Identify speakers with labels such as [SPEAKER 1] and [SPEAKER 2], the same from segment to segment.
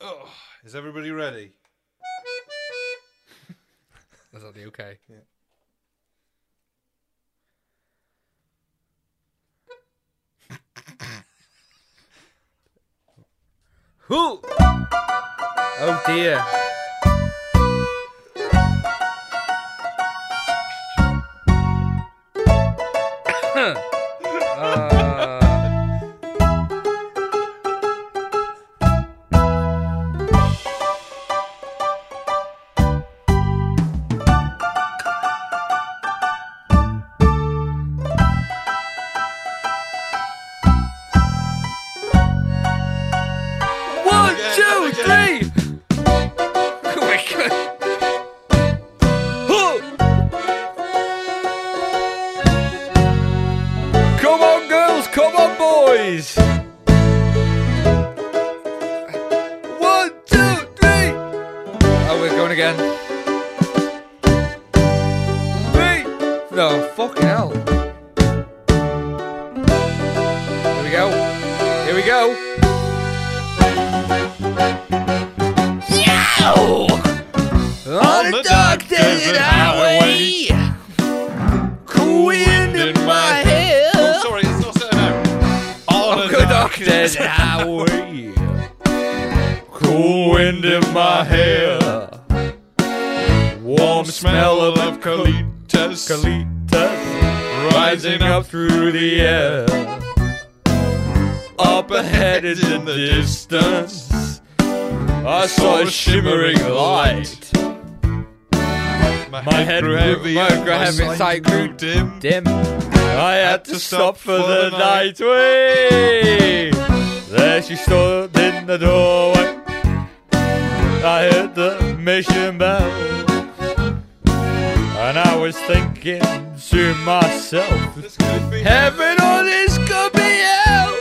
[SPEAKER 1] Oh, is everybody ready?
[SPEAKER 2] Is that the okay?
[SPEAKER 1] Yeah.
[SPEAKER 2] Who? Oh dear. Uh, One,
[SPEAKER 1] Again,
[SPEAKER 2] two,
[SPEAKER 1] again.
[SPEAKER 2] three. Oh my god. Huh. Come on, girls. Come on, boys. One, two, three. Oh, we're going again. Three. No, fucking hell. Here we go. Here we go. On the dark desert highway, cool wind in my hair.
[SPEAKER 1] Oh, sorry, it's not set out. On
[SPEAKER 2] On
[SPEAKER 1] a
[SPEAKER 2] the dark
[SPEAKER 1] dark
[SPEAKER 2] desert
[SPEAKER 1] desert
[SPEAKER 2] highway, cool wind in my hair. Warm smell of
[SPEAKER 1] of colitas,
[SPEAKER 2] colitas rising up through the air. Up ahead is in the distance. I saw a shimmering light.
[SPEAKER 1] My,
[SPEAKER 2] My head grew heavy, my grew heavy, sight grew
[SPEAKER 1] dim.
[SPEAKER 2] Dim. I had to er stop for the night. Way there she stood in the doorway. I heard the mission bell, and I was thinking to myself,
[SPEAKER 1] This could be
[SPEAKER 2] Heaven or this could be hell.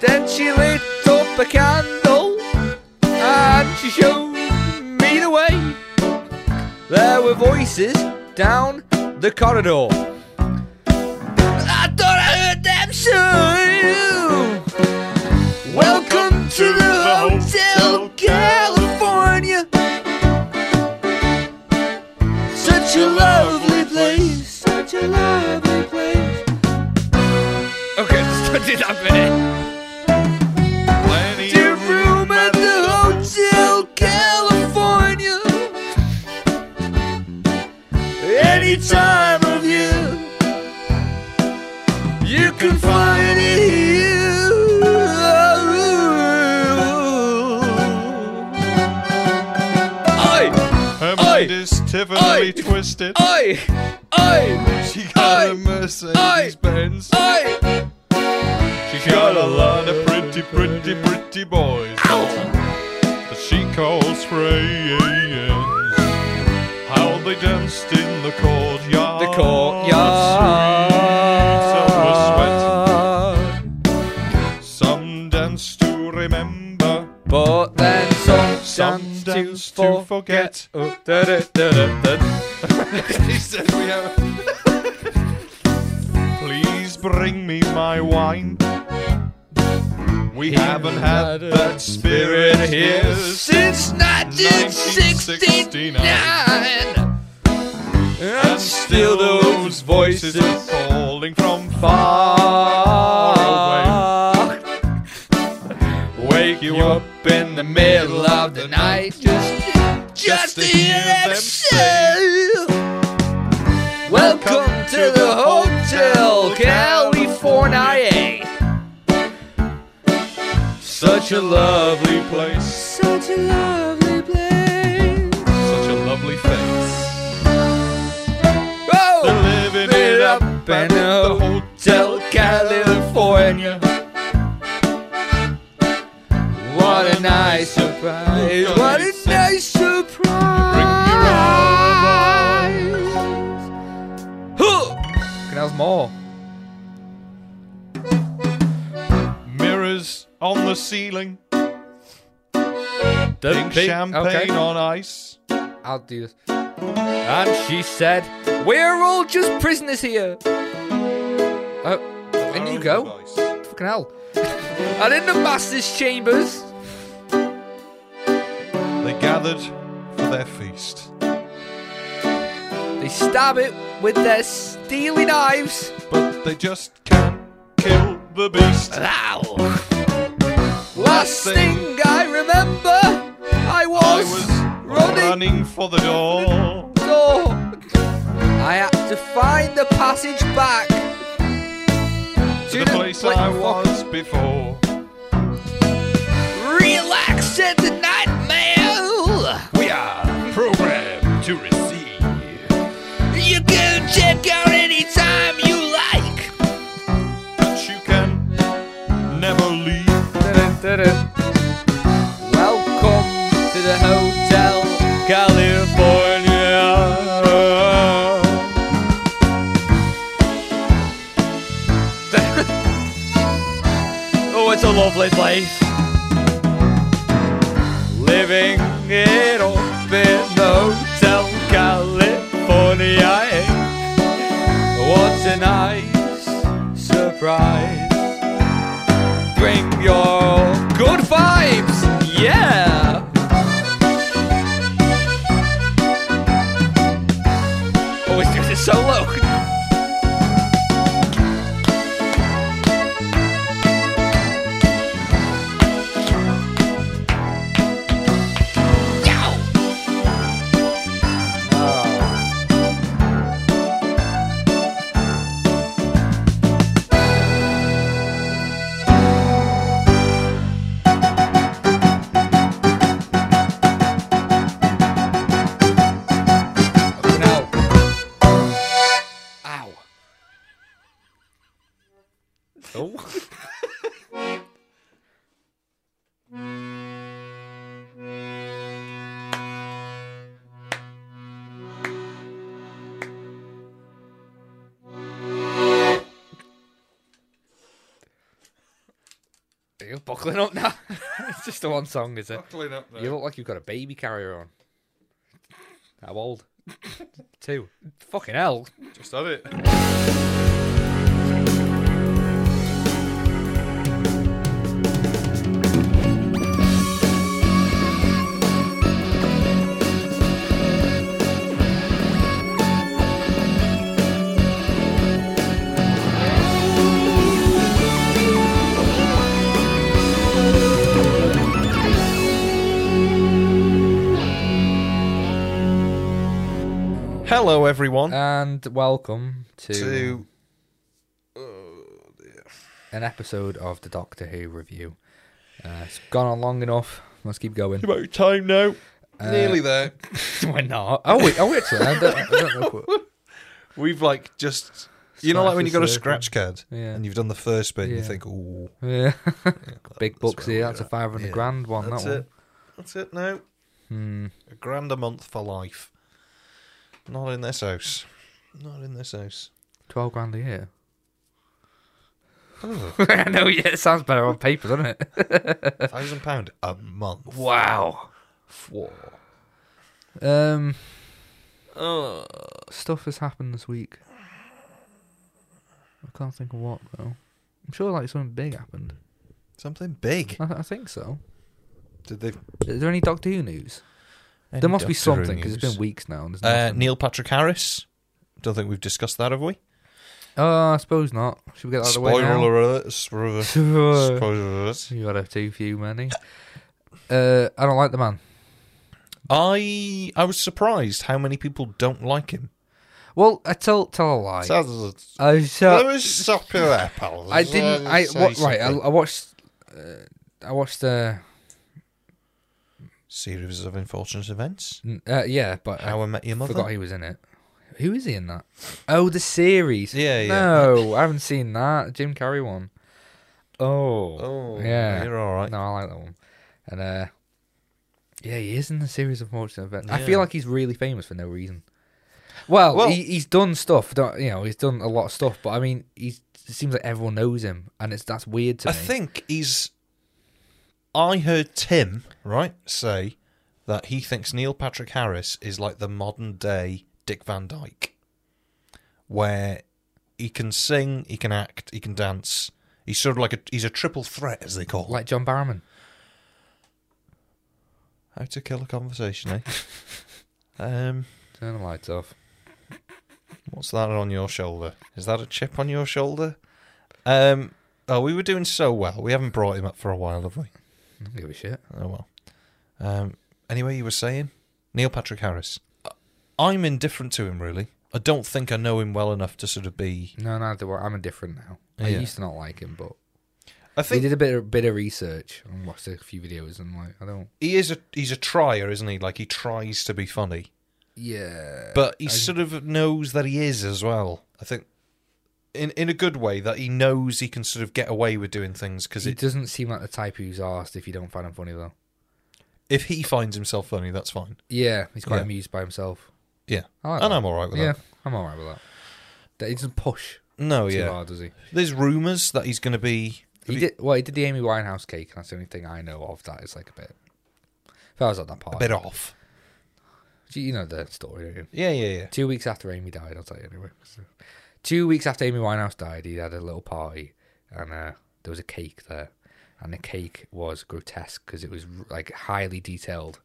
[SPEAKER 2] Then she lit up a candle and she showed me the way. There were voices down the corridor. I thought I heard them say, Welcome to the Hotel California. Such a lovely place, such a lovely place. Okay, let's do that minute.
[SPEAKER 1] plenty
[SPEAKER 2] Your
[SPEAKER 1] of
[SPEAKER 2] room at the Hotel California. Any time of year, you can find it here. Oi!
[SPEAKER 1] Her
[SPEAKER 2] Oi!
[SPEAKER 1] mind is
[SPEAKER 2] Oi!
[SPEAKER 1] stiffenly twisted.
[SPEAKER 2] Oi! Oi!
[SPEAKER 1] She got
[SPEAKER 2] Oi!
[SPEAKER 1] a Mercedes Benz.
[SPEAKER 2] Oi!
[SPEAKER 1] She got a lot of pretty, pretty, pretty boys.
[SPEAKER 2] Oh.
[SPEAKER 1] That she calls friends. How they danced in the courtyard.
[SPEAKER 2] the courtyard.
[SPEAKER 1] Some dance to remember.
[SPEAKER 2] But then some,
[SPEAKER 1] Some
[SPEAKER 2] some
[SPEAKER 1] dance
[SPEAKER 2] dance
[SPEAKER 1] to
[SPEAKER 2] to
[SPEAKER 1] forget.
[SPEAKER 2] forget. Oh, da, da, da, da, da.
[SPEAKER 1] She said we have. Please bring me my wine. We haven't had that spirit here since
[SPEAKER 2] since 1969.
[SPEAKER 1] 1969.
[SPEAKER 2] And still those voices
[SPEAKER 1] calling from
[SPEAKER 2] far Wake you up in the middle of the night just, just to hear them say, Welcome to the Hotel California. Such a lovely place,
[SPEAKER 1] place.
[SPEAKER 2] such a lovely place.
[SPEAKER 1] Such a lovely face. They're
[SPEAKER 2] Oh,
[SPEAKER 1] living it up at the
[SPEAKER 2] Hotel
[SPEAKER 1] Hotel
[SPEAKER 2] California.
[SPEAKER 1] California.
[SPEAKER 2] What a nice surprise! What a nice surprise! Huh. Can I have more?
[SPEAKER 1] Mirrors on the ceiling. Pink
[SPEAKER 2] big-
[SPEAKER 1] champagne
[SPEAKER 2] okay.
[SPEAKER 1] on ice.
[SPEAKER 2] I'll do this. And she said, "We're all just prisoners here." Oh, and you go. Fucking hell! And in the master's chambers,
[SPEAKER 1] gathered for their feast.
[SPEAKER 2] They stab it with their steely knives.
[SPEAKER 1] But they just can't kill the beast.
[SPEAKER 2] Ow! Last thing I remember, I was,
[SPEAKER 1] I was
[SPEAKER 2] running
[SPEAKER 1] running for the door.
[SPEAKER 2] door. I had to find the passage back
[SPEAKER 1] To the place I was before.
[SPEAKER 2] Relax, said the nightmare.
[SPEAKER 1] We are programmed to receive.
[SPEAKER 2] You can check out anytime you like.
[SPEAKER 1] But you can never leave.
[SPEAKER 2] Welcome to the Hotel California. oh, it's a lovely place. Living it up in Hotel California. What a nice surprise bring your good vibes. Yeah. Oh, it's just it's so low. Oh. No. Ow.
[SPEAKER 1] Oh.
[SPEAKER 2] Are you buckling up now? it's just the one song, is it?
[SPEAKER 1] Buckling up there.
[SPEAKER 2] You look like you've got a baby carrier on. How old? Two. Fucking hell.
[SPEAKER 1] Just had it. Hello, everyone.
[SPEAKER 2] And welcome to,
[SPEAKER 1] to
[SPEAKER 2] an episode of the Doctor Who review. Uh, it's gone on long enough. Let's keep going.
[SPEAKER 1] about time now.
[SPEAKER 2] Uh,
[SPEAKER 1] Nearly there.
[SPEAKER 2] We're not. Oh, wait. Oh, actually, I don't, I don't know. What,
[SPEAKER 1] We've like just. You know,
[SPEAKER 2] Smashed
[SPEAKER 1] like when you got
[SPEAKER 2] the
[SPEAKER 1] a
[SPEAKER 2] circle.
[SPEAKER 1] scratch card
[SPEAKER 2] Yeah.
[SPEAKER 1] and you've done the first bit, and you
[SPEAKER 2] Yeah.
[SPEAKER 1] think, "Ooh,
[SPEAKER 2] yeah. Big bucks
[SPEAKER 1] where
[SPEAKER 2] here.
[SPEAKER 1] we're
[SPEAKER 2] That's a
[SPEAKER 1] at.
[SPEAKER 2] 500
[SPEAKER 1] Yeah.
[SPEAKER 2] grand one. Hmm.
[SPEAKER 1] that's
[SPEAKER 2] that
[SPEAKER 1] it, that's it now."
[SPEAKER 2] one.
[SPEAKER 1] A grand a month for life. Not in this house. Not in this house.
[SPEAKER 2] Hmm. 12 grand a year. I know, yeah, it sounds better on paper, doesn't it?
[SPEAKER 1] Thousand pound a month.
[SPEAKER 2] Wow.
[SPEAKER 1] Whoa.
[SPEAKER 2] Um, stuff has happened this week. I can't think of what though. I'm sure like something big happened.
[SPEAKER 1] Something big.
[SPEAKER 2] I, I think so.
[SPEAKER 1] Did they?
[SPEAKER 2] Is there any Doctor Who news? there must be something because it's been weeks now. And there's
[SPEAKER 1] Uh,
[SPEAKER 2] nothing.
[SPEAKER 1] Neil Patrick Harris. Don't think we've discussed that, have we?
[SPEAKER 2] oh, I suppose not. Should we get that out of the way
[SPEAKER 1] Spoiler
[SPEAKER 2] now? Uh.
[SPEAKER 1] alert. Spoiler
[SPEAKER 2] Spoiler.
[SPEAKER 1] alert.
[SPEAKER 2] You gotta have too few many. Uh, I don't like the man.
[SPEAKER 1] I I was surprised how many people don't like him.
[SPEAKER 2] Well, I tell tell a lie.
[SPEAKER 1] So-
[SPEAKER 2] I
[SPEAKER 1] Let
[SPEAKER 2] so,
[SPEAKER 1] me stop you there, pal.
[SPEAKER 2] I didn't. I
[SPEAKER 1] uh, Say
[SPEAKER 2] what, right. I,
[SPEAKER 1] something.
[SPEAKER 2] I watched. Uh, I watched. Uh,
[SPEAKER 1] Series of unfortunate events.
[SPEAKER 2] n- uh, yeah, but I
[SPEAKER 1] How I Met Your Mother.
[SPEAKER 2] Forgot he was in it. Who is he in that? Oh, the series.
[SPEAKER 1] Yeah, yeah.
[SPEAKER 2] No, I haven't seen that. Jim Carrey one. Oh.
[SPEAKER 1] Oh,
[SPEAKER 2] Yeah.
[SPEAKER 1] You're all right.
[SPEAKER 2] No, I like that one. And uh, yeah, he is in the series of Fortunate Events. I
[SPEAKER 1] Yeah.
[SPEAKER 2] feel like he's really famous for no reason. Well,
[SPEAKER 1] Well-
[SPEAKER 2] he, he's done stuff. Don't, you know, he's done a lot of stuff. But I mean, he's, it seems like everyone knows him, and it's that's weird to
[SPEAKER 1] I
[SPEAKER 2] me.
[SPEAKER 1] think he's. I heard Tim right say that he thinks Neil Patrick Harris is like the modern day Dick Van Dyke, where he can sing, he can act, he can dance. He's sort of like a he's a triple threat, as they call it.
[SPEAKER 2] like John Barrowman.
[SPEAKER 1] How to kill a conversation, eh? um,
[SPEAKER 2] Turn the lights off.
[SPEAKER 1] what's that on your shoulder? Is that a chip on your shoulder? Um, oh, we were doing so well. We haven't brought him up for a while, have we?
[SPEAKER 2] I don't give a shit.
[SPEAKER 1] Oh well. Um, anyway, you were saying Neil Patrick Harris. I- I'm indifferent to him, really. I don't think I know him well enough to sort of be.
[SPEAKER 2] No, no, they were- I'm indifferent now. I
[SPEAKER 1] Yeah.
[SPEAKER 2] used to not like him, but
[SPEAKER 1] I
[SPEAKER 2] we
[SPEAKER 1] think
[SPEAKER 2] did a bit of, bit of research and watched a few videos and like I don't.
[SPEAKER 1] he is a he's a trier, isn't he? Like he tries to be funny,
[SPEAKER 2] Yeah,
[SPEAKER 1] but he
[SPEAKER 2] I-
[SPEAKER 1] sort of knows that he is as well. I think in in a good way that he knows he can sort of get away with doing things because
[SPEAKER 2] he doesn't seem like the type who's asked if you don't find him funny though.
[SPEAKER 1] if he finds himself funny, that's fine.
[SPEAKER 2] Yeah, he's quite
[SPEAKER 1] Yeah.
[SPEAKER 2] amused by himself.
[SPEAKER 1] Yeah,
[SPEAKER 2] I like
[SPEAKER 1] and
[SPEAKER 2] that.
[SPEAKER 1] I'm all right with
[SPEAKER 2] Oh, yeah,
[SPEAKER 1] that.
[SPEAKER 2] I'm alright with that. that. He doesn't push
[SPEAKER 1] No,
[SPEAKER 2] too
[SPEAKER 1] Oh, yeah.
[SPEAKER 2] hard, does he?
[SPEAKER 1] There's rumours that he's going to be.
[SPEAKER 2] He did well. He did the Amy Winehouse cake, and that's the only thing I know of that is like a bit. If I was at that party,
[SPEAKER 1] a bit off.
[SPEAKER 2] you know the story. Don't you?
[SPEAKER 1] Yeah, yeah, yeah.
[SPEAKER 2] Two weeks after Amy died, I'll tell you anyway. So, two weeks after Amy Winehouse died, he had a little party, and uh, there was a cake there, and the cake was grotesque because it was r- like highly detailed,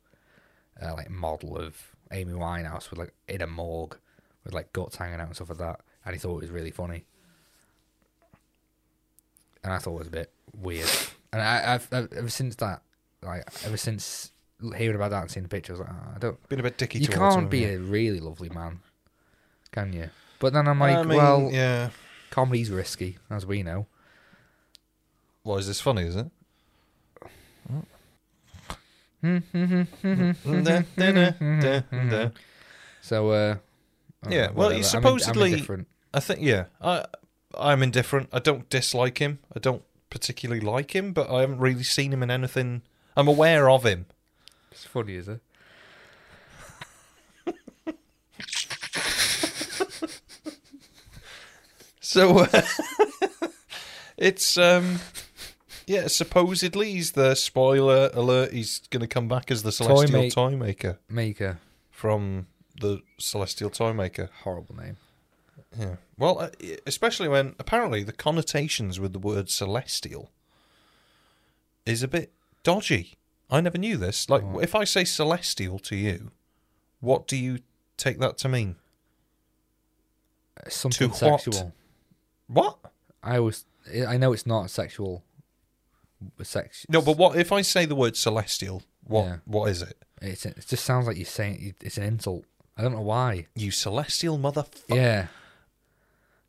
[SPEAKER 2] uh, like model of Amy Winehouse with like in a morgue with like guts hanging out and stuff like that, and he thought it was really funny, and I thought it was a bit weird, and I, I've, I've ever since that, like ever since hearing about that and seeing the picture, I was like, "Ah, I don't
[SPEAKER 1] Been a bit dicky.
[SPEAKER 2] you
[SPEAKER 1] towards
[SPEAKER 2] can't
[SPEAKER 1] him,
[SPEAKER 2] be
[SPEAKER 1] yeah.
[SPEAKER 2] a really lovely man, can you? But then I'm like,
[SPEAKER 1] I mean,
[SPEAKER 2] well,
[SPEAKER 1] yeah.
[SPEAKER 2] comedy's risky, as we know.
[SPEAKER 1] Why is this funny? Is it?
[SPEAKER 2] Hmm,
[SPEAKER 1] Mm,
[SPEAKER 2] So, uh, I don't
[SPEAKER 1] Yeah,
[SPEAKER 2] know,
[SPEAKER 1] well,
[SPEAKER 2] whatever.
[SPEAKER 1] he's
[SPEAKER 2] I'm in- I'm
[SPEAKER 1] supposedly-
[SPEAKER 2] indifferent.
[SPEAKER 1] I think yeah. I I'm indifferent. I don't dislike him. I don't particularly like him, but I haven't really seen him in anything. I'm aware of him.
[SPEAKER 2] It's funny, is it?
[SPEAKER 1] So uh, it's um yeah. Supposedly he's the spoiler alert. He's going to come back as the celestial
[SPEAKER 2] Mate.
[SPEAKER 1] toy maker
[SPEAKER 2] Maker,
[SPEAKER 1] from the celestial toy maker.
[SPEAKER 2] horrible name.
[SPEAKER 1] Yeah. Well, uh, especially when apparently the connotations with the word celestial is a bit dodgy. I never knew this. Like,
[SPEAKER 2] Oh.
[SPEAKER 1] if I say celestial to you, what do you take that to mean?
[SPEAKER 2] Uh, Something
[SPEAKER 1] To what?
[SPEAKER 2] sexual.
[SPEAKER 1] What?
[SPEAKER 2] I was. I know it's not sexual. Sex.
[SPEAKER 1] No, but what if I say the word celestial? What?
[SPEAKER 2] Yeah.
[SPEAKER 1] What is it?
[SPEAKER 2] it's, it just sounds like you're saying it's an insult. I don't know why.
[SPEAKER 1] You celestial motherfucker!
[SPEAKER 2] Yeah,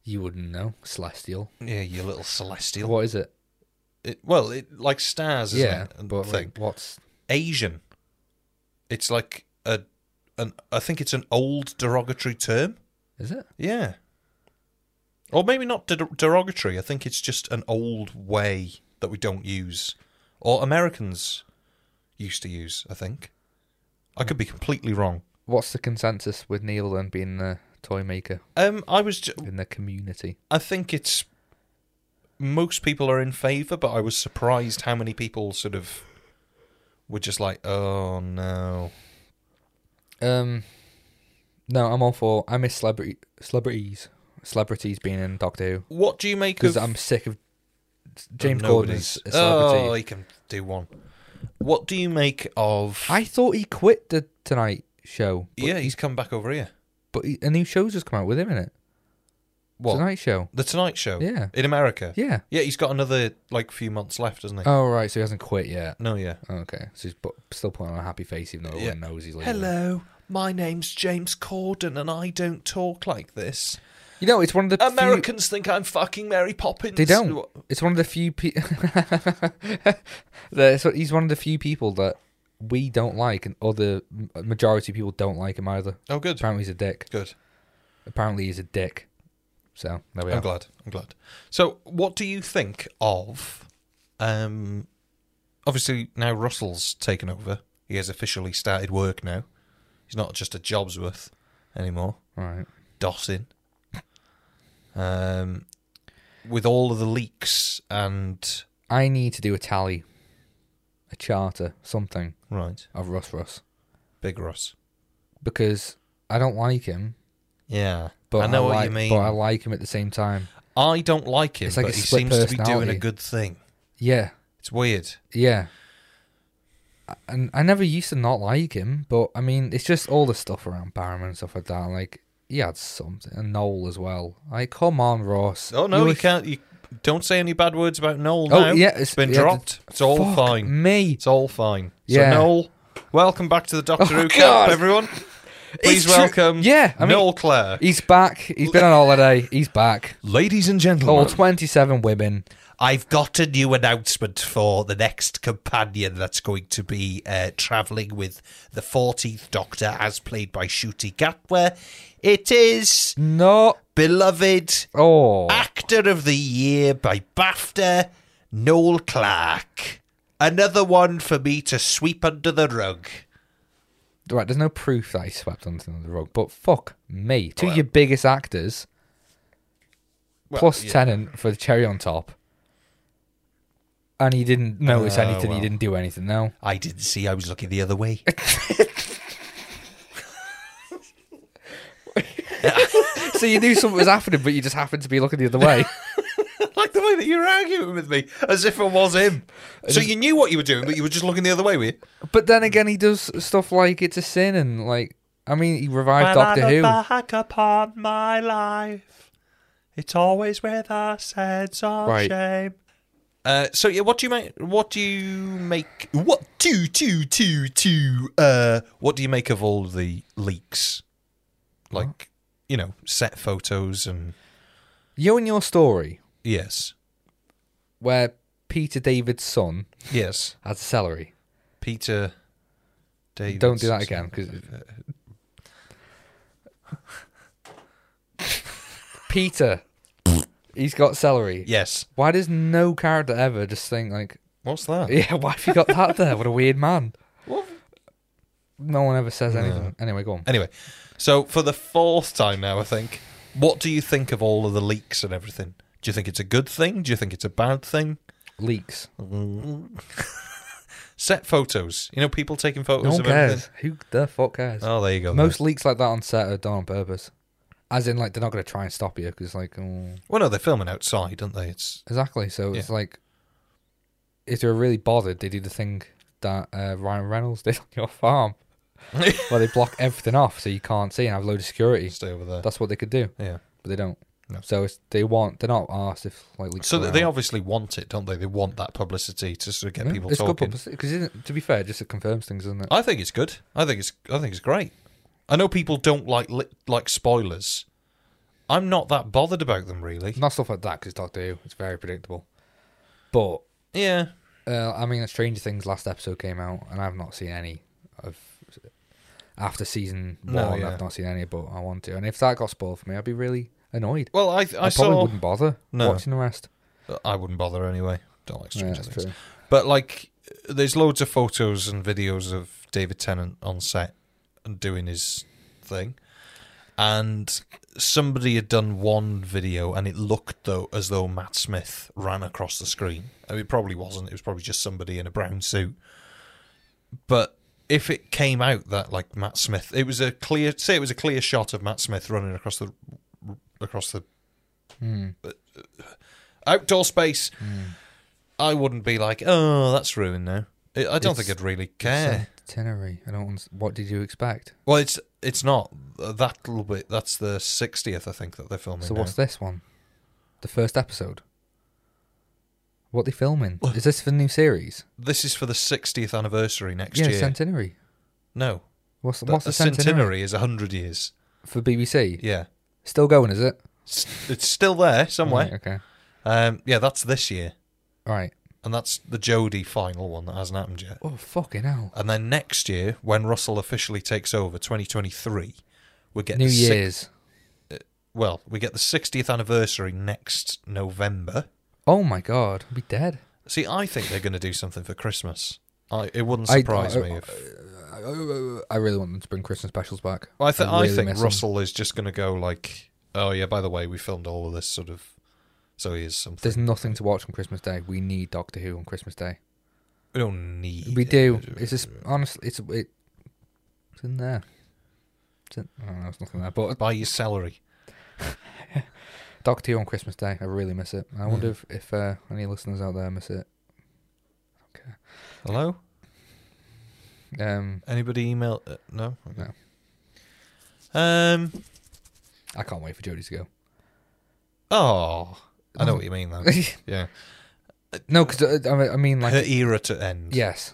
[SPEAKER 2] you wouldn't know. Celestial.
[SPEAKER 1] Yeah, you little celestial.
[SPEAKER 2] What is it?
[SPEAKER 1] It, well, it like stars, isn't
[SPEAKER 2] Yeah,
[SPEAKER 1] it? And
[SPEAKER 2] but
[SPEAKER 1] thing.
[SPEAKER 2] like, what's
[SPEAKER 1] Asian. It's like a, an. I think it's an old derogatory term.
[SPEAKER 2] is it?
[SPEAKER 1] Yeah. Or maybe not de- derogatory. I think it's just an old way that we don't use, or Americans used to use. I think. I could be completely wrong.
[SPEAKER 2] What's the consensus with Neil then being the toy maker
[SPEAKER 1] Um, I was. Ju-
[SPEAKER 2] in the community?
[SPEAKER 1] I think it's. Most people are in favour, but I was surprised how many people sort of were just like, "Oh no."
[SPEAKER 2] Um, no, I'm all for. I miss celebrity celebrities, celebrities being in Doctor Who
[SPEAKER 1] What do you make of?
[SPEAKER 2] because I'm sick of James
[SPEAKER 1] of
[SPEAKER 2] Gordon
[SPEAKER 1] nobody's-
[SPEAKER 2] is a celebrity.
[SPEAKER 1] Oh, he can do one. What do you make of?
[SPEAKER 2] I thought he quit the Tonight Show. But,
[SPEAKER 1] yeah, he's come back over here.
[SPEAKER 2] but he, a new show's just come out with him in it.
[SPEAKER 1] What?
[SPEAKER 2] Tonight Show.
[SPEAKER 1] The Tonight Show.
[SPEAKER 2] Yeah.
[SPEAKER 1] In America.
[SPEAKER 2] Oh. Yeah.
[SPEAKER 1] Yeah, he's got another like few months left, doesn't he?
[SPEAKER 2] Oh right, so he hasn't quit yet.
[SPEAKER 1] no, yeah.
[SPEAKER 2] Okay, so he's bu- still putting on a happy face even though
[SPEAKER 1] Yeah.
[SPEAKER 2] everyone knows he's leaving.
[SPEAKER 1] Hello, my name's James Corden, and I don't talk like this.
[SPEAKER 2] You know, it's one of the few-
[SPEAKER 1] Americans think I'm fucking Mary Poppins.
[SPEAKER 2] They don't. It's one of the few people. he's one of the few people that we don't like, and other m- majority of people don't like him either.
[SPEAKER 1] Oh, good.
[SPEAKER 2] Apparently, he's a dick.
[SPEAKER 1] Good.
[SPEAKER 2] Apparently, he's a dick. So there we
[SPEAKER 1] I'm
[SPEAKER 2] are.
[SPEAKER 1] glad. I'm glad. So, what do you think of? Um, obviously now Russell's taken over. He has officially started work now. He's not just a Jobsworth anymore.
[SPEAKER 2] All right.
[SPEAKER 1] Dossin. Um, with all of the leaks and
[SPEAKER 2] I need to do a tally, a charter, something
[SPEAKER 1] right,
[SPEAKER 2] of Russ Russ
[SPEAKER 1] Big Russ.
[SPEAKER 2] because I don't like him.
[SPEAKER 1] Yeah,
[SPEAKER 2] But
[SPEAKER 1] I know what
[SPEAKER 2] like,
[SPEAKER 1] you mean.
[SPEAKER 2] But I like him at the same time.
[SPEAKER 1] I don't like him,
[SPEAKER 2] It's like
[SPEAKER 1] but
[SPEAKER 2] a
[SPEAKER 1] he
[SPEAKER 2] split
[SPEAKER 1] seems to be doing a
[SPEAKER 2] personality.
[SPEAKER 1] good thing.
[SPEAKER 2] Yeah.
[SPEAKER 1] It's weird.
[SPEAKER 2] Yeah. and I never used to not like him, but I mean, it's just all the stuff around Barham and stuff like that. Like he had something, and Noel as well. Like, come on, Ross.
[SPEAKER 1] Oh no,
[SPEAKER 2] You
[SPEAKER 1] you,
[SPEAKER 2] were-
[SPEAKER 1] can't. You don't say any bad words about Noel
[SPEAKER 2] Oh
[SPEAKER 1] now.
[SPEAKER 2] yeah,
[SPEAKER 1] it's been
[SPEAKER 2] yeah,
[SPEAKER 1] dropped. It's all
[SPEAKER 2] fuck
[SPEAKER 1] fine.
[SPEAKER 2] Me,
[SPEAKER 1] It's all fine.
[SPEAKER 2] Yeah.
[SPEAKER 1] So Noel, welcome back to the Doctor
[SPEAKER 2] Oh,
[SPEAKER 1] Who
[SPEAKER 2] God.
[SPEAKER 1] camp, everyone. Please
[SPEAKER 2] It's true-
[SPEAKER 1] welcome.
[SPEAKER 2] Yeah, I mean-
[SPEAKER 1] Noel Clare.
[SPEAKER 2] he's back. He's been on holiday. He's back.
[SPEAKER 1] Ladies and
[SPEAKER 2] All
[SPEAKER 1] gentlemen,
[SPEAKER 2] twenty-seven women.
[SPEAKER 1] I've got a new announcement for the next companion that's going to be uh, travelling with the 14th Doctor, as played by Shuti Gatwa. It is
[SPEAKER 2] No,
[SPEAKER 1] beloved
[SPEAKER 2] oh,
[SPEAKER 1] Actor of the Year by BAFTA, Noel Clark. Another one for me to sweep under the rug.
[SPEAKER 2] right. There's no proof that he swept onto the rug, but fuck me, two of your biggest actors, plus Tennant for the cherry on top, and he didn't notice
[SPEAKER 1] Oh,
[SPEAKER 2] anything.
[SPEAKER 1] well.
[SPEAKER 2] He didn't do anything. No.
[SPEAKER 1] I didn't see. I was looking the other way.
[SPEAKER 2] So you knew something was happening, but you just happened to be looking the other way.
[SPEAKER 1] like the way that you were arguing with me, as if it was him. So you knew what you were doing, but you were just looking the other way, were you?
[SPEAKER 2] But then again, he does stuff like it's a sin, and like I mean, he revived Doctor Who.
[SPEAKER 1] back upon my life, it's always with a sense of
[SPEAKER 2] Right.
[SPEAKER 1] shame. Uh, so yeah, what do you make? What do you make? What two two two two? Uh, what do you make of all the leaks? Like you know, set photos and
[SPEAKER 2] You and your story,
[SPEAKER 1] yes,
[SPEAKER 2] where Peter David's son
[SPEAKER 1] yes.
[SPEAKER 2] has celery.
[SPEAKER 1] Peter, David.
[SPEAKER 2] Don't do that again, because Peter, he's got celery.
[SPEAKER 1] Yes.
[SPEAKER 2] Why does no character ever just think like,
[SPEAKER 1] What's that?
[SPEAKER 2] yeah, why have you got that there? What a weird man.
[SPEAKER 1] What?
[SPEAKER 2] No one ever says anything. Anyway, go on.
[SPEAKER 1] Anyway, so for the fourth time now, I think, what do you think of all of the leaks and everything? Do you think it's a good thing? Do you think it's a bad thing?
[SPEAKER 2] Leaks.
[SPEAKER 1] Set photos. You know, people taking
[SPEAKER 2] No
[SPEAKER 1] photos
[SPEAKER 2] one
[SPEAKER 1] of
[SPEAKER 2] cares.
[SPEAKER 1] everything.
[SPEAKER 2] Who the fuck cares?
[SPEAKER 1] Oh, there you go.
[SPEAKER 2] Most leaks like that on set are done on purpose. As in, like, they're not going to try and stop you because, like, oh,
[SPEAKER 1] Well, no, they're filming outside, aren't they? It's
[SPEAKER 2] exactly. So it's like, if they're really bothered, they do the thing that uh, Ryan Reynolds did on your farm, where they block everything off so you can't see and have a load of security.
[SPEAKER 1] stay over there.
[SPEAKER 2] That's what they could do,
[SPEAKER 1] Yeah.
[SPEAKER 2] but they don't.
[SPEAKER 1] No.
[SPEAKER 2] So it's, they want, they're not asked if, like, leaks
[SPEAKER 1] So
[SPEAKER 2] go
[SPEAKER 1] th- they
[SPEAKER 2] out.
[SPEAKER 1] obviously want it, don't they? They want that publicity to sort of get
[SPEAKER 2] Yeah,
[SPEAKER 1] people
[SPEAKER 2] it's
[SPEAKER 1] talking.
[SPEAKER 2] good because, to be fair, just it confirms things, doesn't it?
[SPEAKER 1] I think it's good. I think it's. I think it's great. I know people don't like li- like spoilers. I'm not that bothered about them really.
[SPEAKER 2] Not stuff like that because Doctor Who, it's very predictable. But
[SPEAKER 1] Yeah.
[SPEAKER 2] Uh, I mean, Stranger Things last episode came out, and I've not seen any of after season one.
[SPEAKER 1] No, yeah.
[SPEAKER 2] I've not seen any, but I want to. And if that got spoiled for me, I'd be really annoyed.
[SPEAKER 1] Well, I I,
[SPEAKER 2] I, probably
[SPEAKER 1] saw.
[SPEAKER 2] wouldn't bother
[SPEAKER 1] No.
[SPEAKER 2] watching the rest.
[SPEAKER 1] I wouldn't bother anyway. Don't like
[SPEAKER 2] Yeah,
[SPEAKER 1] Stranger
[SPEAKER 2] that's
[SPEAKER 1] Things.
[SPEAKER 2] true.
[SPEAKER 1] But like, there's loads of photos and videos of David Tennant on set and doing his thing, and somebody had done one video and it looked though as though Matt Smith ran across the screen. I mean, it probably wasn't. It was probably just somebody in a brown suit. But if it came out that like Matt Smith, it was a clear say it was a clear shot of Matt Smith running across the across the
[SPEAKER 2] Hmm,
[SPEAKER 1] outdoor space, I wouldn't be like, oh, that's ruined now. I I don't
[SPEAKER 2] It's-
[SPEAKER 1] think I'd really care.
[SPEAKER 2] Centenary. I don't. underst- What did you expect?
[SPEAKER 1] well, it's it's not that little bit. That's the sixtieth, I think, that they're filming.
[SPEAKER 2] So
[SPEAKER 1] now.
[SPEAKER 2] what's this one? The first episode. What they filming? Is this for the new series?
[SPEAKER 1] this is for the sixtieth anniversary next
[SPEAKER 2] yeah,
[SPEAKER 1] year?
[SPEAKER 2] Centenary.
[SPEAKER 1] no,
[SPEAKER 2] What's
[SPEAKER 1] Th-
[SPEAKER 2] what's
[SPEAKER 1] a
[SPEAKER 2] the centenary,
[SPEAKER 1] centenary is hundred years.
[SPEAKER 2] for BBC?
[SPEAKER 1] Yeah,
[SPEAKER 2] Still going, is it?
[SPEAKER 1] S- it's still there
[SPEAKER 2] Right,
[SPEAKER 1] somewhere.
[SPEAKER 2] okay.
[SPEAKER 1] Um, yeah, that's this year,
[SPEAKER 2] All right.
[SPEAKER 1] and that's the Jodie final one that hasn't happened yet.
[SPEAKER 2] Oh fucking hell!
[SPEAKER 1] And then next year, when Russell officially takes over, twenty twenty three, we get
[SPEAKER 2] New
[SPEAKER 1] the six-
[SPEAKER 2] Year's.
[SPEAKER 1] well, we get the 60th anniversary next November.
[SPEAKER 2] Oh my god, I'd be dead.
[SPEAKER 1] See, I think they're going to do something for Christmas. I, it wouldn't
[SPEAKER 2] I-
[SPEAKER 1] surprise
[SPEAKER 2] I-
[SPEAKER 1] me if.
[SPEAKER 2] Uh, I really want them to bring Christmas specials back.
[SPEAKER 1] I, th- I,
[SPEAKER 2] really miss
[SPEAKER 1] think
[SPEAKER 2] 'em.
[SPEAKER 1] Russell is just going to go like, oh yeah, by the way, we filmed all of this sort of. So here's something
[SPEAKER 2] There's nothing to watch on Christmas Day. We need Doctor Who on Christmas Day.
[SPEAKER 1] we don't need.
[SPEAKER 2] We do. It's just honestly, it's it, it's in there. It's in, I don't know, it's nothing there. But
[SPEAKER 1] Buy your salary.
[SPEAKER 2] Doctor Who on Christmas Day, I really miss it. I wonder if, if uh, any listeners out there miss it.
[SPEAKER 1] Hello.
[SPEAKER 2] Um,
[SPEAKER 1] Anybody email? Uh, no.
[SPEAKER 2] No.
[SPEAKER 1] Um.
[SPEAKER 2] I can't wait for Jodie to go.
[SPEAKER 1] Oh, I know what you mean. Though. yeah.
[SPEAKER 2] no, because I I mean,
[SPEAKER 1] Her
[SPEAKER 2] like,
[SPEAKER 1] era to end.
[SPEAKER 2] yes.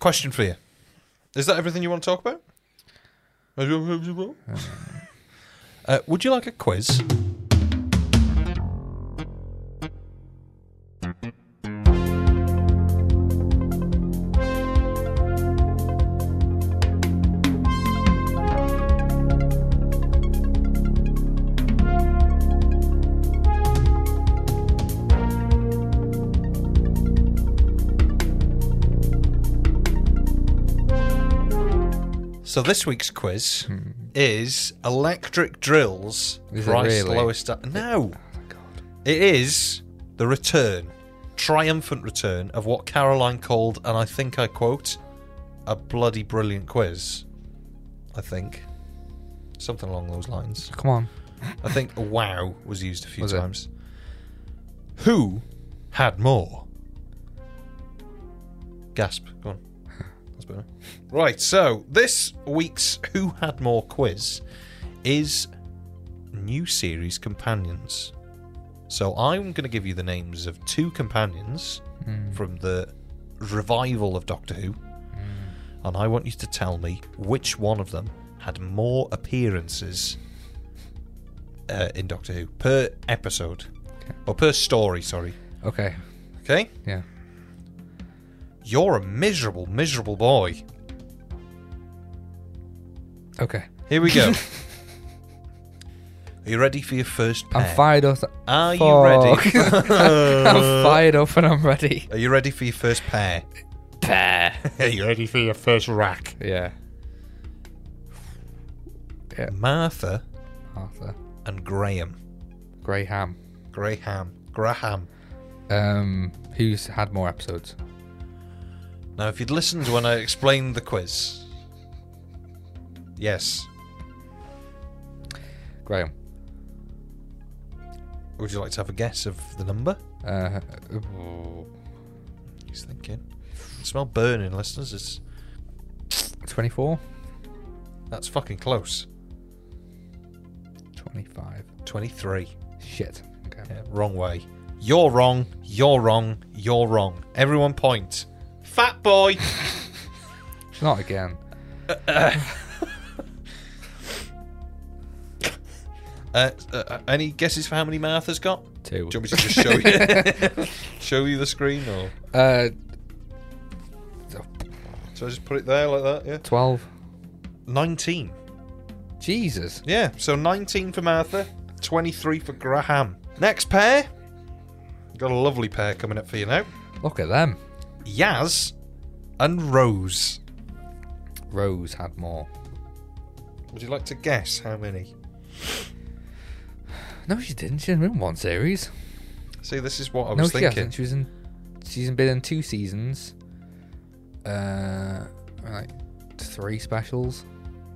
[SPEAKER 1] Question for you: Is that everything you want to talk about? Uh, would you like a quiz? So this week's quiz is electric drills.
[SPEAKER 2] Hmm. Is it
[SPEAKER 1] price
[SPEAKER 2] really?
[SPEAKER 1] lowest. at- no,
[SPEAKER 2] Oh, God.
[SPEAKER 1] it is the return, triumphant return of what Caroline called, and I think I quote, a bloody brilliant quiz. I think something along those lines.
[SPEAKER 2] Come on.
[SPEAKER 1] I think "wow" was used a few
[SPEAKER 2] Was it?
[SPEAKER 1] times. Who had more? Gasp. Go on. That's better. Right. So this week's "Who Had More" quiz is new series companions. So I'm going to give you the names of two companions
[SPEAKER 2] Hmm.
[SPEAKER 1] from the revival of Doctor Who, and I want you to tell me which one of them had more appearances uh, in Doctor Who per episode or per story. Sorry.
[SPEAKER 2] Okay.
[SPEAKER 1] Okay,
[SPEAKER 2] Yeah.
[SPEAKER 1] you're a miserable, miserable boy.
[SPEAKER 2] Okay.
[SPEAKER 1] Here we go. Are you ready for your first pair?
[SPEAKER 2] I'm fired up.
[SPEAKER 1] Are you ready?
[SPEAKER 2] Fuck. I'm fired up and I'm ready.
[SPEAKER 1] Are you ready for your first pair? Are you ready for your first rack?
[SPEAKER 2] Yeah.
[SPEAKER 1] Martha
[SPEAKER 2] Arthur.
[SPEAKER 1] and Graham.
[SPEAKER 2] Graham.
[SPEAKER 1] Graham. Graham.
[SPEAKER 2] Um, who's had more episodes?
[SPEAKER 1] Now, if you'd listened when I explained the quiz, yes.
[SPEAKER 2] Graham.
[SPEAKER 1] Would you like to have a guess of the number?
[SPEAKER 2] Uh,
[SPEAKER 1] He's thinking. smell burning, listeners. It's
[SPEAKER 2] 24?
[SPEAKER 1] that's fucking close.
[SPEAKER 2] 25.
[SPEAKER 1] Twenty-three.
[SPEAKER 2] Shit. Okay.
[SPEAKER 1] Yeah, wrong way. You're wrong. You're wrong. You're wrong. Everyone point. Fat boy.
[SPEAKER 2] Not again.
[SPEAKER 1] uh, uh, uh, any guesses for how many Martha's got?
[SPEAKER 2] Two.
[SPEAKER 1] Do you want me to just show you? show you the screen, or
[SPEAKER 2] Uh,
[SPEAKER 1] so I just put it there like that? Yeah.
[SPEAKER 2] 12.
[SPEAKER 1] Nineteen.
[SPEAKER 2] Jesus.
[SPEAKER 1] Yeah. So nineteen for Martha. Twenty-three for Graham. Next pair. Got a lovely pair coming up for you now.
[SPEAKER 2] Look at them.
[SPEAKER 1] Yaz and Rose.
[SPEAKER 2] Rose had more.
[SPEAKER 1] Would you like to guess how many?
[SPEAKER 2] No, she didn't. She was in one series.
[SPEAKER 1] See, this is what I
[SPEAKER 2] no,
[SPEAKER 1] was
[SPEAKER 2] she
[SPEAKER 1] thinking.
[SPEAKER 2] hasn't. She was in. She's been in two seasons. Uh, like three specials.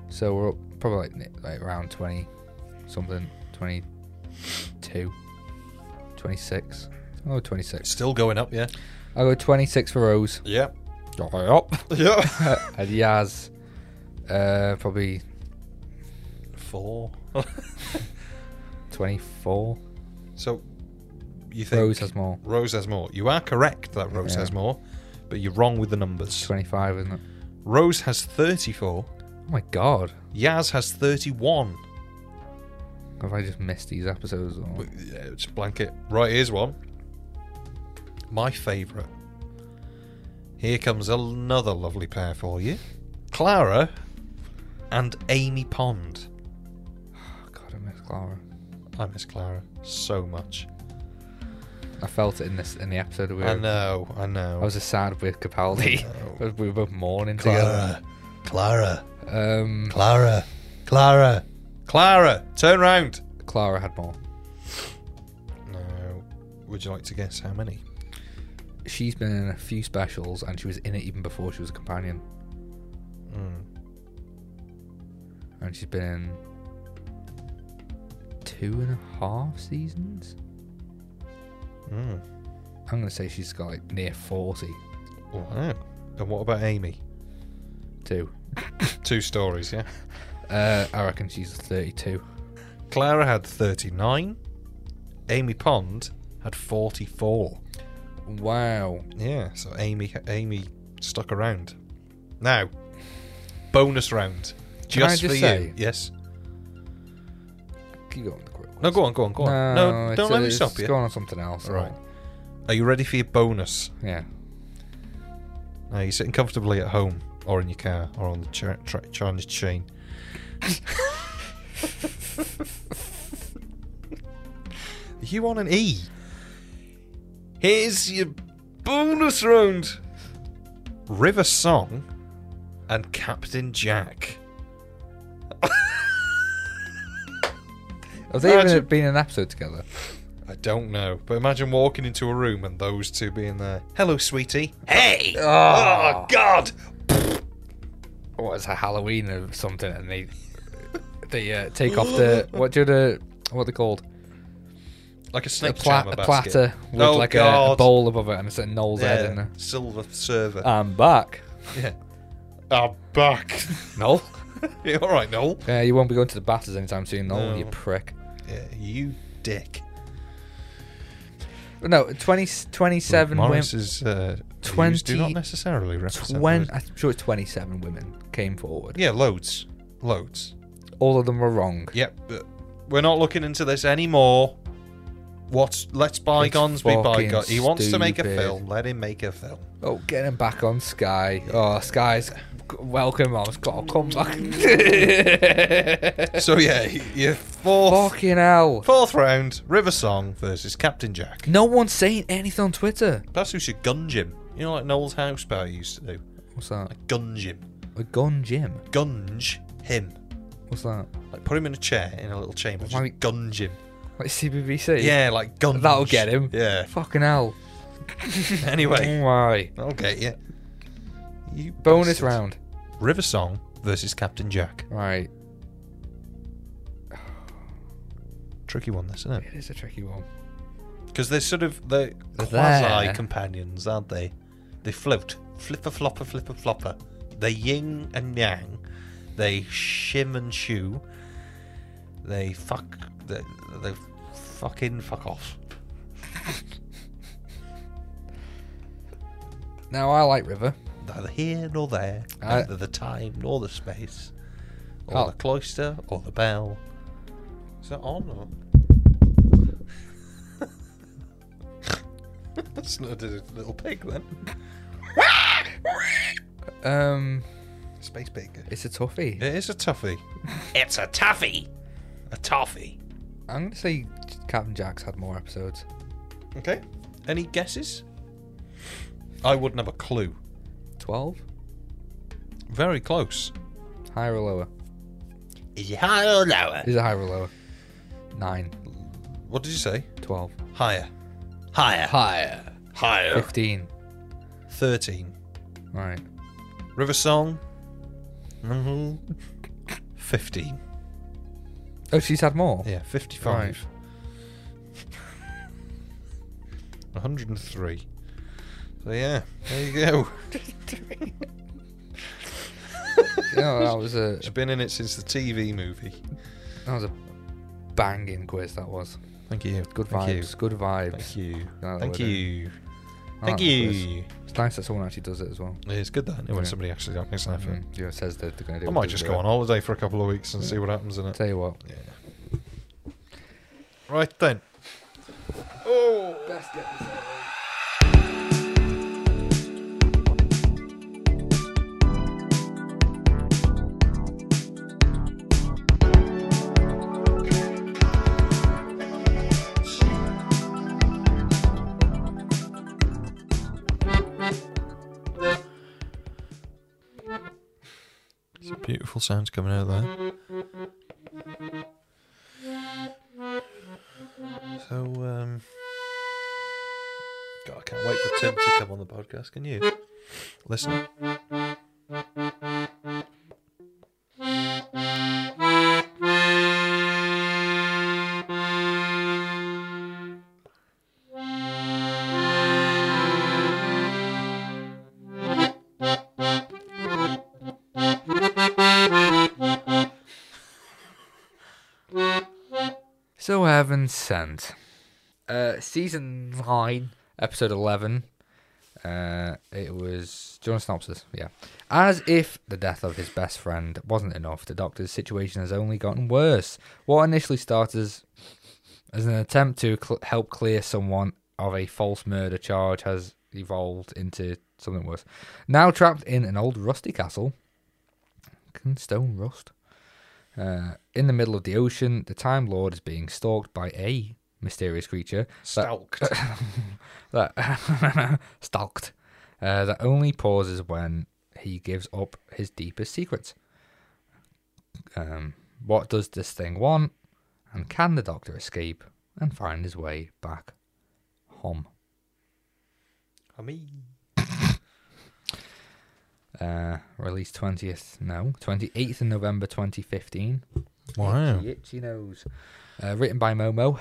[SPEAKER 2] So we're up probably like, ni- like around twenty, something, 22, 26. Oh, 26.
[SPEAKER 1] Still going up, yeah.
[SPEAKER 2] I go twenty six for Rose.
[SPEAKER 1] Yeah.
[SPEAKER 2] Up.
[SPEAKER 1] Yeah.
[SPEAKER 2] and Yaz, uh, probably
[SPEAKER 1] Four.
[SPEAKER 2] twenty four.
[SPEAKER 1] so, you think
[SPEAKER 2] Rose has more.
[SPEAKER 1] Rose has more? You are correct that Rose
[SPEAKER 2] Yeah.
[SPEAKER 1] has more, but you're wrong with the numbers.
[SPEAKER 2] Twenty five, isn't it?
[SPEAKER 1] Rose has 34.
[SPEAKER 2] Oh my god.
[SPEAKER 1] Yaz has 31.
[SPEAKER 2] Have I just missed these episodes? Oh, Or...
[SPEAKER 1] But, yeah, Just blanket. Right, here's one. My favourite. Here comes another lovely pair for you Clara and Amy Pond.
[SPEAKER 2] Oh god, I missed Clara.
[SPEAKER 1] I miss Clara so much.
[SPEAKER 2] I felt it in this in the episode we were.
[SPEAKER 1] I know, I know.
[SPEAKER 2] I was just sad with Capaldi. we were both mourning
[SPEAKER 1] Clara,
[SPEAKER 2] together. Um,
[SPEAKER 1] Clara, Clara, Clara, turn round.
[SPEAKER 2] Clara had more.
[SPEAKER 1] No. Would you like to guess how many?
[SPEAKER 2] She's been in a few specials, and she was in it even before she was a companion.
[SPEAKER 1] Hmm.
[SPEAKER 2] And she's been in two and a half seasons.
[SPEAKER 1] Mm. Oh,
[SPEAKER 2] I'm gonna say she's got like near forty.
[SPEAKER 1] Wow. And what about Amy?
[SPEAKER 2] two.
[SPEAKER 1] Two stories, yeah.
[SPEAKER 2] Uh, I reckon she's 32.
[SPEAKER 1] Clara had 39. Amy Pond had 44.
[SPEAKER 2] Wow.
[SPEAKER 1] Yeah, so Amy Amy stuck around. Now, bonus round.
[SPEAKER 2] Can I
[SPEAKER 1] Just,
[SPEAKER 2] just
[SPEAKER 1] for you.
[SPEAKER 2] say-
[SPEAKER 1] Yes.
[SPEAKER 2] Keep going with the quick
[SPEAKER 1] No, go on, go on, go on. No,
[SPEAKER 2] it's-
[SPEAKER 1] don't let me
[SPEAKER 2] it's-
[SPEAKER 1] stop
[SPEAKER 2] it's
[SPEAKER 1] you.
[SPEAKER 2] going on something else.
[SPEAKER 1] Right. Are you ready for your bonus?
[SPEAKER 2] Yeah.
[SPEAKER 1] Now, you're sitting comfortably at home or in your car or on the cha- tra- Chinese chain. Are you on an E? Here's your bonus round River Song and Captain Jack.
[SPEAKER 2] Have they even
[SPEAKER 1] Imagine-
[SPEAKER 2] been in an episode together?
[SPEAKER 1] I don't know, but imagine walking into a room and those two being there. Hello, sweetie. Hey!
[SPEAKER 2] Oh.
[SPEAKER 1] oh God!
[SPEAKER 2] What is a Halloween or something? And they they uh, take off the what do the what they called
[SPEAKER 1] Like a
[SPEAKER 2] a,
[SPEAKER 1] snake
[SPEAKER 2] pla-
[SPEAKER 1] charmer
[SPEAKER 2] a
[SPEAKER 1] basket.
[SPEAKER 2] platter with
[SPEAKER 1] Oh,
[SPEAKER 2] like a, a
[SPEAKER 1] God.
[SPEAKER 2] bowl above it and it's a Noel's head in
[SPEAKER 1] Yeah,
[SPEAKER 2] there.
[SPEAKER 1] silver server.
[SPEAKER 2] I'm back.
[SPEAKER 1] Yeah. I'm back.
[SPEAKER 2] Noel,
[SPEAKER 1] Yeah, all right, Noel.
[SPEAKER 2] uh, you won't be going to the batters anytime soon, Noel. You
[SPEAKER 1] No.
[SPEAKER 2] prick.
[SPEAKER 1] Yeah, you dick.
[SPEAKER 2] But no, 20, 27 women.
[SPEAKER 1] Morris is uh,
[SPEAKER 2] Twenty-
[SPEAKER 1] views do not necessarily represent.
[SPEAKER 2] Twen-
[SPEAKER 1] those.
[SPEAKER 2] I'm sure it's 27 women came forward.
[SPEAKER 1] Yeah, loads, loads.
[SPEAKER 2] All of them were wrong.
[SPEAKER 1] Yep. But we're not looking into this anymore. What's let's bygones be
[SPEAKER 2] fucking
[SPEAKER 1] bygones. He wants to make a
[SPEAKER 2] stupid.
[SPEAKER 1] film. Let him make a film.
[SPEAKER 2] Oh, get him back on Sky. Oh, Sky's g- welcome. I've got to come back.
[SPEAKER 1] so yeah, your fourth
[SPEAKER 2] Fucking hell.
[SPEAKER 1] fourth round, River Song versus Captain Jack.
[SPEAKER 2] No one's saying anything on Twitter.
[SPEAKER 1] That's who should gunge him. You know, like Noel's house party used to do.
[SPEAKER 2] What's that?
[SPEAKER 1] Like gunge him,
[SPEAKER 2] A gun gym.
[SPEAKER 1] gunge him.
[SPEAKER 2] What's that?
[SPEAKER 1] Like put him in a chair in a little chamber, just
[SPEAKER 2] Why-
[SPEAKER 1] gunge him.
[SPEAKER 2] Like CBBC?
[SPEAKER 1] Yeah, like gunge.
[SPEAKER 2] That'll get him.
[SPEAKER 1] Yeah.
[SPEAKER 2] Fucking hell.
[SPEAKER 1] Anyway,
[SPEAKER 2] Why?
[SPEAKER 1] that'll get you. You
[SPEAKER 2] Bonus
[SPEAKER 1] bastard.
[SPEAKER 2] round.
[SPEAKER 1] River Song versus Captain Jack.
[SPEAKER 2] Right.
[SPEAKER 1] Tricky one, this isn't it?
[SPEAKER 2] It is a tricky one.
[SPEAKER 1] Because they're sort of the
[SPEAKER 2] They're
[SPEAKER 1] quasi
[SPEAKER 2] there.
[SPEAKER 1] companions, aren't they? They float, flipper flopper, flipper flopper. They yin and yang. They shim and shoo. They fuck. They, they fucking fuck off.
[SPEAKER 2] Now, I like River.
[SPEAKER 1] Neither here nor there.
[SPEAKER 2] I-
[SPEAKER 1] Neither the time nor the space, or
[SPEAKER 2] Oh.
[SPEAKER 1] the cloister or the bell. Is that on? Or... That's not a little pig then.
[SPEAKER 2] Um,
[SPEAKER 1] Space pig.
[SPEAKER 2] It's a toughie.
[SPEAKER 1] It is a toughie. It's a toughie. A toffee.
[SPEAKER 2] I'm going to say Captain Jack's had more episodes.
[SPEAKER 1] Okay. Any guesses? I wouldn't have a clue.
[SPEAKER 2] 12?
[SPEAKER 1] Very close.
[SPEAKER 2] Higher or lower?
[SPEAKER 1] Is it higher or lower?
[SPEAKER 2] Is it higher or lower? 9.
[SPEAKER 1] What did you say?
[SPEAKER 2] 12.
[SPEAKER 1] Higher. Higher. Higher. Higher.
[SPEAKER 2] 15.
[SPEAKER 1] 13.
[SPEAKER 2] Right.
[SPEAKER 1] River Song. Mhm. 15.
[SPEAKER 2] Oh, she's had more?
[SPEAKER 1] Yeah, 55. 103. So, yeah, there you go.
[SPEAKER 2] No, that was a
[SPEAKER 1] She's been in it since the TV movie.
[SPEAKER 2] that was a banging quiz. That was
[SPEAKER 1] Thank you.
[SPEAKER 2] good
[SPEAKER 1] Thank you.
[SPEAKER 2] vibes. Good vibes.
[SPEAKER 1] Thank you.
[SPEAKER 2] No,
[SPEAKER 1] Thank
[SPEAKER 2] we're
[SPEAKER 1] you.
[SPEAKER 2] I
[SPEAKER 1] Thank
[SPEAKER 2] like Oh, that quiz.
[SPEAKER 1] you.
[SPEAKER 2] It's nice that someone actually does it as well.
[SPEAKER 1] It's good that when
[SPEAKER 2] Yeah.
[SPEAKER 1] somebody actually makes an effort.
[SPEAKER 2] Mm, You know, says that they're going to
[SPEAKER 1] Mm-hmm. I
[SPEAKER 2] do. it,
[SPEAKER 1] might
[SPEAKER 2] does
[SPEAKER 1] just
[SPEAKER 2] it.
[SPEAKER 1] go on holiday for a couple of weeks and see what happens in it.
[SPEAKER 2] Tell you what.
[SPEAKER 1] Yeah. Right then. Some Beautiful sounds coming out there. So, um, God, I can't wait for Tim to come on the podcast. Can you listen?
[SPEAKER 2] Seven Cent. Uh, season 9, episode 11. Uh, it was. Do you want a synopsis? Yeah. As if the death of his best friend wasn't enough, the doctor's situation has only gotten worse. What initially started as, as an attempt to cl- help clear someone of a false murder charge has evolved into something worse. Now trapped in an old rusty castle, can stone rust. Uh, in the middle of the ocean, the Time Lord is being stalked by a mysterious creature
[SPEAKER 1] Stalked.
[SPEAKER 2] that stalked uh, that only pauses when he gives up his deepest secrets. Um, what does this thing want? And can the Doctor escape and find his way back home?
[SPEAKER 1] I mean,
[SPEAKER 2] Uh, released twentieth, no, twenty eighth of November, twenty fifteen.
[SPEAKER 1] wow.
[SPEAKER 2] Itchy, itchy nose. Uh, written by Momo.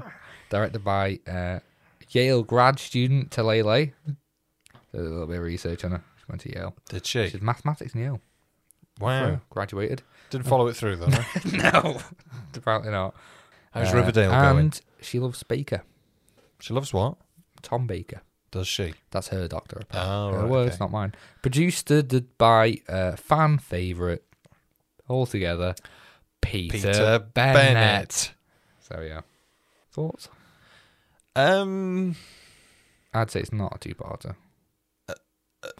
[SPEAKER 2] Directed by uh, Yale grad student Talele. Did a little bit of research on her. She went to Yale.
[SPEAKER 1] Did
[SPEAKER 2] She
[SPEAKER 1] she?
[SPEAKER 2] did mathematics in Yale.
[SPEAKER 1] Wow.
[SPEAKER 2] Graduated.
[SPEAKER 1] Didn't follow it through though. no?
[SPEAKER 2] No, apparently not.
[SPEAKER 1] How's
[SPEAKER 2] Uh,
[SPEAKER 1] Riverdale
[SPEAKER 2] and
[SPEAKER 1] going?
[SPEAKER 2] she loves Baker,
[SPEAKER 1] She loves what?
[SPEAKER 2] Tom Baker.
[SPEAKER 1] Does she?
[SPEAKER 2] That's her doctor.
[SPEAKER 1] Oh,
[SPEAKER 2] her
[SPEAKER 1] right,
[SPEAKER 2] words,
[SPEAKER 1] okay.
[SPEAKER 2] not mine. Produced did by uh, fan favorite altogether, Peter,
[SPEAKER 1] Peter
[SPEAKER 2] Bennett.
[SPEAKER 1] Bennett.
[SPEAKER 2] So yeah, thoughts?
[SPEAKER 1] Um.
[SPEAKER 2] I'd say it's not a two-parter.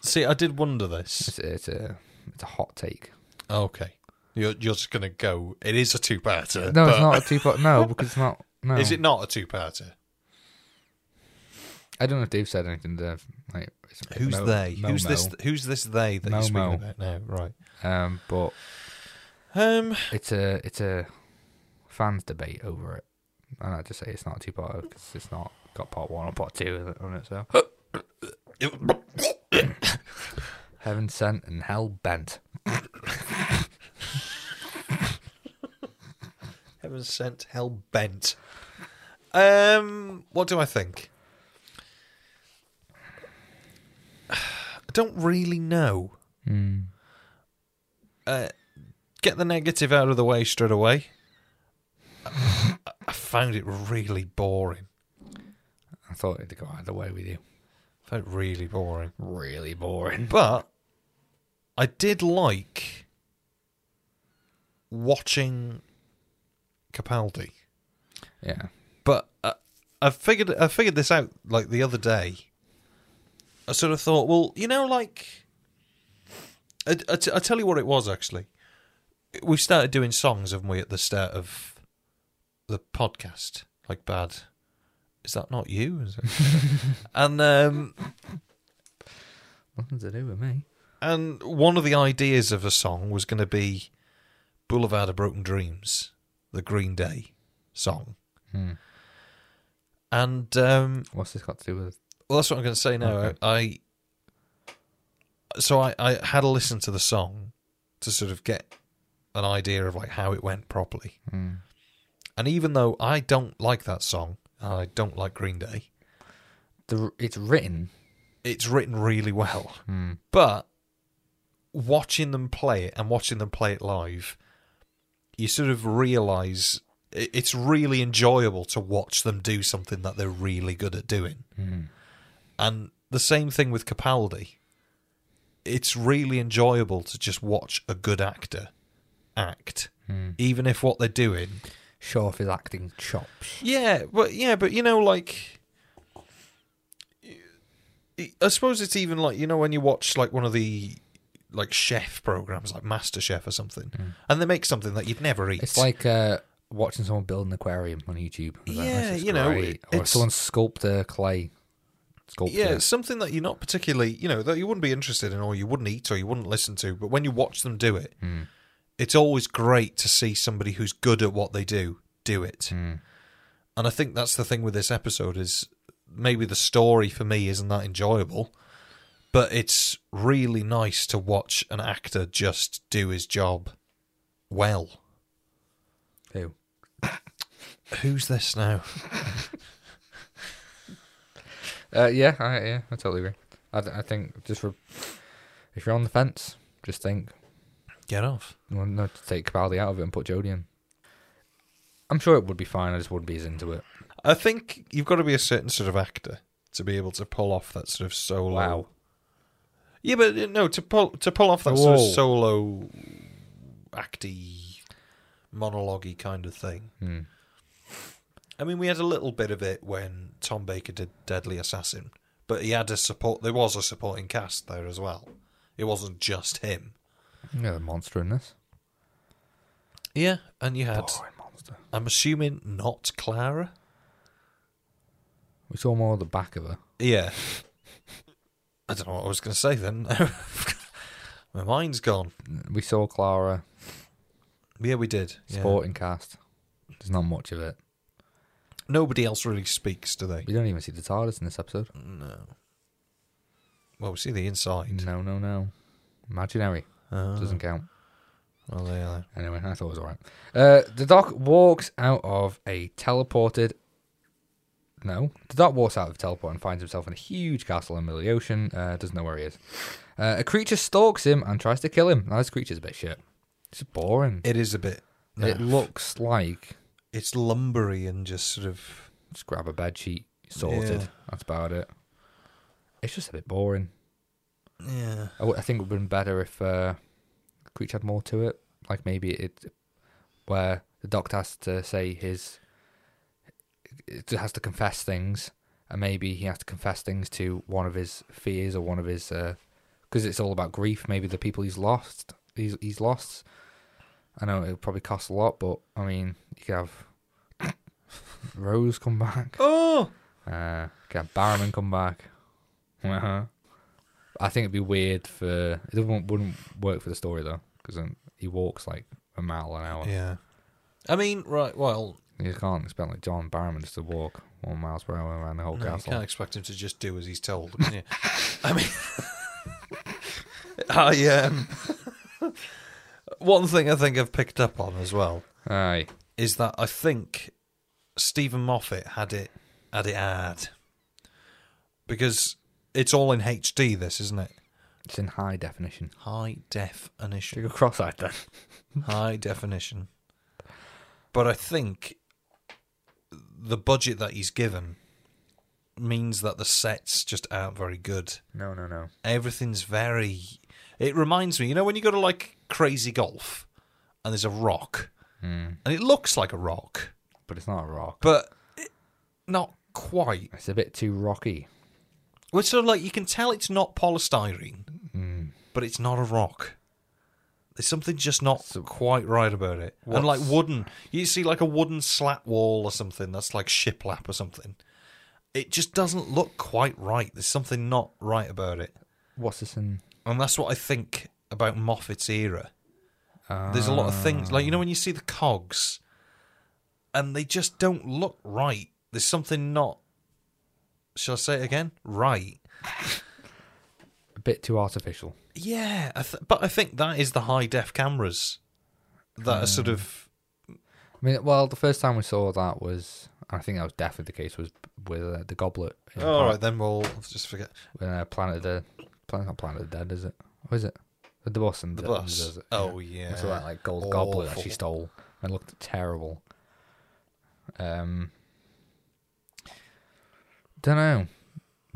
[SPEAKER 1] See, I did wonder this.
[SPEAKER 2] It's, it's a it's a hot take.
[SPEAKER 1] Okay. You're, you're just going to go, it is a two parter.
[SPEAKER 2] No, it's not a two-part. No, because it's not. No,
[SPEAKER 1] Is it not a two parter?
[SPEAKER 2] I don't know if Dave said anything. There, like, it's-
[SPEAKER 1] Who's
[SPEAKER 2] Mo-
[SPEAKER 1] they? Who's
[SPEAKER 2] Momo.
[SPEAKER 1] this Who's this they that you're
[SPEAKER 2] Momo.
[SPEAKER 1] speaking about now? Right.
[SPEAKER 2] Um, but
[SPEAKER 1] Um.
[SPEAKER 2] it's a it's a fans debate over it, and I just say it's not a two-parter because it's not got part one or part two on it. So heaven sent and hell bent.
[SPEAKER 1] Heaven sent, hell bent. Um, what do I think? I don't really know. Uh, get the negative out of the way straight away. I, I found it really boring.
[SPEAKER 2] I thought it'd go either way with you.
[SPEAKER 1] I found it really boring.
[SPEAKER 2] Really boring.
[SPEAKER 1] But I did like watching Capaldi.
[SPEAKER 2] Yeah.
[SPEAKER 1] But uh, I figured I figured this out like the other day. I sort of thought, well, you know, like I, I, t- I tell you what it was actually. We started doing songs, haven't we, at the start of the podcast? Like bad. Is that not you? Is it? and um,
[SPEAKER 2] Nothing to do with me.
[SPEAKER 1] and one of the ideas of a song was going to be Boulevard of Broken Dreams, the Green Day song.
[SPEAKER 2] Hmm.
[SPEAKER 1] And um,
[SPEAKER 2] What's this got to do with?
[SPEAKER 1] Well, that's what I'm going to say now.
[SPEAKER 2] Okay.
[SPEAKER 1] I I- so I, I had a listen to the song to sort of get an idea of like how it went properly.
[SPEAKER 2] Mm.
[SPEAKER 1] And even though I don't like that song, and I don't like Green Day,
[SPEAKER 2] The, it's written.
[SPEAKER 1] it's written really well.
[SPEAKER 2] Hmm.
[SPEAKER 1] But watching them play it and watching them play it live, you sort of realize it's really enjoyable to watch them do something that they're really good at doing. And the same thing with Capaldi. It's really enjoyable to just watch a good actor act, even if what they're doing.
[SPEAKER 2] Show off his acting chops.
[SPEAKER 1] Yeah, but yeah, but you know, like, I suppose it's even like you know when you watch like one of the like chef programs, like Master Chef or something, and they make something that you'd never eat.
[SPEAKER 2] Mm. It's like uh, watching someone build an aquarium on YouTube. It's like,
[SPEAKER 1] Yeah,
[SPEAKER 2] this is
[SPEAKER 1] you know,
[SPEAKER 2] great. or
[SPEAKER 1] it's-
[SPEAKER 2] someone sculpt a clay sculpture.
[SPEAKER 1] Yeah, it's something that you're not particularly, you know, that you wouldn't be interested in or you wouldn't eat or you wouldn't listen to. But when you watch them do it, it's always great to see somebody who's good at what they do do it. And I think that's the thing with this episode is maybe the story for me isn't that enjoyable, but it's really nice to watch an actor just do his job well.
[SPEAKER 2] Who?
[SPEAKER 1] Who's this now?
[SPEAKER 2] Uh, yeah, I, yeah, I totally agree. I, th- I think just for, if you're on the fence, just think,
[SPEAKER 1] Get off.
[SPEAKER 2] well, no, to take Capaldi out of it and put Jodie in. I'm sure it would be fine. I just wouldn't be as into it.
[SPEAKER 1] I think you've got to be a certain sort of actor to be able to pull off that sort of solo.
[SPEAKER 2] Wow.
[SPEAKER 1] Yeah, but uh, no, to pull to pull off that sort of
[SPEAKER 2] Whoa.
[SPEAKER 1] solo, acty, monologue kind of thing.
[SPEAKER 2] Hmm.
[SPEAKER 1] I mean, we had a little bit of it when Tom Baker did Deadly Assassin, but he had a support. There was a supporting cast there as well. It wasn't just him.
[SPEAKER 2] Yeah, the monster in this.
[SPEAKER 1] Yeah, and you had.
[SPEAKER 2] Boring monster.
[SPEAKER 1] I'm assuming not Clara.
[SPEAKER 2] We saw more of the back of her.
[SPEAKER 1] Yeah. I don't know what I was going to say then. My mind's gone.
[SPEAKER 2] We saw Clara
[SPEAKER 1] Yeah, we did. Yeah.
[SPEAKER 2] sporting cast. There's not much of it.
[SPEAKER 1] Nobody else really speaks, do they?
[SPEAKER 2] We don't even see the TARDIS in this episode.
[SPEAKER 1] No. Well, we see the inside.
[SPEAKER 2] No, no, no. Imaginary.
[SPEAKER 1] Oh,
[SPEAKER 2] Doesn't count.
[SPEAKER 1] well, there you are.
[SPEAKER 2] Anyway, I thought it was alright. Uh, the doc walks out of a teleported. No, the doc walks out of a teleport and finds himself in a huge castle in the middle of the ocean. Uh, doesn't know where he is. Uh, a creature stalks him and tries to kill him. Now this creature's a bit shit. It's boring.
[SPEAKER 1] It is a bit.
[SPEAKER 2] It looks like
[SPEAKER 1] It's lumbery and just sort of.
[SPEAKER 2] just grab a bed sheet, sorted.
[SPEAKER 1] Yeah.
[SPEAKER 2] That's about it. It's just a bit boring.
[SPEAKER 1] Yeah.
[SPEAKER 2] I, w- I think it would have been better if uh, Creech had more to it. Like maybe it, where the doctor has to say his, it has to confess things, and maybe he has to confess things to one of his fears or one of his, because it's all about grief. Maybe the people he's lost, he's he's lost. I know it'll probably cost a lot, but I mean, you could have Rose come back.
[SPEAKER 1] Oh!
[SPEAKER 2] Uh, can Barrowman come back? Uh-huh. I think it'd be weird for it wouldn't, wouldn't work for the story though because he walks like a mile an hour.
[SPEAKER 1] Yeah. I mean, right, well,
[SPEAKER 2] You can't expect like John Barrowman just to walk one miles per hour around the whole
[SPEAKER 1] no, you
[SPEAKER 2] castle.
[SPEAKER 1] can't expect him to just do as he's told. can you? I mean, I um, one thing I think I've picked up on as well
[SPEAKER 2] Aye,
[SPEAKER 1] is that I think Stephen Moffat had it had it hard because it's all in HD. This isn't it?
[SPEAKER 2] it's in high definition.
[SPEAKER 1] High definition.
[SPEAKER 2] Should we go cross-eyed then?
[SPEAKER 1] High definition. But I think the budget that he's given means that the sets just aren't very good.
[SPEAKER 2] No, no, no.
[SPEAKER 1] everything's very it reminds me you know when you go to like crazy golf and there's a rock and it looks like a rock
[SPEAKER 2] But it's not a rock.
[SPEAKER 1] but it- not quite
[SPEAKER 2] It's a bit too rocky.
[SPEAKER 1] well, it's sort of like you can tell it's not polystyrene but it's not a rock there's something just not quite right about it and like wooden you see like a wooden slat wall or something that's like shiplap or something it just doesn't look quite right there's something not right about it
[SPEAKER 2] What's this in?
[SPEAKER 1] And that's what I think about Moffat's era. There's a lot of things like you know when you see the cogs and they just don't look right. There's something not shall I say it again? Right.
[SPEAKER 2] A bit too artificial.
[SPEAKER 1] Yeah, I th- but I think that is the high def cameras that are
[SPEAKER 2] Mm.
[SPEAKER 1] sort of
[SPEAKER 2] I mean, well, the first time we saw that was, I think that was definitely the case was with uh, the goblet. in
[SPEAKER 1] all
[SPEAKER 2] Park-
[SPEAKER 1] right. Then we'll just forget
[SPEAKER 2] uh, Planet of the Planet not Planet of the Dead, is it? Or is it? The, the bus and
[SPEAKER 1] the bus.
[SPEAKER 2] Does it.
[SPEAKER 1] Oh yeah,
[SPEAKER 2] So that like gold goblet that she
[SPEAKER 1] Awful.
[SPEAKER 2] stole and looked terrible. Um, don't know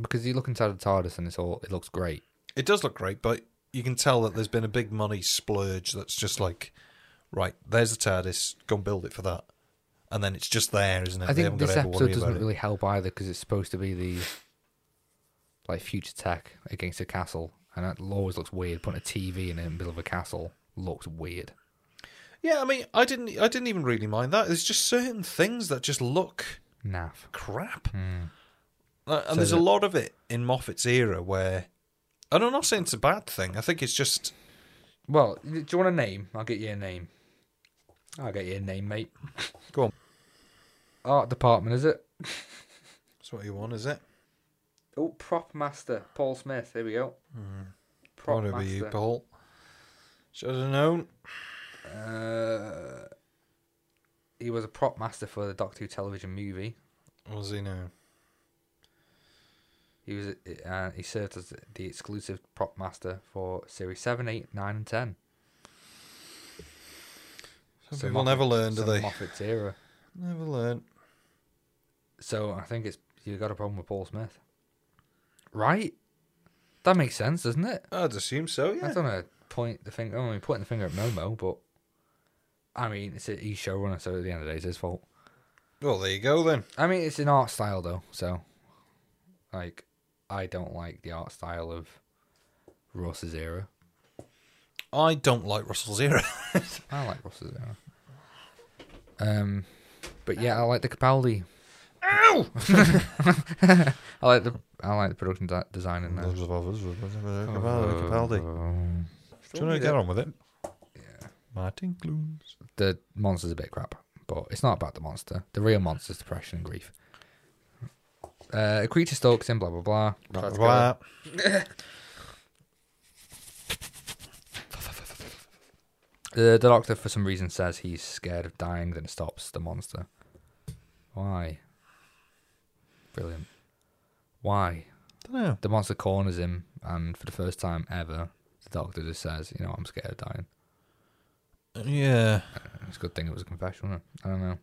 [SPEAKER 2] because you look inside the TARDIS and it's all it looks great.
[SPEAKER 1] It does look great, but you can tell that there's been a big money splurge that's just like, right, there's the TARDIS, go and build it for that. And then it's just there, isn't it?
[SPEAKER 2] I
[SPEAKER 1] They
[SPEAKER 2] think
[SPEAKER 1] haven't got
[SPEAKER 2] this
[SPEAKER 1] to ever worry
[SPEAKER 2] episode doesn't
[SPEAKER 1] about it.
[SPEAKER 2] really help either because it's supposed to be the like future tech against a castle, and that always looks weird. Putting a TV in the middle of a castle looks weird.
[SPEAKER 1] Yeah, I mean, I didn't, I didn't even really mind that. There's just certain things that just look
[SPEAKER 2] Naff.
[SPEAKER 1] crap, Uh, and
[SPEAKER 2] Hmm. So
[SPEAKER 1] there's a
[SPEAKER 2] that-
[SPEAKER 1] lot of it in Moffat's era where, and I'm not saying it's a bad thing. I think it's just
[SPEAKER 2] Well, do you want a name? I'll get you a name. I'll get you a name, mate.
[SPEAKER 1] Go on.
[SPEAKER 2] Art department, is it?
[SPEAKER 1] that's what you want, is it?
[SPEAKER 2] Oh, prop master, Paul Smith. Here we go. Prop
[SPEAKER 1] Whatever Hmm. you,
[SPEAKER 2] master.
[SPEAKER 1] Paul. Should have known.
[SPEAKER 2] Uh, he was a prop master for the Doctor Who television movie.
[SPEAKER 1] Was he now?
[SPEAKER 2] He was. Uh, he served as the exclusive prop master for series 7, 8, 9, and ten.
[SPEAKER 1] Some
[SPEAKER 2] So
[SPEAKER 1] people
[SPEAKER 2] Moffat-
[SPEAKER 1] never learn, do
[SPEAKER 2] so
[SPEAKER 1] they?
[SPEAKER 2] Moffat's era.
[SPEAKER 1] Never learn.
[SPEAKER 2] So I think it's you got a problem with Paul Smith, right? That makes sense, doesn't it?
[SPEAKER 1] I'd assume so.
[SPEAKER 2] I
[SPEAKER 1] Yeah.
[SPEAKER 2] don't know. Point the finger. I mean, pointing the finger at Momo, but I mean, it's a, he's showrunner, so at the end of the day, it's his fault.
[SPEAKER 1] Well, there you go then.
[SPEAKER 2] I mean, it's an art style though, so like, I don't like the art style of Ross's era.
[SPEAKER 1] I don't like Russell's era.
[SPEAKER 2] I like Ross's era. Um, but yeah, I like the Capaldi.
[SPEAKER 1] Ow!
[SPEAKER 2] I like the I like the production de- design in that.
[SPEAKER 1] Capaldi.
[SPEAKER 2] Um,
[SPEAKER 1] Do you want to get on with it?
[SPEAKER 2] Yeah.
[SPEAKER 1] Martin Clunes.
[SPEAKER 2] the monster's a bit crap, but it's not about the monster. The real monster's depression and grief. Uh, a creature stalks him, blah blah blah. Let's go.
[SPEAKER 1] Blah.
[SPEAKER 2] The, the doctor, for some reason, says he's scared of dying, then stops the monster. Why? Brilliant. Why?
[SPEAKER 1] don't know.
[SPEAKER 2] The monster corners him, and for the first time ever, the doctor just says, You know, I'm scared of dying.
[SPEAKER 1] Yeah.
[SPEAKER 2] It's a good thing it was a confession, wasn't it? I don't know.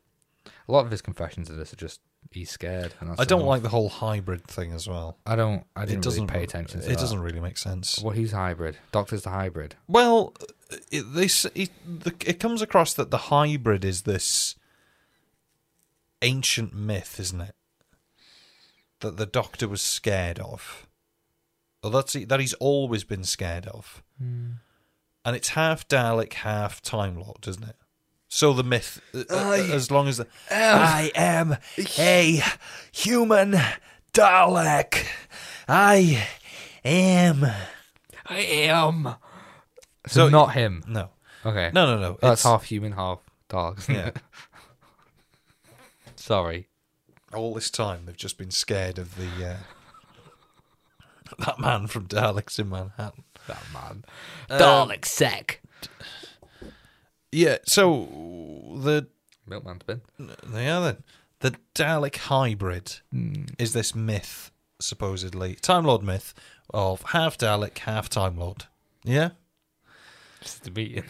[SPEAKER 2] A lot of his confessions of this are just, He's scared. And that's
[SPEAKER 1] I don't
[SPEAKER 2] enough.
[SPEAKER 1] like the whole hybrid thing as well.
[SPEAKER 2] I don't. I
[SPEAKER 1] it
[SPEAKER 2] didn't
[SPEAKER 1] doesn't
[SPEAKER 2] really pay attention. To
[SPEAKER 1] It
[SPEAKER 2] that.
[SPEAKER 1] doesn't really make sense.
[SPEAKER 2] Well, he's hybrid. Doctor's the hybrid.
[SPEAKER 1] Well, it, they s- it, the, it comes across that the hybrid is this ancient myth, isn't it? That the Doctor was scared of. Well, that's it- that he's always been scared of, and it's half Dalek, half Time Lord, isn't it? So the myth, uh, uh, as long as the, I am a human Dalek, I am
[SPEAKER 2] I am. So,
[SPEAKER 1] So-
[SPEAKER 2] not him.
[SPEAKER 1] no.
[SPEAKER 2] Okay.
[SPEAKER 1] No, no, no.
[SPEAKER 2] that's
[SPEAKER 1] it's-
[SPEAKER 2] half human, half dog. isn't
[SPEAKER 1] Yeah.
[SPEAKER 2] it? Sorry.
[SPEAKER 1] All this time, they've just been scared of the uh, that man from Daleks in Manhattan.
[SPEAKER 2] That man.
[SPEAKER 1] Um,
[SPEAKER 2] Dalek sec.
[SPEAKER 1] Yeah. So the
[SPEAKER 2] Milkman's been.
[SPEAKER 1] the other the Dalek hybrid is this myth, supposedly Time Lord myth of half Dalek, half Time Lord. Yeah.
[SPEAKER 2] Just a meeting.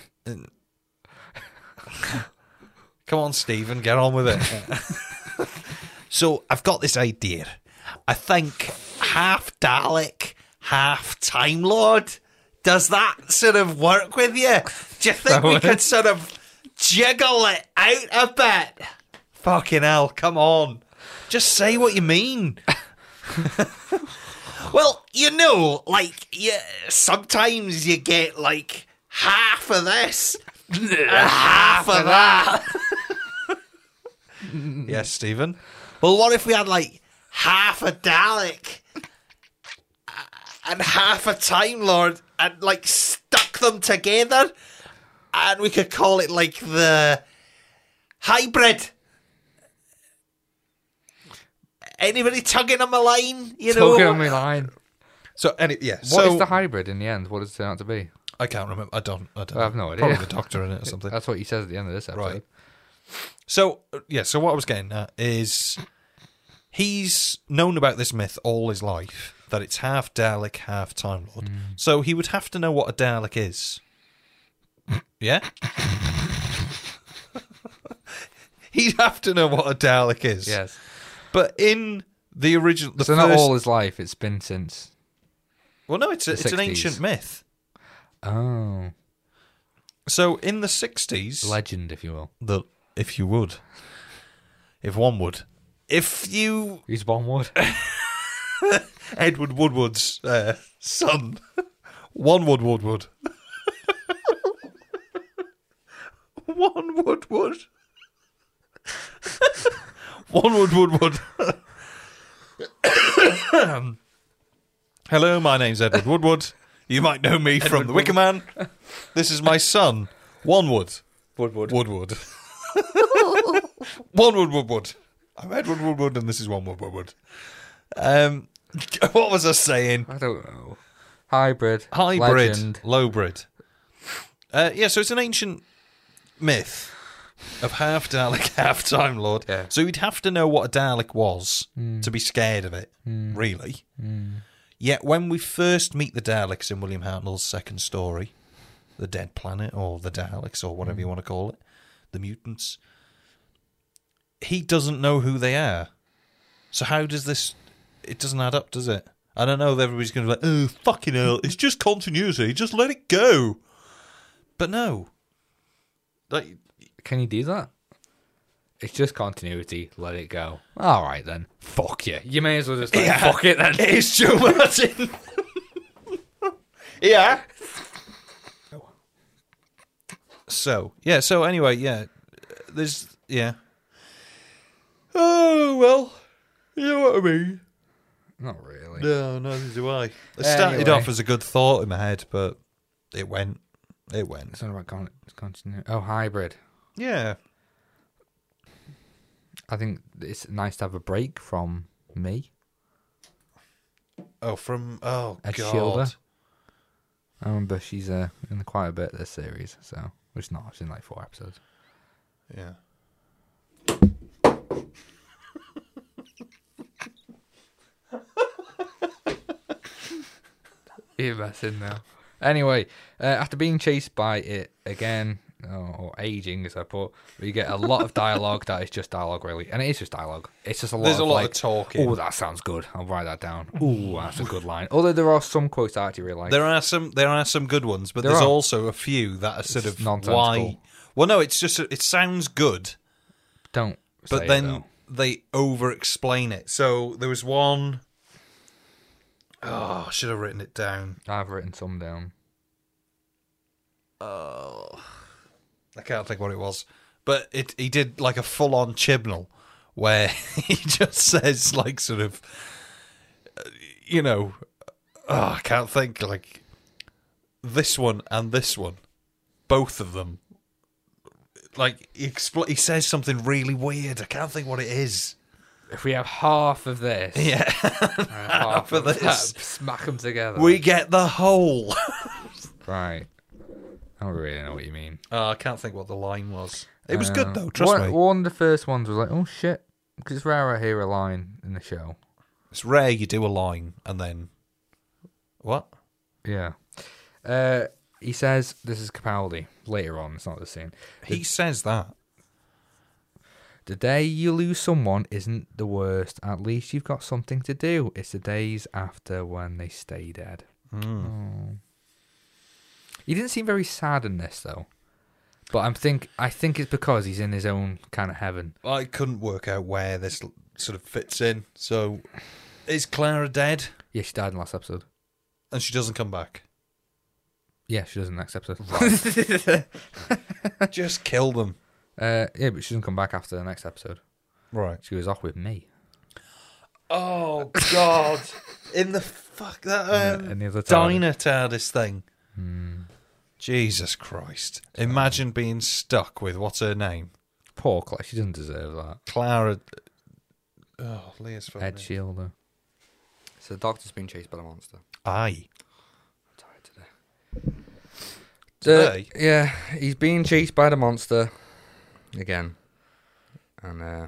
[SPEAKER 1] Come on, Stephen, get on with it. so I've got this idea. I think half Dalek, half Time Lord. Does that sort of work with you? Do you think we could sort of jiggle it out a bit? Fucking hell, come on. Just say what you mean. Well, you know, like you, sometimes you get like half of this, and half of that. yes, Stephen. Well, what if we had like half a Dalek uh, and half a Time Lord, and like stuck them together, and we could call it like the hybrid. Anybody tugging on my line? You know,
[SPEAKER 2] Talking on my line.
[SPEAKER 1] so any yeah.
[SPEAKER 2] What is
[SPEAKER 1] so
[SPEAKER 2] the hybrid in the end? What does it turn out to be?
[SPEAKER 1] I can't remember. I don't. I don't.
[SPEAKER 2] I have no idea.
[SPEAKER 1] Probably the doctor in it or something.
[SPEAKER 2] That's what he says at the end of this episode.
[SPEAKER 1] Right. So uh, yeah. So what I was getting at is he's known about this myth all his life that it's half Dalek, half Time Lord.
[SPEAKER 2] Hmm.
[SPEAKER 1] So he would have to know what a Dalek is. yeah. He'd have to know what a Dalek is.
[SPEAKER 2] Yes.
[SPEAKER 1] But in the original, the
[SPEAKER 2] so
[SPEAKER 1] first,
[SPEAKER 2] not all his life. It's been since.
[SPEAKER 1] well, no, it's a,
[SPEAKER 2] the
[SPEAKER 1] it's an
[SPEAKER 2] 60s.
[SPEAKER 1] ancient myth.
[SPEAKER 2] Oh,
[SPEAKER 1] So in the sixties,
[SPEAKER 2] legend, if you will.
[SPEAKER 1] the if you would, if one would, if you
[SPEAKER 2] He's one word.
[SPEAKER 1] Edward Woodward's uh, son, one Wood Woodward, one Woodward, one Wood Woodward. Hello, my name's Edward Woodward. You might know me from The Wicker Man. This is my son, One Wood.
[SPEAKER 2] Woodward.
[SPEAKER 1] Woodward. one Wood Woodward. I'm Edward Woodward, and this is one Wood Woodward. Um, what was I saying?
[SPEAKER 2] I don't know. Hybrid.
[SPEAKER 1] Hybrid,
[SPEAKER 2] Legend.
[SPEAKER 1] lowbred. Uh, yeah, so it's an ancient myth of half Dalek, half Time Lord.
[SPEAKER 2] Yeah.
[SPEAKER 1] So you'd have to know what a Dalek was to be scared of it, really. Yet when we first meet the Daleks in William Hartnell's second story, the Dead Planet or the Daleks or whatever you want to call it, the mutants, he doesn't know who they are. So how does this? It doesn't add up, does it? I don't know. if Everybody's going to be like, oh fucking hell! It's just continuity. Just let it go. But no, like
[SPEAKER 3] Can you do that? It's just continuity. Let it go. All right then. Fuck you. You may as well just like,
[SPEAKER 1] Yeah.
[SPEAKER 3] fuck it then.
[SPEAKER 1] it is Joe Martin. yeah. So yeah. So anyway, yeah. There's yeah. Oh well, you know what I mean.
[SPEAKER 3] Not really.
[SPEAKER 1] No, neither do I. It started
[SPEAKER 3] Anyway.
[SPEAKER 1] off as a good thought in my head, but it went. It went.
[SPEAKER 3] It's not about con- continuity. Oh, hybrid.
[SPEAKER 1] Yeah.
[SPEAKER 3] I think it's nice to have a break from me.
[SPEAKER 1] Oh, from oh
[SPEAKER 3] Ed
[SPEAKER 1] god.
[SPEAKER 3] Sheeran. I remember she's uh, in quite a bit of this series, so which is not. I've seen like four episodes.
[SPEAKER 1] Yeah.
[SPEAKER 3] You're messing now. Anyway, uh, after being chased by it again, or, or aging as I put, we get a lot of dialogue that is just dialogue really, and it is just dialogue. It's just a lot.
[SPEAKER 1] There's
[SPEAKER 3] of,
[SPEAKER 1] a lot
[SPEAKER 3] like,
[SPEAKER 1] of talking.
[SPEAKER 3] Oh, that sounds good. I'll write that down. Ooh, that's a good line. Although there are some quotes I actually really like.
[SPEAKER 1] There are some there are some good ones, but
[SPEAKER 3] There
[SPEAKER 1] there's
[SPEAKER 3] are.
[SPEAKER 1] also a few that are sort
[SPEAKER 3] It's
[SPEAKER 1] of
[SPEAKER 3] nonsensical.
[SPEAKER 1] why. Well, no, it's just it sounds good,
[SPEAKER 3] Don't.
[SPEAKER 1] but
[SPEAKER 3] say it,
[SPEAKER 1] then
[SPEAKER 3] though.
[SPEAKER 1] they over-explain it. So there was one oh, I should have written it down.
[SPEAKER 3] I've written some down.
[SPEAKER 1] I can't think what it was, but it he did like a full on chibnall where he just says like sort of, uh, you know, oh, I can't think like this one and this one, both of them. Like he expl- he says something really weird. I can't think what it is.
[SPEAKER 3] If we have half of this,
[SPEAKER 1] Yeah,
[SPEAKER 3] and half
[SPEAKER 1] for
[SPEAKER 3] of that,
[SPEAKER 1] this.
[SPEAKER 3] smack them together.
[SPEAKER 1] we get the whole.
[SPEAKER 3] Right. I don't really know what you mean.
[SPEAKER 1] oh, I can't think what the line was. It was good though.
[SPEAKER 3] Uh,
[SPEAKER 1] Trust
[SPEAKER 3] one,
[SPEAKER 1] me.
[SPEAKER 3] One of the first ones was like, "Oh shit," because it's rare I hear a line in the show.
[SPEAKER 1] It's rare you do a line and then what?
[SPEAKER 3] Yeah. Uh, he says, "This is Capaldi." Later on, it's not the scene.
[SPEAKER 1] He says that.
[SPEAKER 3] The day you lose someone isn't the worst. At least you've got something to do. It's the days after when they stay dead. Oh. He didn't seem very sad in this though. But I'm think I think it's because he's in his own kind of heaven.
[SPEAKER 1] I couldn't work out where this l- sort of fits in. So, is Clara dead?
[SPEAKER 3] Yeah, she died in the last episode.
[SPEAKER 1] And she doesn't come back.
[SPEAKER 3] Yeah, she does in the next episode.
[SPEAKER 1] Just kill them.
[SPEAKER 3] uh, yeah, but she doesn't come back after the next episode.
[SPEAKER 1] Right.
[SPEAKER 3] She goes off with me.
[SPEAKER 1] Oh God! in the fuck that um,
[SPEAKER 3] Any other time.
[SPEAKER 1] diner TARDIS thing. Hmm. Jesus Christ! Imagine being stuck with what's her name,
[SPEAKER 3] Poor Claire. She doesn't deserve that.
[SPEAKER 1] Clara. Oh, Leah's phone.
[SPEAKER 3] Ed Shielder.
[SPEAKER 2] So the doctor's been chased by the monster.
[SPEAKER 1] Aye.
[SPEAKER 2] tired today.
[SPEAKER 1] Today?
[SPEAKER 2] The- yeah, he's being chased by the monster again, and uh,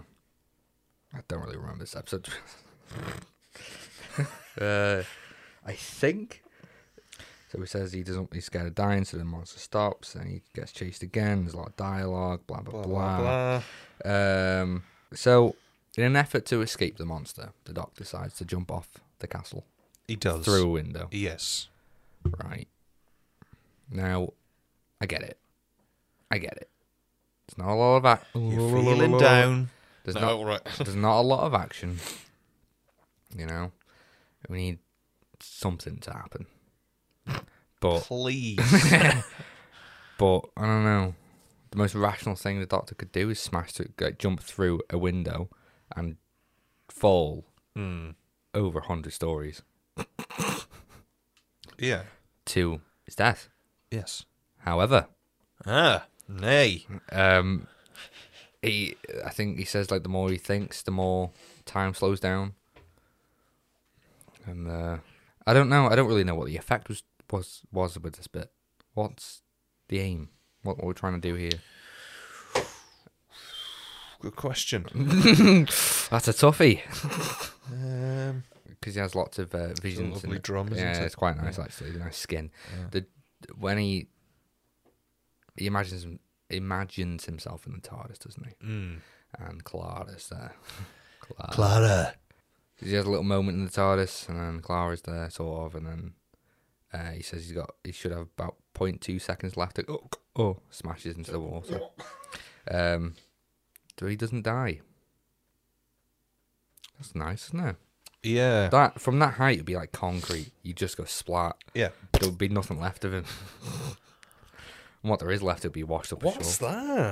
[SPEAKER 2] I don't really remember this episode. uh, I think. So he says he doesn't. He's scared of dying, so the monster stops, and he gets chased again. There's a lot of dialogue, blah blah blah.
[SPEAKER 1] Blah blah blah.
[SPEAKER 2] Um, so, in an effort to escape the monster, the doc decides to jump off the castle
[SPEAKER 1] He does.
[SPEAKER 2] through a window.
[SPEAKER 1] Yes.
[SPEAKER 2] Right. Now, I get it. I get it. There's not a lot of action.
[SPEAKER 1] You're feeling down.
[SPEAKER 2] There's
[SPEAKER 1] No,
[SPEAKER 2] not.
[SPEAKER 1] right.
[SPEAKER 2] There's not a lot of action. You know, we need something to happen. But
[SPEAKER 1] Please.
[SPEAKER 2] but I don't know. The most rational thing the doctor could do is smash to like, jump through a window and fall over a hundred stories
[SPEAKER 1] yeah.
[SPEAKER 2] to his death.
[SPEAKER 1] Yes.
[SPEAKER 2] However,
[SPEAKER 1] Ah. Nay.
[SPEAKER 2] Um, he, I think he says like the more he thinks, the more time slows down. And uh, I don't know. I don't really know what the effect was was was with this bit. What's the aim? What, what we're trying to do here?
[SPEAKER 1] Good question.
[SPEAKER 2] That's a toughie
[SPEAKER 1] Um,
[SPEAKER 2] because he has lots of uh, visions.
[SPEAKER 1] lovely
[SPEAKER 2] and-
[SPEAKER 1] drum, isn't
[SPEAKER 2] yeah,
[SPEAKER 1] it?
[SPEAKER 2] it's quite nice actually. Nice skin. The when he
[SPEAKER 1] Mm.
[SPEAKER 2] he imagines him- imagines himself in the TARDIS, doesn't he? and Clara's there. Clara.
[SPEAKER 1] Clara.
[SPEAKER 2] He has a little moment in the TARDIS, and then Clara's there, sort of, and then uh, he says he's got he should have about 0.2 seconds left. To, oh, oh, smashes into the water. Um, so he doesn't die. That's nice, isn't it?
[SPEAKER 1] Yeah.
[SPEAKER 2] That from that height, it'd be like concrete. You just go splat.
[SPEAKER 1] yeah.
[SPEAKER 2] There would be nothing left of him. and what there is left, it'd be washed up. ashore.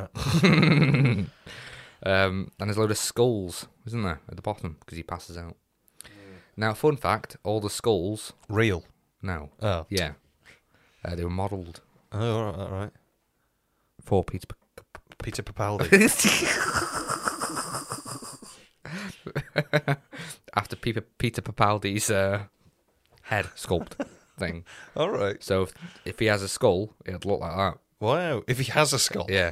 [SPEAKER 1] that?
[SPEAKER 2] Um, and there's a load of skulls, isn't there, at the bottom because he passes out. Now, fun fact: all the skulls,
[SPEAKER 1] Real.
[SPEAKER 2] no,
[SPEAKER 1] Oh.
[SPEAKER 2] yeah, uh, they were modelled
[SPEAKER 1] Oh, all right, all right.
[SPEAKER 2] for Peter. P-
[SPEAKER 1] Peter Capaldi.
[SPEAKER 2] after Peter Peter Papaldi's uh, head sculpt thing.
[SPEAKER 1] all right.
[SPEAKER 2] So if, if he has a skull, it'd look like that.
[SPEAKER 1] Wow. If he has a skull.
[SPEAKER 2] Yeah.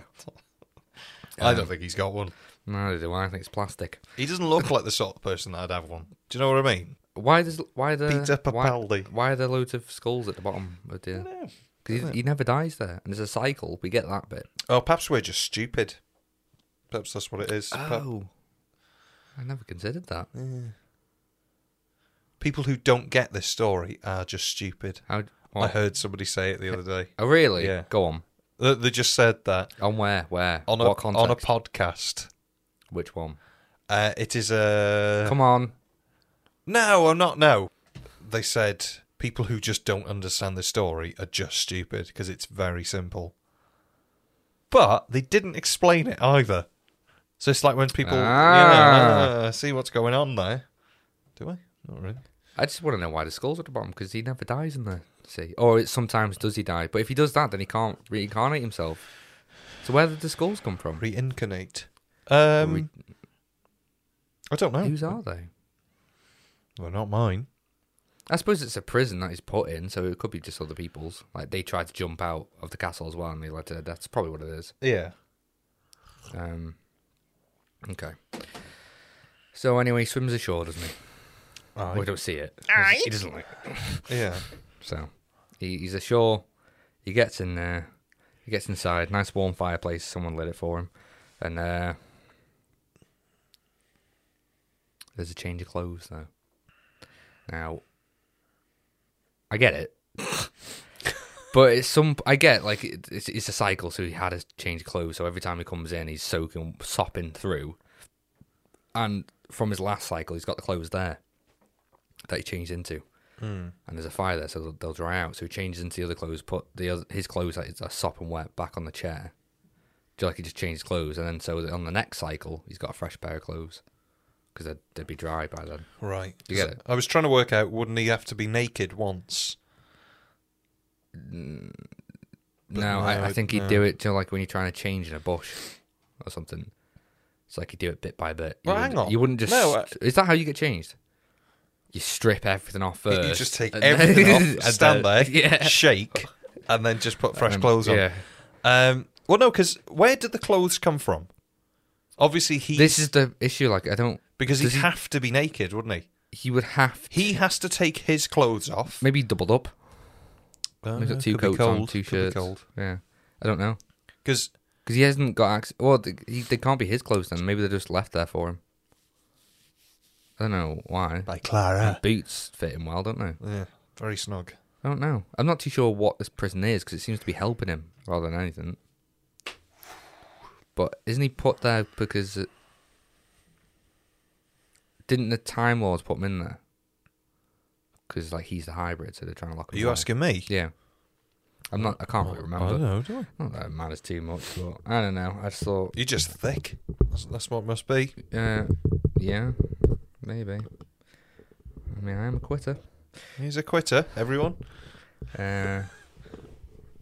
[SPEAKER 1] I don't think he's got one.
[SPEAKER 2] Neither do I. I think it's plastic.
[SPEAKER 1] He doesn't look like the sort of person that'd have one. Do you know what I mean?
[SPEAKER 2] Why does why the
[SPEAKER 1] Peter
[SPEAKER 2] why-
[SPEAKER 1] Capaldi.
[SPEAKER 2] Why, are there loads of skulls at the bottom of the? Because he, he never dies there, and there's a cycle. We get that bit.
[SPEAKER 1] Oh, perhaps we're just stupid. Perhaps that's what it is. Per-
[SPEAKER 2] Oh, I never considered that.
[SPEAKER 1] People who don't get this story are just stupid.
[SPEAKER 2] How?
[SPEAKER 1] I
[SPEAKER 2] what?
[SPEAKER 1] heard somebody say it the other day.
[SPEAKER 2] Oh, really?
[SPEAKER 1] Yeah.
[SPEAKER 2] Go on.
[SPEAKER 1] They, they just said that
[SPEAKER 2] On where? Where?
[SPEAKER 1] on a
[SPEAKER 2] what context?
[SPEAKER 1] on a podcast.
[SPEAKER 2] Which one?
[SPEAKER 1] Uh, it is a
[SPEAKER 2] Come on.
[SPEAKER 1] no. I'm not. No, they said people who just don't understand the story are just stupid because it's very simple. But they didn't explain it either. So it's like when people
[SPEAKER 2] Ah.
[SPEAKER 1] yeah, uh, see what's going on there. Do I? Not really.
[SPEAKER 2] I just want to know why the skull's at the bottom because he never dies in there. See, or it, sometimes does he die? But if he does that, then he can't reincarnate himself. So where did the skulls come from?
[SPEAKER 1] Reincarnate. Um,
[SPEAKER 2] Re-
[SPEAKER 1] I don't know.
[SPEAKER 2] Whose are they?
[SPEAKER 1] Well, not mine.
[SPEAKER 2] I suppose it's a prison that he's put in, so it could be just other people's. Like they tried to jump out of the castle as well, and they led to their deaths. Probably what it is.
[SPEAKER 1] Yeah.
[SPEAKER 2] Um, okay. So anyway, he swims ashore, doesn't he? Oh,
[SPEAKER 1] Aye.
[SPEAKER 2] We don't see it. He doesn't- He doesn't like. It.
[SPEAKER 1] Yeah.
[SPEAKER 2] So he, he's ashore. He gets in there. He gets inside. Nice warm fireplace. Someone lit it for him, and uh, there's a change of clothes though. Now, I get it. But it's some I get like it, it's, it's a cycle, so he had to change clothes. So every time he comes in, he's soaking, sopping through. And from his last cycle, he's got the clothes there that he changed into, and there's a fire there, so they'll, they'll dry out. So he changes into the other clothes, put the other, his clothes that is are sopping wet back on the chair. Do you like he just changed clothes, and then so that on the next cycle, he's got a fresh pair of clothes because they'd, they'd be dry by then.
[SPEAKER 1] Right.
[SPEAKER 2] You get it?
[SPEAKER 1] I was trying to work out wouldn't he have to be naked once?
[SPEAKER 2] No,
[SPEAKER 1] no,
[SPEAKER 2] I, I
[SPEAKER 1] it-
[SPEAKER 2] think he'd do it to like when you're trying to change in a bush or something. It's like you do it bit by bit. You
[SPEAKER 1] Well, hang
[SPEAKER 2] wouldn't-
[SPEAKER 1] on.
[SPEAKER 2] You wouldn't just.
[SPEAKER 1] No, I-
[SPEAKER 2] Is that how you get changed? You strip everything off
[SPEAKER 1] You-
[SPEAKER 2] first.
[SPEAKER 1] you just take
[SPEAKER 2] and then-
[SPEAKER 1] everything
[SPEAKER 2] and
[SPEAKER 1] off, stand
[SPEAKER 2] then-
[SPEAKER 1] there,
[SPEAKER 2] Yeah.
[SPEAKER 1] shake, and then just put fresh
[SPEAKER 2] Um,
[SPEAKER 1] clothes on.
[SPEAKER 2] Yeah.
[SPEAKER 1] Um, well, no, because where did the clothes come from? Obviously, he
[SPEAKER 2] This is the issue. Like, I don't.
[SPEAKER 1] because he'd
[SPEAKER 2] does he-
[SPEAKER 1] have to be naked, wouldn't he?
[SPEAKER 2] He would have.
[SPEAKER 1] He has to take his clothes off.
[SPEAKER 2] Maybe doubled up.
[SPEAKER 1] Uh,
[SPEAKER 2] Maybe he's got two
[SPEAKER 1] could be
[SPEAKER 2] coats on,
[SPEAKER 1] cold,
[SPEAKER 2] two
[SPEAKER 1] could be
[SPEAKER 2] shirts.
[SPEAKER 1] cold.
[SPEAKER 2] Yeah. I don't know.
[SPEAKER 1] 'Cause-
[SPEAKER 2] Because he hasn't got access. Well, th- he, they can't be his clothes then. Maybe they're just left there for him. I don't know why.
[SPEAKER 1] by Clara.
[SPEAKER 2] Boots fit him well, don't they?
[SPEAKER 1] Yeah, very snug.
[SPEAKER 2] I don't know. I'm not too sure what this prison is because it seems to be helping him rather than anything. But isn't he put there because it... didn't the Time Lords put him in there? Because like he's the hybrid, so they're trying to lock him.
[SPEAKER 1] Are you
[SPEAKER 2] away.
[SPEAKER 1] asking me?
[SPEAKER 2] Yeah. I'm not. I can't really
[SPEAKER 1] I don't
[SPEAKER 2] remember.
[SPEAKER 1] know. Do I?
[SPEAKER 2] Not that it matters too much, but I don't know. I just thought,
[SPEAKER 1] You're just thick. That's, that's what it must be.
[SPEAKER 2] uh, yeah, maybe. I mean, I am a quitter.
[SPEAKER 1] He's a quitter. Everyone.
[SPEAKER 2] Uh,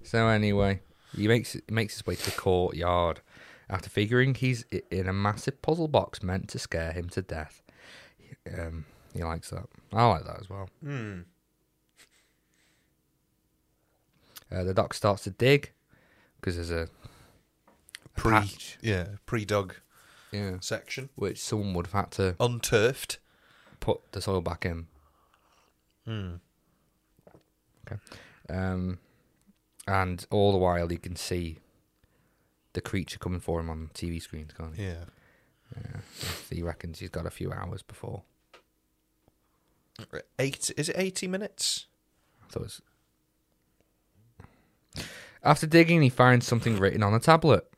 [SPEAKER 2] so anyway, he makes he makes his way to the courtyard. After figuring he's i- in a massive puzzle box meant to scare him to death, um, he likes that. I like that as well.
[SPEAKER 1] Hmm.
[SPEAKER 2] Uh, the doc starts to dig because there's a
[SPEAKER 1] Pre.
[SPEAKER 2] patch.
[SPEAKER 1] Yeah. Pre-dog
[SPEAKER 2] yeah,
[SPEAKER 1] section.
[SPEAKER 2] which someone would have had to
[SPEAKER 1] Unturfed.
[SPEAKER 2] put the soil back in.
[SPEAKER 1] Hmm.
[SPEAKER 2] Okay. Um, and all the while, he can see the creature coming for him on TV screens, can't he?
[SPEAKER 1] Yeah.
[SPEAKER 2] He reckons he's got a few hours before.
[SPEAKER 1] Eight? Is it eighty minutes?
[SPEAKER 2] I thought it was. After digging, he finds something written on a tablet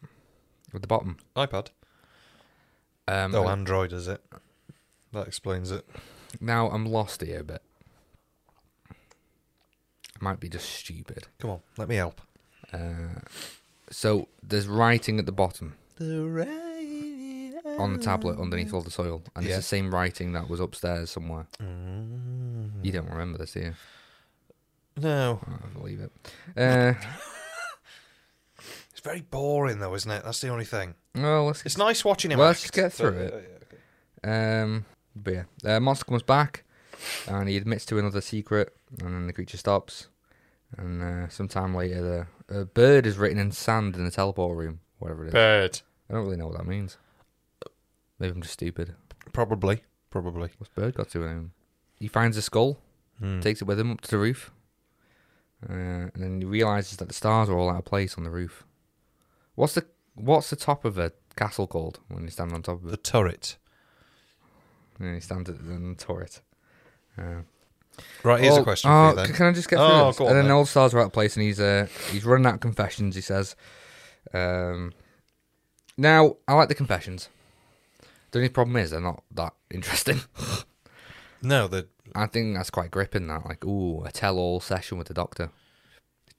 [SPEAKER 2] at the bottom.
[SPEAKER 1] iPad.
[SPEAKER 2] Um,
[SPEAKER 1] Oh, Android is it? That explains it.
[SPEAKER 2] Now I'm lost here a bit. I might be just stupid.
[SPEAKER 1] Come on, let me help.
[SPEAKER 2] Uh, so there's writing at the bottom on the tablet underneath all the soil, and
[SPEAKER 1] Yeah.
[SPEAKER 2] it's the same writing that was upstairs somewhere.
[SPEAKER 1] Mm.
[SPEAKER 2] You don't remember this, do you?
[SPEAKER 1] No,
[SPEAKER 2] I believe it. Uh,
[SPEAKER 1] it's very boring though, isn't it? That's the only thing.
[SPEAKER 2] well, let's
[SPEAKER 1] It's nice watching him.
[SPEAKER 2] Well,
[SPEAKER 1] act.
[SPEAKER 2] let's get through it.
[SPEAKER 1] Oh, yeah, okay.
[SPEAKER 2] Um, but yeah, uh, monster comes back, and he admits to another secret, and then the creature stops. And uh, sometime later, the a bird is written in sand in the teleport room, whatever it is.
[SPEAKER 1] Bird.
[SPEAKER 2] I don't really know what that means. Maybe I'm just stupid.
[SPEAKER 1] Probably. Probably.
[SPEAKER 2] What's bird got to him? He finds a skull,
[SPEAKER 1] Hmm.
[SPEAKER 2] takes it with him up to the roof, uh, and then he realizes that the stars are all out of place on the roof. What's the what's the top of a castle called when you stand on top of it?
[SPEAKER 1] The turret.
[SPEAKER 2] And he stands at the turret. Uh,
[SPEAKER 1] Right, here's
[SPEAKER 2] Oh,
[SPEAKER 1] a question
[SPEAKER 2] oh,
[SPEAKER 1] for you
[SPEAKER 2] c-
[SPEAKER 1] then.
[SPEAKER 2] Can I just get through
[SPEAKER 1] Oh,
[SPEAKER 2] this?
[SPEAKER 1] go on
[SPEAKER 2] and then
[SPEAKER 1] then.
[SPEAKER 2] Old Star's are out of place, and he's uh, he's running out confessions. He says, um, "Now I like the confessions. The only problem is they're not that interesting.
[SPEAKER 1] No, the
[SPEAKER 2] I think that's quite gripping. That like, ooh, a tell-all session with the doctor.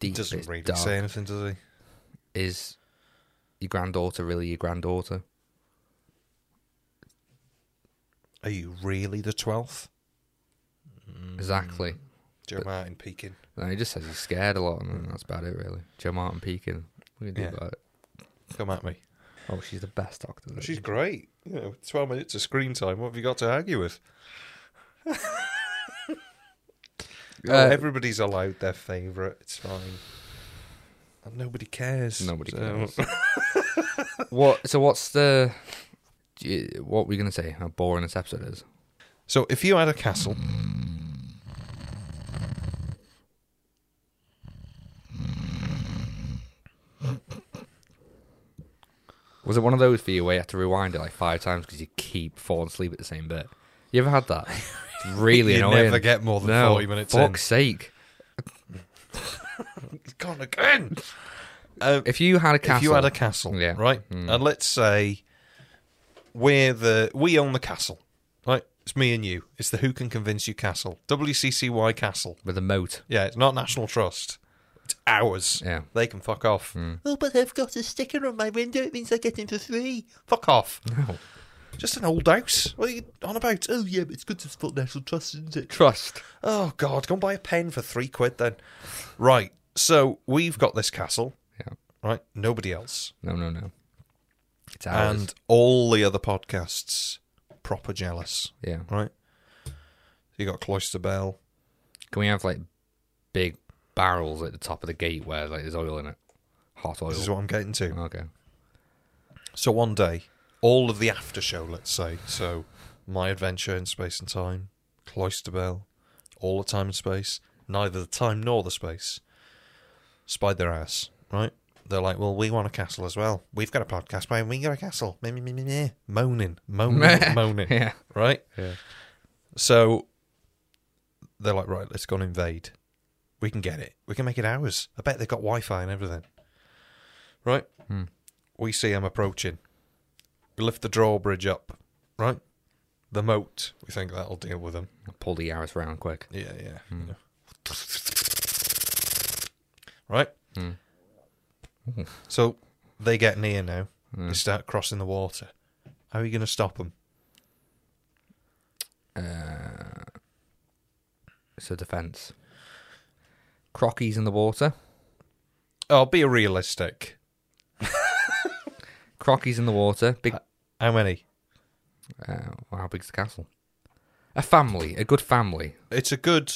[SPEAKER 2] Deep,
[SPEAKER 1] doesn't
[SPEAKER 2] it's
[SPEAKER 1] really
[SPEAKER 2] dark.
[SPEAKER 1] say anything, does he?
[SPEAKER 2] Is your granddaughter really your granddaughter?
[SPEAKER 1] Are you really the twelfth? Mm.
[SPEAKER 2] Exactly.
[SPEAKER 1] Joe Martin peeking.
[SPEAKER 2] And he just says he's scared a lot, and that's about it, really. Joe Martin peeking. What can you do
[SPEAKER 1] Yeah.
[SPEAKER 2] about it?
[SPEAKER 1] Come at me.
[SPEAKER 2] Oh, she's the best doctor. isn't
[SPEAKER 1] She's
[SPEAKER 2] she?
[SPEAKER 1] great. You know, twelve minutes of screen time. What have you got to argue with? Oh,
[SPEAKER 2] Uh,
[SPEAKER 1] everybody's allowed their favourite. It's fine. And nobody cares.
[SPEAKER 2] Nobody
[SPEAKER 1] so-
[SPEAKER 2] cares. what? So what's the? do you- What were you gonna say? How boring this episode is?
[SPEAKER 1] So if you had a castle.
[SPEAKER 2] Was it one of those for you where you had to rewind it like five times because you keep falling asleep at the same bit? You ever had that? It's really
[SPEAKER 1] You
[SPEAKER 2] annoying.
[SPEAKER 1] never get more than
[SPEAKER 2] no,
[SPEAKER 1] 40 minutes in.
[SPEAKER 2] Fuck's sake!
[SPEAKER 1] Gone again!
[SPEAKER 2] If you had a castle,
[SPEAKER 1] If you had a castle,
[SPEAKER 2] Yeah. Hmm.
[SPEAKER 1] right? And let's say we're the we own the castle, right? It's me and you. It's the Who Can Convince You Castle, WCCY Castle.
[SPEAKER 2] with a moat,
[SPEAKER 1] Yeah, it's not National Trust. It's ours.
[SPEAKER 2] Yeah. Mm.
[SPEAKER 1] they can fuck off.
[SPEAKER 4] Oh, but I've got a sticker on my window. It means I get in for free.
[SPEAKER 1] Fuck off. Just an old house. What are you on about? Oh yeah,
[SPEAKER 4] It's good to support National Trust, isn't it?
[SPEAKER 2] trust.
[SPEAKER 1] Oh God, go and buy a pen for three quid then. Right. So we've got this castle.
[SPEAKER 2] Yeah.
[SPEAKER 1] Right. Nobody else.
[SPEAKER 2] No, no, no. It's ours.
[SPEAKER 1] And all the other podcasts proper jealous.
[SPEAKER 2] yeah.
[SPEAKER 1] Right. You got Cloister Bell.
[SPEAKER 2] Can we have like big barrels at the top of the gate where like there's oil in it, hot oil?
[SPEAKER 1] This is what I'm getting to.
[SPEAKER 2] okay.
[SPEAKER 1] So one day, all of the after show, let's say, so my adventure in space and time, Cloister Bell, all the time and space, neither the time nor the space, spied their ass, right? They're like, well, we want a castle as well. We've got a podcast, but we got a castle. Meh, meh, meh, meh, meh. Moaning, moaning, moaning.
[SPEAKER 2] Yeah.
[SPEAKER 1] Right? Yeah. So they're like, right, let's go and invade. We can get it. We can make it ours. I bet they've got Wi Fi and everything. Right? We see them approaching. We lift the drawbridge up, right? The moat. We think that'll deal with them.
[SPEAKER 2] Pull the Yaris round quick.
[SPEAKER 1] Yeah, yeah. you know. Right? So they get near now. They start crossing the water. How are you going to stop them?
[SPEAKER 2] So defense. Crockies in the water.
[SPEAKER 1] Oh, be realistic.
[SPEAKER 2] Crockies in the water. Big.
[SPEAKER 1] How many?
[SPEAKER 2] Uh, how big's the castle? A family. A good family.
[SPEAKER 1] It's a good.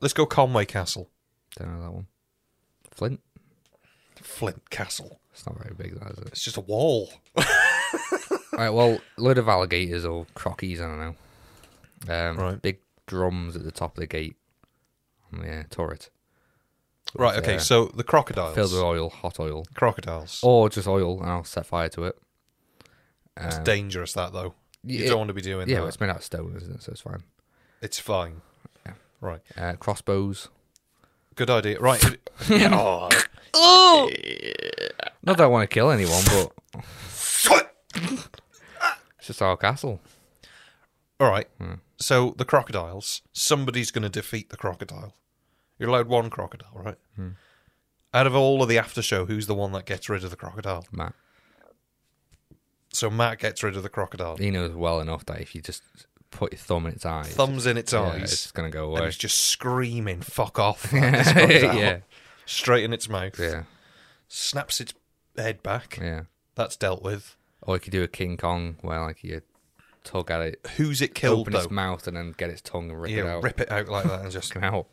[SPEAKER 1] Let's go Conway Castle,
[SPEAKER 2] Don't know that one. Flint.
[SPEAKER 1] Flint Castle.
[SPEAKER 2] It's not very big, that is it?
[SPEAKER 1] It's just a wall.
[SPEAKER 2] All right. Well, load of alligators or crockies. I don't know. Um,
[SPEAKER 1] Right.
[SPEAKER 2] Big drums at the top of the gate. Um, Yeah, turret
[SPEAKER 1] Right. Okay.
[SPEAKER 2] Yeah.
[SPEAKER 1] So the crocodiles.
[SPEAKER 2] filled with oil, hot oil,
[SPEAKER 1] crocodiles.
[SPEAKER 2] or just oil, and I'll set fire to it.
[SPEAKER 1] It's dangerous, that though. You
[SPEAKER 2] yeah,
[SPEAKER 1] don't want to be doing
[SPEAKER 2] Yeah, well,
[SPEAKER 1] that.
[SPEAKER 2] it's made out of stone, isn't it? So it's fine.
[SPEAKER 1] It's fine.
[SPEAKER 2] Yeah.
[SPEAKER 1] Right.
[SPEAKER 2] Uh, crossbows.
[SPEAKER 1] Good idea. Right. oh,
[SPEAKER 2] Not that I want to kill anyone, but it's just our castle.
[SPEAKER 1] all right.
[SPEAKER 2] Hmm.
[SPEAKER 1] So the crocodiles. Somebody's going to defeat the crocodile. You're allowed one crocodile, right?
[SPEAKER 2] Hmm.
[SPEAKER 1] Out of all of the after show, who's the one that gets rid of the crocodile?
[SPEAKER 2] Matt,
[SPEAKER 1] So Matt gets rid of the crocodile.
[SPEAKER 2] he knows well enough that if you just put your thumb in its eye, it's-
[SPEAKER 1] Thumbs in its
[SPEAKER 2] yeah,
[SPEAKER 1] eyes.
[SPEAKER 2] it's gonna go
[SPEAKER 1] and
[SPEAKER 2] away.
[SPEAKER 1] it's just screaming "fuck off" at this crocodile.
[SPEAKER 2] yeah,
[SPEAKER 1] straight in its mouth.
[SPEAKER 2] yeah,
[SPEAKER 1] Snaps its head back.
[SPEAKER 2] yeah.
[SPEAKER 1] That's dealt with.
[SPEAKER 2] Or you could do a King Kong where like you tug at it,
[SPEAKER 1] Who's it killed
[SPEAKER 2] open
[SPEAKER 1] though?
[SPEAKER 2] its mouth, and then get its tongue and rip it
[SPEAKER 1] yeah,
[SPEAKER 2] out.
[SPEAKER 1] rip it out like that and just
[SPEAKER 2] Fucking hell.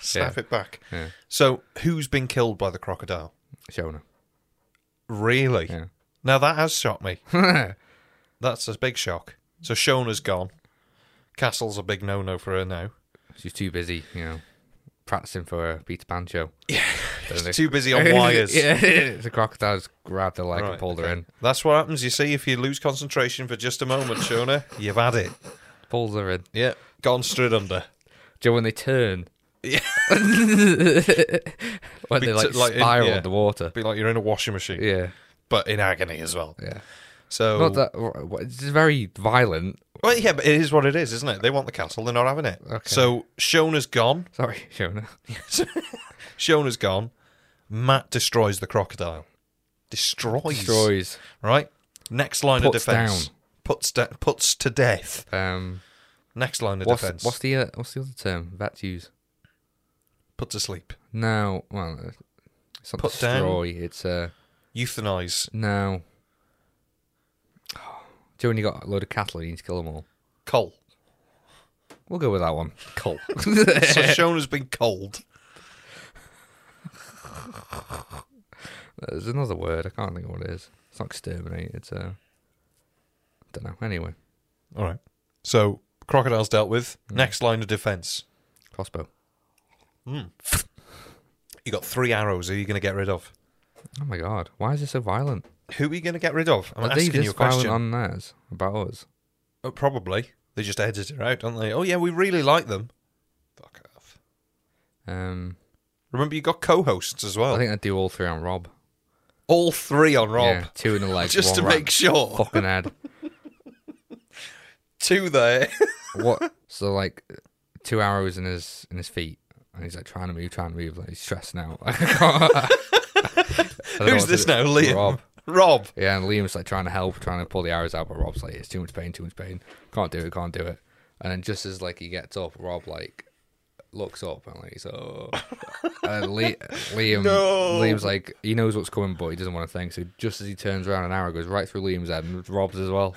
[SPEAKER 1] snap
[SPEAKER 2] Yeah.
[SPEAKER 1] it back.
[SPEAKER 2] Yeah.
[SPEAKER 1] So who's been killed by the crocodile?
[SPEAKER 2] Shona.
[SPEAKER 1] Really?
[SPEAKER 2] Yeah.
[SPEAKER 1] Now that has shocked me. That's a big shock. So Shona's gone. Castle's a big no-no for her now.
[SPEAKER 2] She's too busy, you know, practicing for a Peter Pan show. Yeah.
[SPEAKER 1] Too busy on wires.
[SPEAKER 2] yeah. The crocodile's grabbed her leg
[SPEAKER 1] Right,
[SPEAKER 2] and pulled her
[SPEAKER 1] okay.
[SPEAKER 2] in.
[SPEAKER 1] That's what happens. You see, if you lose concentration for just a moment, Shona, you've had it.
[SPEAKER 2] Pulls her in.
[SPEAKER 1] Yeah, gone straight under.
[SPEAKER 2] Joe, when they turn.
[SPEAKER 1] Yeah.
[SPEAKER 2] when they
[SPEAKER 1] Be
[SPEAKER 2] like,
[SPEAKER 1] t- like in-
[SPEAKER 2] spiral
[SPEAKER 1] yeah.
[SPEAKER 2] underwater.
[SPEAKER 1] Be like you're in a washing machine,
[SPEAKER 2] Yeah.
[SPEAKER 1] but in agony as well.
[SPEAKER 2] Yeah.
[SPEAKER 1] So,
[SPEAKER 2] Not that. wha- It's very violent.
[SPEAKER 1] well, yeah, but it is what it is, isn't it? They want the castle, they're not having it.
[SPEAKER 2] Okay.
[SPEAKER 1] So Shona's gone.
[SPEAKER 2] Sorry, Shona.
[SPEAKER 1] Shona's gone. Matt destroys the crocodile. Destroys.
[SPEAKER 2] Destroys.
[SPEAKER 1] Right. Next line
[SPEAKER 2] Puts
[SPEAKER 1] of defense.
[SPEAKER 2] down.
[SPEAKER 1] Puts da- puts to death.
[SPEAKER 2] Um,
[SPEAKER 1] Next line of
[SPEAKER 2] what's,
[SPEAKER 1] defense.
[SPEAKER 2] what's the uh, what's the other term vets use?
[SPEAKER 1] Put to sleep.
[SPEAKER 2] No, well, uh, it's not
[SPEAKER 1] Put down.
[SPEAKER 2] destroy. It's uh,
[SPEAKER 1] Euthanize.
[SPEAKER 2] no. Joe, when you got a load of cattle, you need to kill them all.
[SPEAKER 1] Cull.
[SPEAKER 2] We'll go with that one. Cool.
[SPEAKER 1] So Shona's been cold.
[SPEAKER 2] There's another word. I can't think of what it is. It's not exterminate. It's uh, don't know. Anyway,
[SPEAKER 1] All right. So crocodiles dealt with.
[SPEAKER 2] Mm.
[SPEAKER 1] Next line of defense.
[SPEAKER 2] crossbow.
[SPEAKER 1] You got three arrows. Who are you going to get rid of?
[SPEAKER 2] Oh my god, why is it so violent?
[SPEAKER 1] Who are you going to get rid of? I'm
[SPEAKER 2] Are they
[SPEAKER 1] asking
[SPEAKER 2] this
[SPEAKER 1] you a
[SPEAKER 2] violent
[SPEAKER 1] question.
[SPEAKER 2] on theirs about us?
[SPEAKER 1] Oh, probably. They just edit it out, don't they? Oh yeah, we really like them. Fuck off.
[SPEAKER 2] Um,
[SPEAKER 1] Remember, you got co-hosts as well.
[SPEAKER 2] I think I do all three on Rob.
[SPEAKER 1] All three on Oh. Rob,
[SPEAKER 2] Yeah, two in the leg,
[SPEAKER 1] just
[SPEAKER 2] one
[SPEAKER 1] to
[SPEAKER 2] round.
[SPEAKER 1] make sure.
[SPEAKER 2] fucking head.
[SPEAKER 1] Two there.
[SPEAKER 2] what? So like, two arrows in his in his feet, and he's like trying to move, trying to move. Like he's stressing out. I can't- I don't know
[SPEAKER 1] Who's
[SPEAKER 2] what to
[SPEAKER 1] this
[SPEAKER 2] do.
[SPEAKER 1] now, Liam?
[SPEAKER 2] Rob.
[SPEAKER 1] Rob.
[SPEAKER 2] Yeah, and Liam's like trying to help, trying to pull the arrows out, but Rob's like, it's too much pain, too much pain. Can't do it, can't do it. And then just as like he gets up, Rob like looks up and like he's oh. and Le- Liam Liam's like he knows what's coming, but he doesn't want to think. So just as he turns around, an arrow goes right through Liam's head and Rob's as well.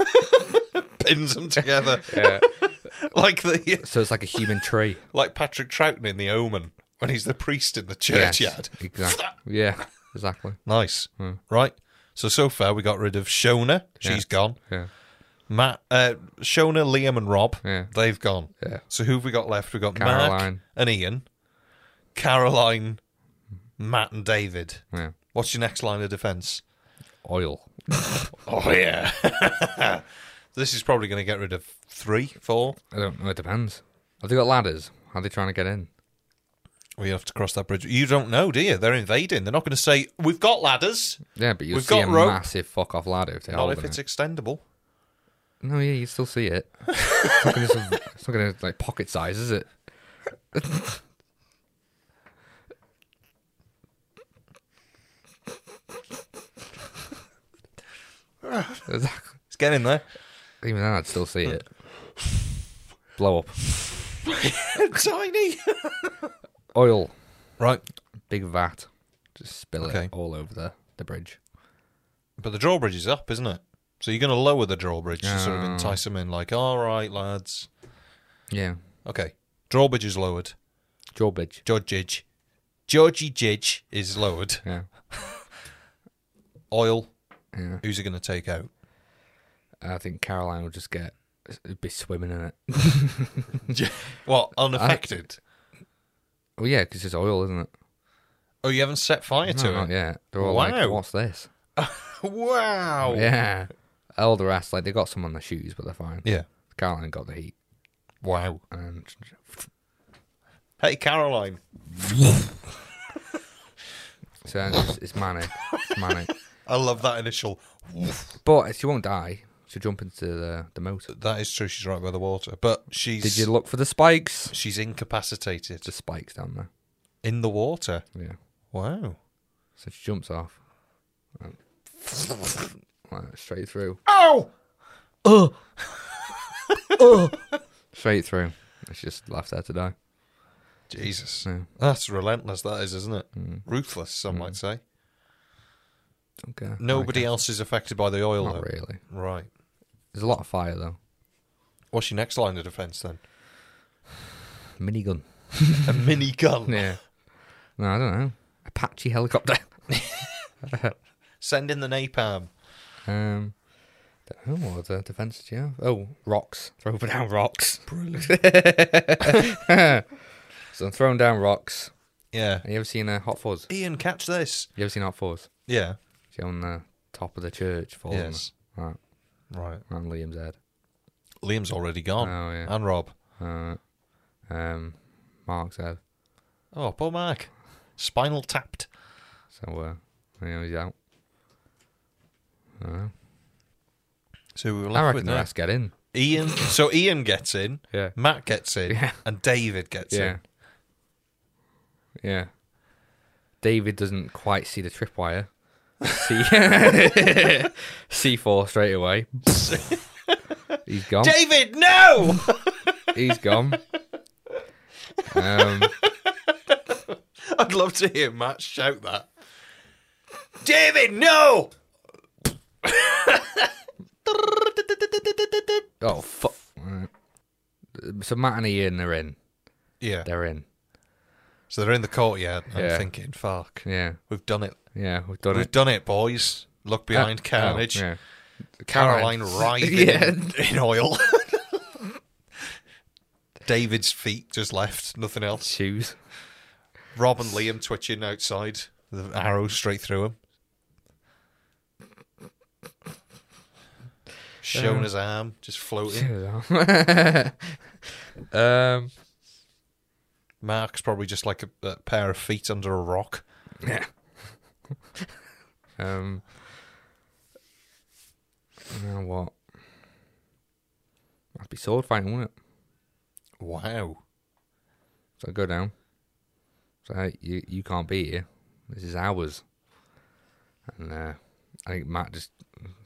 [SPEAKER 1] pins them together
[SPEAKER 2] Yeah.
[SPEAKER 1] like the
[SPEAKER 2] so it's like a human tree.
[SPEAKER 1] like Patrick Troughton in The Omen when he's the priest in the
[SPEAKER 2] Yes,
[SPEAKER 1] churchyard.
[SPEAKER 2] exactly. Yeah, exactly.
[SPEAKER 1] Nice, right? So so far we got rid of Shona. She's gone.
[SPEAKER 2] Hmm. Yeah.
[SPEAKER 1] Matt, uh, Shona, Liam, and Rob.
[SPEAKER 2] Yeah.
[SPEAKER 1] They've gone.
[SPEAKER 2] Yeah.
[SPEAKER 1] So who've we got left? We've got Mark
[SPEAKER 2] Caroline.
[SPEAKER 1] and Ian, Caroline, Matt, and David.
[SPEAKER 2] Yeah.
[SPEAKER 1] What's your next line of defense?
[SPEAKER 2] Oil.
[SPEAKER 1] Oh yeah. this is probably going to get rid of three, four.
[SPEAKER 2] I don't know, it depends. Have they got ladders? How are they trying to get in?
[SPEAKER 1] We have to cross that bridge. You don't know, do you? They're invading. They're not going to say we've got ladders.
[SPEAKER 2] Yeah, but you'll
[SPEAKER 1] We've
[SPEAKER 2] see
[SPEAKER 1] got
[SPEAKER 2] a
[SPEAKER 1] rope.
[SPEAKER 2] massive fuck off ladder if they're
[SPEAKER 1] Not
[SPEAKER 2] holding
[SPEAKER 1] if it's
[SPEAKER 2] it.
[SPEAKER 1] extendable.
[SPEAKER 2] No, yeah, you still see it. it's not gonna, it's not gonna like pocket size, is it? Exactly.
[SPEAKER 1] It's getting there.
[SPEAKER 2] Even then, I'd still see it. Blow up.
[SPEAKER 1] Tiny.
[SPEAKER 2] Oil.
[SPEAKER 1] Right.
[SPEAKER 2] Big vat. Just spill
[SPEAKER 1] Okay.
[SPEAKER 2] it all over the, the bridge.
[SPEAKER 1] But the drawbridge is up, isn't it? So you're going to lower the drawbridge to sort of entice them in, like, all right, lads.
[SPEAKER 2] Yeah.
[SPEAKER 1] Okay. Drawbridge is lowered.
[SPEAKER 2] Drawbridge.
[SPEAKER 1] Judge. Georgie Jidge is lowered.
[SPEAKER 2] Yeah.
[SPEAKER 1] Oil.
[SPEAKER 2] Yeah.
[SPEAKER 1] Who's it going to take out?
[SPEAKER 2] I think Caroline will just get be swimming in it.
[SPEAKER 1] Well, unaffected.
[SPEAKER 2] Oh yeah, because it's oil, isn't it?
[SPEAKER 1] Oh, you haven't set fire
[SPEAKER 2] No,
[SPEAKER 1] to
[SPEAKER 2] not
[SPEAKER 1] it?
[SPEAKER 2] yet. They're all
[SPEAKER 1] Wow.
[SPEAKER 2] like, "What's this?"
[SPEAKER 1] Wow.
[SPEAKER 2] Yeah. Elder S, like they got some on their shoes, but they're fine.
[SPEAKER 1] Yeah.
[SPEAKER 2] Caroline got the heat.
[SPEAKER 1] Wow.
[SPEAKER 2] And
[SPEAKER 1] Hey, Caroline.
[SPEAKER 2] so it's, it's manic. It's manic.
[SPEAKER 1] I love that initial.
[SPEAKER 2] But she won't die. She'll jump into the, the motor.
[SPEAKER 1] That is true. She's right by the water, but she's
[SPEAKER 2] Did you look for the spikes?
[SPEAKER 1] she's incapacitated
[SPEAKER 2] The spikes down there.
[SPEAKER 1] in the water.
[SPEAKER 2] Yeah.
[SPEAKER 1] Wow.
[SPEAKER 2] So she jumps off. And like, straight through.
[SPEAKER 1] Ow!
[SPEAKER 2] Straight through. And She just left there to die.
[SPEAKER 1] Jesus,
[SPEAKER 2] Yeah. Mm.
[SPEAKER 1] that's relentless. That is, isn't it? Ruthless, some might say.
[SPEAKER 2] Don't care.
[SPEAKER 1] Nobody else is affected by the oil,
[SPEAKER 2] Not
[SPEAKER 1] though.
[SPEAKER 2] really.
[SPEAKER 1] Right.
[SPEAKER 2] There's a lot of fire though.
[SPEAKER 1] What's your next line of defense then?
[SPEAKER 2] Minigun.
[SPEAKER 1] A mini gun.
[SPEAKER 2] Yeah. No, I don't know. Apache helicopter.
[SPEAKER 1] Send in the napalm.
[SPEAKER 2] Um, don't know what other defenses do you have? Oh, rocks. Throw down rocks. so I'm throwing down rocks.
[SPEAKER 1] Yeah.
[SPEAKER 2] Have you ever seen uh, Hot Fuzz?
[SPEAKER 1] Ian, catch this.
[SPEAKER 2] You ever seen Hot Fuzz?
[SPEAKER 1] Yeah.
[SPEAKER 2] She on the top of the church falling
[SPEAKER 1] Yes.
[SPEAKER 2] right,
[SPEAKER 1] Right.
[SPEAKER 2] around Liam's head.
[SPEAKER 1] Liam's already gone.
[SPEAKER 2] Oh, yeah.
[SPEAKER 1] And Rob.
[SPEAKER 2] Uh, um, Mark's head.
[SPEAKER 1] Oh, poor Mark. Spinal tapped.
[SPEAKER 2] So uh, you know, he's out. I don't know.
[SPEAKER 1] So we were
[SPEAKER 2] I
[SPEAKER 1] left
[SPEAKER 2] reckon
[SPEAKER 1] with
[SPEAKER 2] the
[SPEAKER 1] that.
[SPEAKER 2] rest get in.
[SPEAKER 1] Ian. So Ian gets in.
[SPEAKER 2] Yeah.
[SPEAKER 1] Matt gets in.
[SPEAKER 2] Yeah.
[SPEAKER 1] And David gets
[SPEAKER 2] Yeah.
[SPEAKER 1] in.
[SPEAKER 2] Yeah. David doesn't quite see the tripwire. See, C4 straight away. He's gone.
[SPEAKER 1] David, no!
[SPEAKER 2] He's gone. Um,
[SPEAKER 1] I'd love to hear Matt shout that. David, no!
[SPEAKER 2] oh, fuck. So Matt and Ian are in.
[SPEAKER 1] Yeah.
[SPEAKER 2] They're in.
[SPEAKER 1] So they're in the courtyard. I'm
[SPEAKER 2] Yeah.
[SPEAKER 1] thinking, fuck.
[SPEAKER 2] Yeah.
[SPEAKER 1] We've done it.
[SPEAKER 2] Yeah, we've done
[SPEAKER 1] We've
[SPEAKER 2] it.
[SPEAKER 1] done it, boys. Look behind
[SPEAKER 2] Oh,
[SPEAKER 1] carnage.
[SPEAKER 2] yeah.
[SPEAKER 1] Caroline writhing
[SPEAKER 2] Yeah.
[SPEAKER 1] in, in oil. David's feet just left, nothing else.
[SPEAKER 2] Shoes.
[SPEAKER 1] Rob and Liam twitching outside, the arrow straight through him. Shona's arm just floating.
[SPEAKER 2] um,
[SPEAKER 1] Mark's probably just like a, a pair of feet under a rock.
[SPEAKER 2] Yeah. um. Now what? That'd be sword fighting, wouldn't it?
[SPEAKER 1] Wow.
[SPEAKER 2] So I go down. So hey, you you can't be here. This is ours. And uh, I think Matt just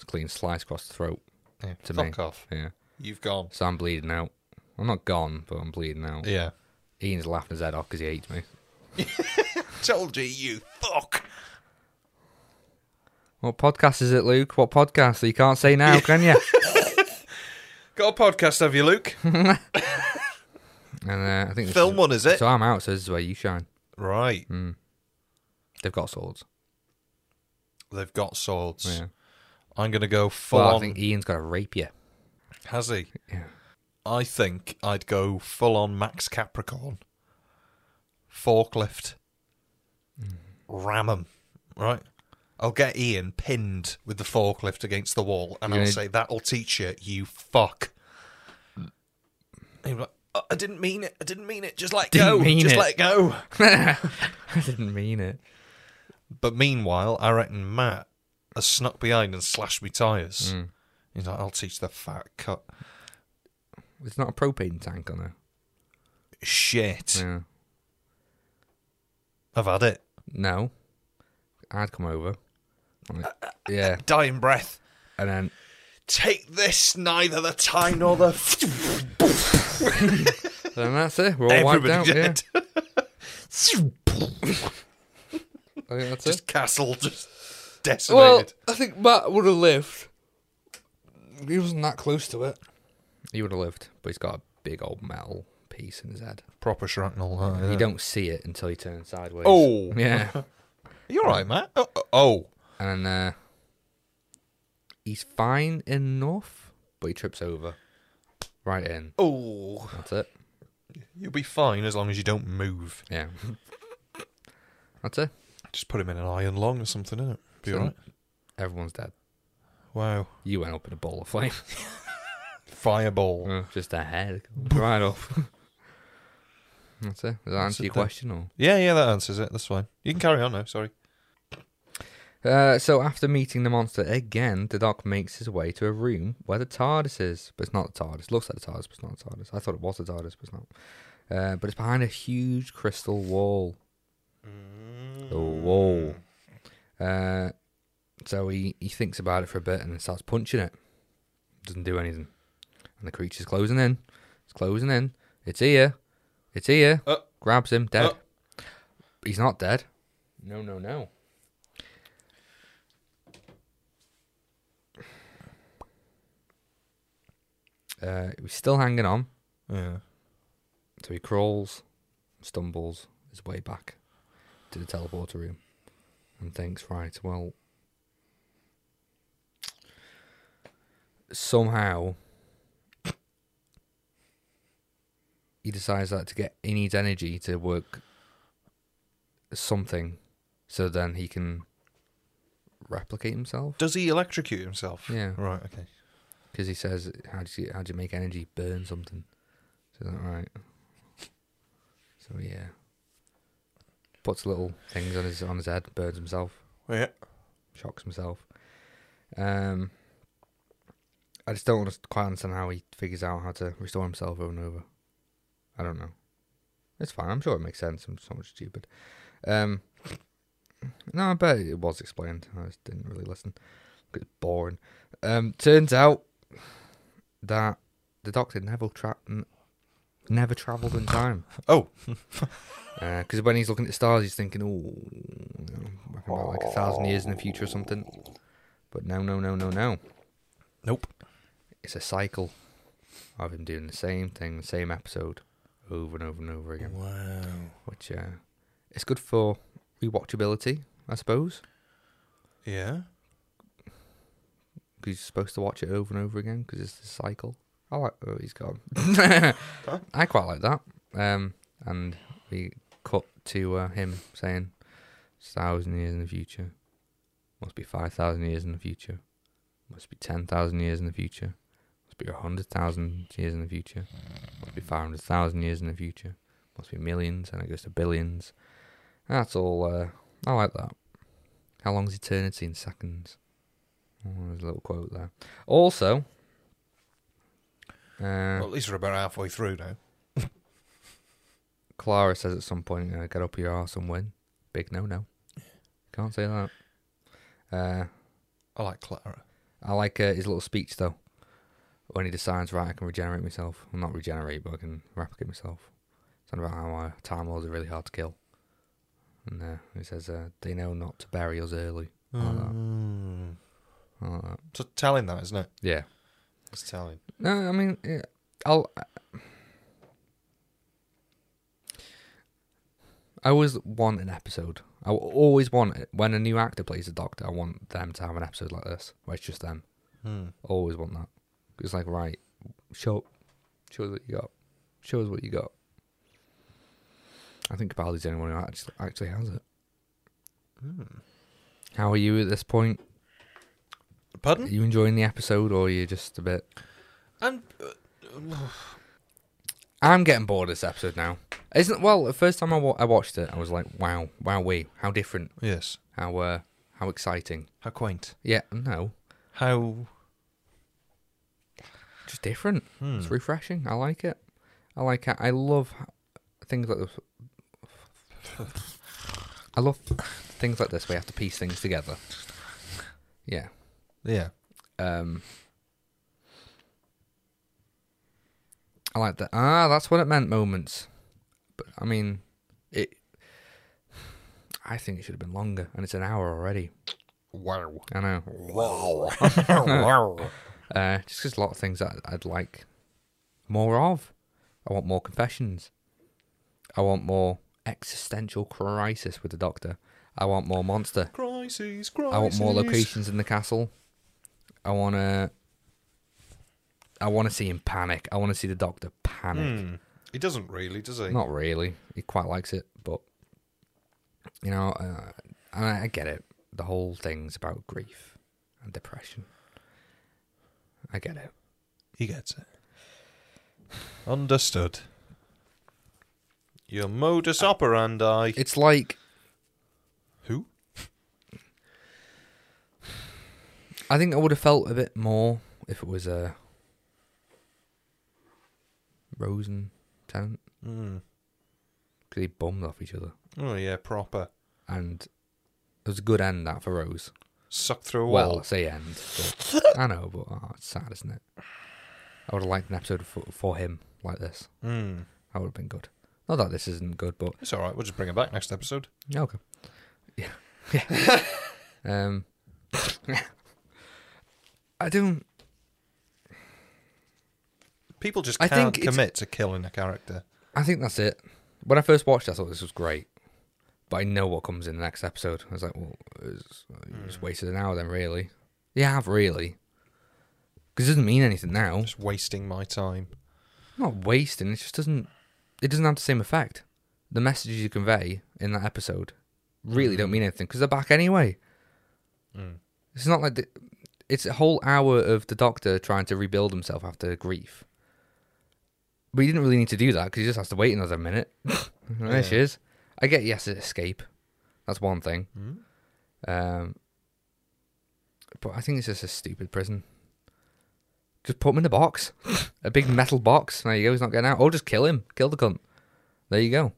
[SPEAKER 2] clean slice across the throat.
[SPEAKER 1] Yeah,
[SPEAKER 2] To
[SPEAKER 1] fuck
[SPEAKER 2] me.
[SPEAKER 1] off.
[SPEAKER 2] Yeah.
[SPEAKER 1] You've gone.
[SPEAKER 2] So I'm bleeding out. I'm not gone, but I'm bleeding out.
[SPEAKER 1] Yeah.
[SPEAKER 2] Ian's laughing his head off because he hates me.
[SPEAKER 1] Told you, you fuck.
[SPEAKER 2] What podcast is it, Luke? What podcast? You can't say now, can you?
[SPEAKER 1] Got a podcast, have you, Luke?
[SPEAKER 2] And uh, I think this
[SPEAKER 1] Film
[SPEAKER 2] is-
[SPEAKER 1] one, is it?
[SPEAKER 2] So Mm. I'm out. So this is where you shine.
[SPEAKER 1] Right.
[SPEAKER 2] They've got swords.
[SPEAKER 1] They've got swords.
[SPEAKER 2] Yeah.
[SPEAKER 1] I'm going to go full
[SPEAKER 2] Well, I
[SPEAKER 1] on.
[SPEAKER 2] think Ian's got a rapier.
[SPEAKER 1] Has he?
[SPEAKER 2] Yeah.
[SPEAKER 1] I think I'd go full on Max Capricorn, forklift,
[SPEAKER 2] Mm.
[SPEAKER 1] ram him, right? I'll get Ian pinned with the forklift against the wall and
[SPEAKER 2] You're
[SPEAKER 1] I'll
[SPEAKER 2] gonna-
[SPEAKER 1] say, That'll teach you, you fuck. He'll be like, "Uh, "I- I didn't mean it. I didn't mean it. Just let
[SPEAKER 2] Didn't
[SPEAKER 1] go.
[SPEAKER 2] mean
[SPEAKER 1] Just
[SPEAKER 2] it."
[SPEAKER 1] let go.
[SPEAKER 2] I didn't mean it.
[SPEAKER 1] But meanwhile, I reckon Matt has snuck behind and slashed me tyres.
[SPEAKER 2] Mm.
[SPEAKER 1] He's like, I'll teach the fat cut.
[SPEAKER 2] It's not a propane tank on there.
[SPEAKER 1] Shit.
[SPEAKER 2] Yeah.
[SPEAKER 1] I've had it.
[SPEAKER 2] No. I'd come over. Like, yeah.
[SPEAKER 1] Dying breath.
[SPEAKER 2] And then
[SPEAKER 1] Take this, neither the time nor the.
[SPEAKER 2] then that's it. We're all wiped out.
[SPEAKER 1] Everybody
[SPEAKER 2] Yeah.
[SPEAKER 1] dead.
[SPEAKER 2] I think that's
[SPEAKER 1] just
[SPEAKER 2] it.
[SPEAKER 1] castle just
[SPEAKER 2] Well,
[SPEAKER 1] decimated.
[SPEAKER 2] I think Matt would have lived. He wasn't that close to it. He would have lived, but he's got a big old metal piece in his head.
[SPEAKER 1] Proper shrapnel. huh?
[SPEAKER 2] You don't see it until you turn sideways.
[SPEAKER 1] Oh.
[SPEAKER 2] Yeah.
[SPEAKER 1] You're right, Matt. Oh, oh, oh.
[SPEAKER 2] and uh, he's fine enough, but he trips over. Right in.
[SPEAKER 1] Oh.
[SPEAKER 2] That's it.
[SPEAKER 1] You'll be fine as long as you don't move.
[SPEAKER 2] Yeah. That's it.
[SPEAKER 1] Just put him in an iron lung or something, innit? Be
[SPEAKER 2] So
[SPEAKER 1] alright.
[SPEAKER 2] Everyone's dead.
[SPEAKER 1] Wow.
[SPEAKER 2] You went up in a ball of flame.
[SPEAKER 1] Fireball.
[SPEAKER 2] Uh, Just a head. Right off. That's it. Does that
[SPEAKER 1] That's
[SPEAKER 2] answer
[SPEAKER 1] it
[SPEAKER 2] your
[SPEAKER 1] then.
[SPEAKER 2] question? Or?
[SPEAKER 1] Yeah, yeah, that answers it. That's fine. You can carry on now. Sorry.
[SPEAKER 2] Uh, so after meeting the monster again, the doc makes his way to a room where the TARDIS is, but it's not the TARDIS. Looks like the TARDIS, but it's not the TARDIS. I thought it was the TARDIS, but it's not. Uh, but it's behind a huge crystal wall. The
[SPEAKER 1] Oh,
[SPEAKER 2] wall. Oh, Uh, so he, he thinks about it for a bit and then starts punching it. Doesn't do anything. And the creature's closing in. It's closing in. It's here. It's here.
[SPEAKER 1] Uh.
[SPEAKER 2] Grabs him. Dead.
[SPEAKER 1] Uh.
[SPEAKER 2] He's not dead. No, no, no. Uh, he's still hanging on,
[SPEAKER 1] Yeah.
[SPEAKER 2] so he crawls, stumbles his way back to the teleporter room, and thinks, right, well, somehow he decides that to get he needs energy to work something, so then he can replicate himself.
[SPEAKER 1] Does he electrocute himself?
[SPEAKER 2] Yeah.
[SPEAKER 1] Right. Okay.
[SPEAKER 2] Because he says, "How do you how do you make energy burn something?" So that right. So yeah, puts little things on his on his head, burns himself,
[SPEAKER 1] Yeah.
[SPEAKER 2] shocks himself. Um, I just don't wanna s- quite understand how he figures out how to restore himself over and over. I don't know. It's fine. I'm sure it makes sense. I'm so much stupid. Um, no, I bet it was explained. I just didn't really listen. 'Cause It's boring. Um, turns out that the Doctor never tra- n- never travelled in time.
[SPEAKER 1] Oh.
[SPEAKER 2] Because Uh, when he's looking at stars, he's thinking, "Oh, you know, reckon about like a thousand years in the future or something." But no, no, no, no, no.
[SPEAKER 1] Nope.
[SPEAKER 2] It's a cycle of him doing the same thing, the same episode, over and over and over again.
[SPEAKER 1] Wow.
[SPEAKER 2] Which uh, it's good for rewatchability, I suppose.
[SPEAKER 1] Yeah.
[SPEAKER 2] because you're supposed to watch it over and over again because it's the cycle. I like. Oh, he's gone. I quite like that. Um, and we cut to uh, him saying, "It's a thousand years in the future. Must be five thousand years in the future. Must be ten thousand years in the future. Must be a hundred thousand years in the future. Must be five hundred thousand years in the future. Must be millions, and it goes to billions. That's all. Uh, I like that. How long's eternity in seconds? Oh, there's a little quote there. Also, uh,
[SPEAKER 1] Well, at least we're about halfway through now.
[SPEAKER 2] Clara says at some point, uh, "Get up your arse and win." Big no, no. Can't say that. Uh,
[SPEAKER 1] I like Clara.
[SPEAKER 2] I like uh, his little speech though. When he decides, right, I can regenerate myself. Well, not regenerate, but I can replicate myself. Something about how uh, Time Lords are really hard to kill. And uh, he says, uh, "They know not to bury us early."
[SPEAKER 1] Hmm.
[SPEAKER 2] I like that.
[SPEAKER 1] Mm.
[SPEAKER 2] I like that.
[SPEAKER 1] It's telling that, isn't it?
[SPEAKER 2] Yeah.
[SPEAKER 1] It's telling.
[SPEAKER 2] No, I mean, yeah, I'll. I always want an episode. I will always want it. When a new actor plays a doctor, I want them to have an episode like this where it's just them.
[SPEAKER 1] Mm.
[SPEAKER 2] Always want that. It's like, right, show, show us what you got. Show us what you got. I think Capaldi's the only one who actually, actually has it. How are you at this point? Are
[SPEAKER 1] Pardon?
[SPEAKER 2] you enjoying the episode or are you just a bit.
[SPEAKER 1] And
[SPEAKER 2] I'm getting bored of this episode now. Isn't well, the first time I, wa- I watched it, I was like, wow, wow, we, how different,
[SPEAKER 1] yes.
[SPEAKER 2] how uh, how exciting.
[SPEAKER 1] How quaint.
[SPEAKER 2] Yeah, no,
[SPEAKER 1] How
[SPEAKER 2] just different.
[SPEAKER 1] hmm.
[SPEAKER 2] It's refreshing. I like it. I like it. I love ho- things like this. I love things like this. where you have to piece things together. Yeah.
[SPEAKER 1] yeah.
[SPEAKER 2] Um, I like that. Ah, that's what it meant. Moments, but I mean, it. I think it should have been longer, and it's an hour already.
[SPEAKER 1] Wow.
[SPEAKER 2] I know.
[SPEAKER 1] Wow. wow.
[SPEAKER 2] Uh, just 'cause a lot of things that I'd like more of. I want more confessions. I want more existential crisis with the doctor. I want more monster.
[SPEAKER 1] Crises, crises.
[SPEAKER 2] I want more locations in the castle. I want to. I want to see him panic. I want to see the doctor panic.
[SPEAKER 1] Hmm. He doesn't really, does he?
[SPEAKER 2] Not really. He quite likes it, but you know, uh, and I, I get it. The whole thing's about grief and depression I get it.
[SPEAKER 1] He gets it. Understood. Your modus
[SPEAKER 2] Ah.
[SPEAKER 1] operandi.
[SPEAKER 2] It's like
[SPEAKER 1] Who?
[SPEAKER 2] I think I would have felt a bit more if it was uh, a Rose and Tennant
[SPEAKER 1] Mm.
[SPEAKER 2] because they bummed off each other,
[SPEAKER 1] Oh yeah, proper.
[SPEAKER 2] and it was a good end that for Rose.
[SPEAKER 1] Suck through a
[SPEAKER 2] Well,
[SPEAKER 1] wall.
[SPEAKER 2] I say end. But I know, but oh, it's sad, isn't it? I would have liked an episode for, for him like this.
[SPEAKER 1] Mm.
[SPEAKER 2] That would have been good. Not that this isn't good, but
[SPEAKER 1] It's all right. We'll just bring it back next episode.
[SPEAKER 2] Yeah, Okay. Yeah. Yeah. um. I don't.
[SPEAKER 1] People just
[SPEAKER 2] I
[SPEAKER 1] can't
[SPEAKER 2] think it's-
[SPEAKER 1] commit to killing a character.
[SPEAKER 2] I think that's it. When I first watched, it, I thought this was great, but I know what comes in the next episode. I was like, well, it's, you just wasted an hour then, really. You have really, because it doesn't mean anything now.
[SPEAKER 1] Just wasting my time.
[SPEAKER 2] I'm not wasting. It just doesn't. It doesn't have the same effect. The messages you convey in that episode really don't mean anything because they're back anyway. It's not like the, it's a whole hour of the Doctor trying to rebuild himself after grief. But he didn't really need to do that because he just has to wait another minute. there she is. I get yes, has to escape. That's one thing. Um, but I think it's just a stupid prison. Just put him in a box, a big metal box. There you go. He's not getting out. Or just kill him. Kill the cunt. There you go.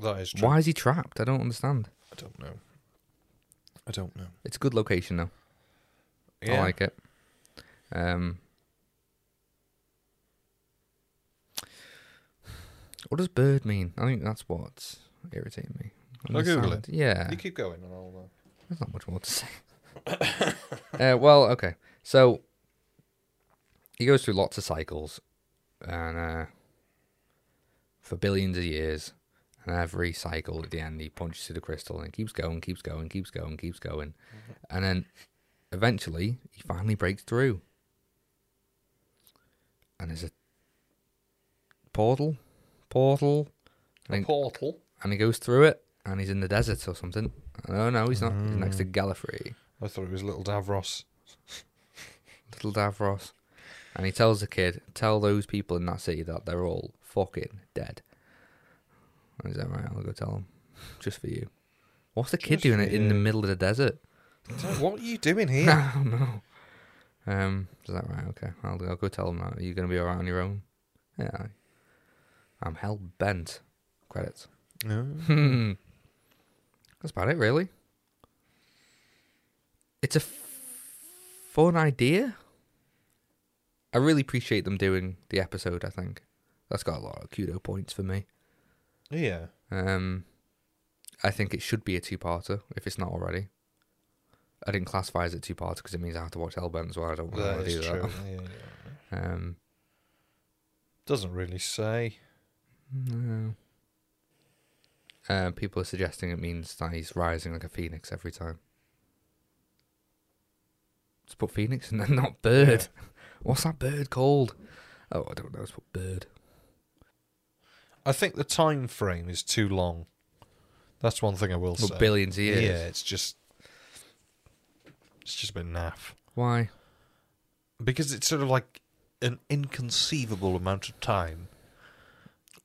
[SPEAKER 1] That is true.
[SPEAKER 2] Why is he trapped? I don't understand.
[SPEAKER 1] I don't know. I don't know.
[SPEAKER 2] It's a good location though. Oh, I like it. Um, what does bird mean? I think that's what's irritating me.
[SPEAKER 1] Shall I Google
[SPEAKER 2] Understand- Yeah,
[SPEAKER 1] You keep going and I'll. Uh...
[SPEAKER 2] there's not much more to say. uh, well, okay. So he goes through lots of cycles, and uh, for billions of years, and every cycle at the end, he punches through the crystal and it keeps going, keeps going, keeps going, keeps going, and then eventually he finally breaks through, and there's a portal, portal, Think-
[SPEAKER 1] Portal.
[SPEAKER 2] and he goes through it, and he's in the desert or something. No, no, he's not. He's next to Gallifrey.
[SPEAKER 1] I thought it was Little Davros.
[SPEAKER 2] little Davros, and he tells the kid, "Tell those people in that city that they're all fucking dead." And he's like, "Right, I'll go tell them, just for you." What's the kid
[SPEAKER 1] Just
[SPEAKER 2] doing
[SPEAKER 1] for
[SPEAKER 2] in the
[SPEAKER 1] you.
[SPEAKER 2] middle of the desert?
[SPEAKER 1] what are you doing here?
[SPEAKER 2] I don't know. Um, is that right? Okay, I'll, I'll go tell them that. Are you gonna be alright on your own? Yeah, I'm hell bent. Credits.
[SPEAKER 1] no.
[SPEAKER 2] Hmm. That's about it, really. It's a f- fun idea. I really appreciate them doing the episode. I think that's got a lot of kudo points for me.
[SPEAKER 1] Yeah.
[SPEAKER 2] Um, I think it should be a two-parter if it's not already. I didn't classify as a two-parter because it means I have to watch Hellbent, so I don't want
[SPEAKER 1] That
[SPEAKER 2] to do
[SPEAKER 1] is true.
[SPEAKER 2] that.
[SPEAKER 1] Yeah, yeah.
[SPEAKER 2] Um,
[SPEAKER 1] Doesn't really say.
[SPEAKER 2] no. Uh, people are suggesting it means that he's rising like a phoenix every time. Let's put phoenix and then not bird. What's that bird called? Oh, I don't know. Let's put bird.
[SPEAKER 1] I think the time frame is too long. That's one thing I will
[SPEAKER 2] Well,
[SPEAKER 1] say.
[SPEAKER 2] billions of years.
[SPEAKER 1] uh, Yeah, it's just it's just a bit naff
[SPEAKER 2] Why?
[SPEAKER 1] because it's sort of like an inconceivable amount of time.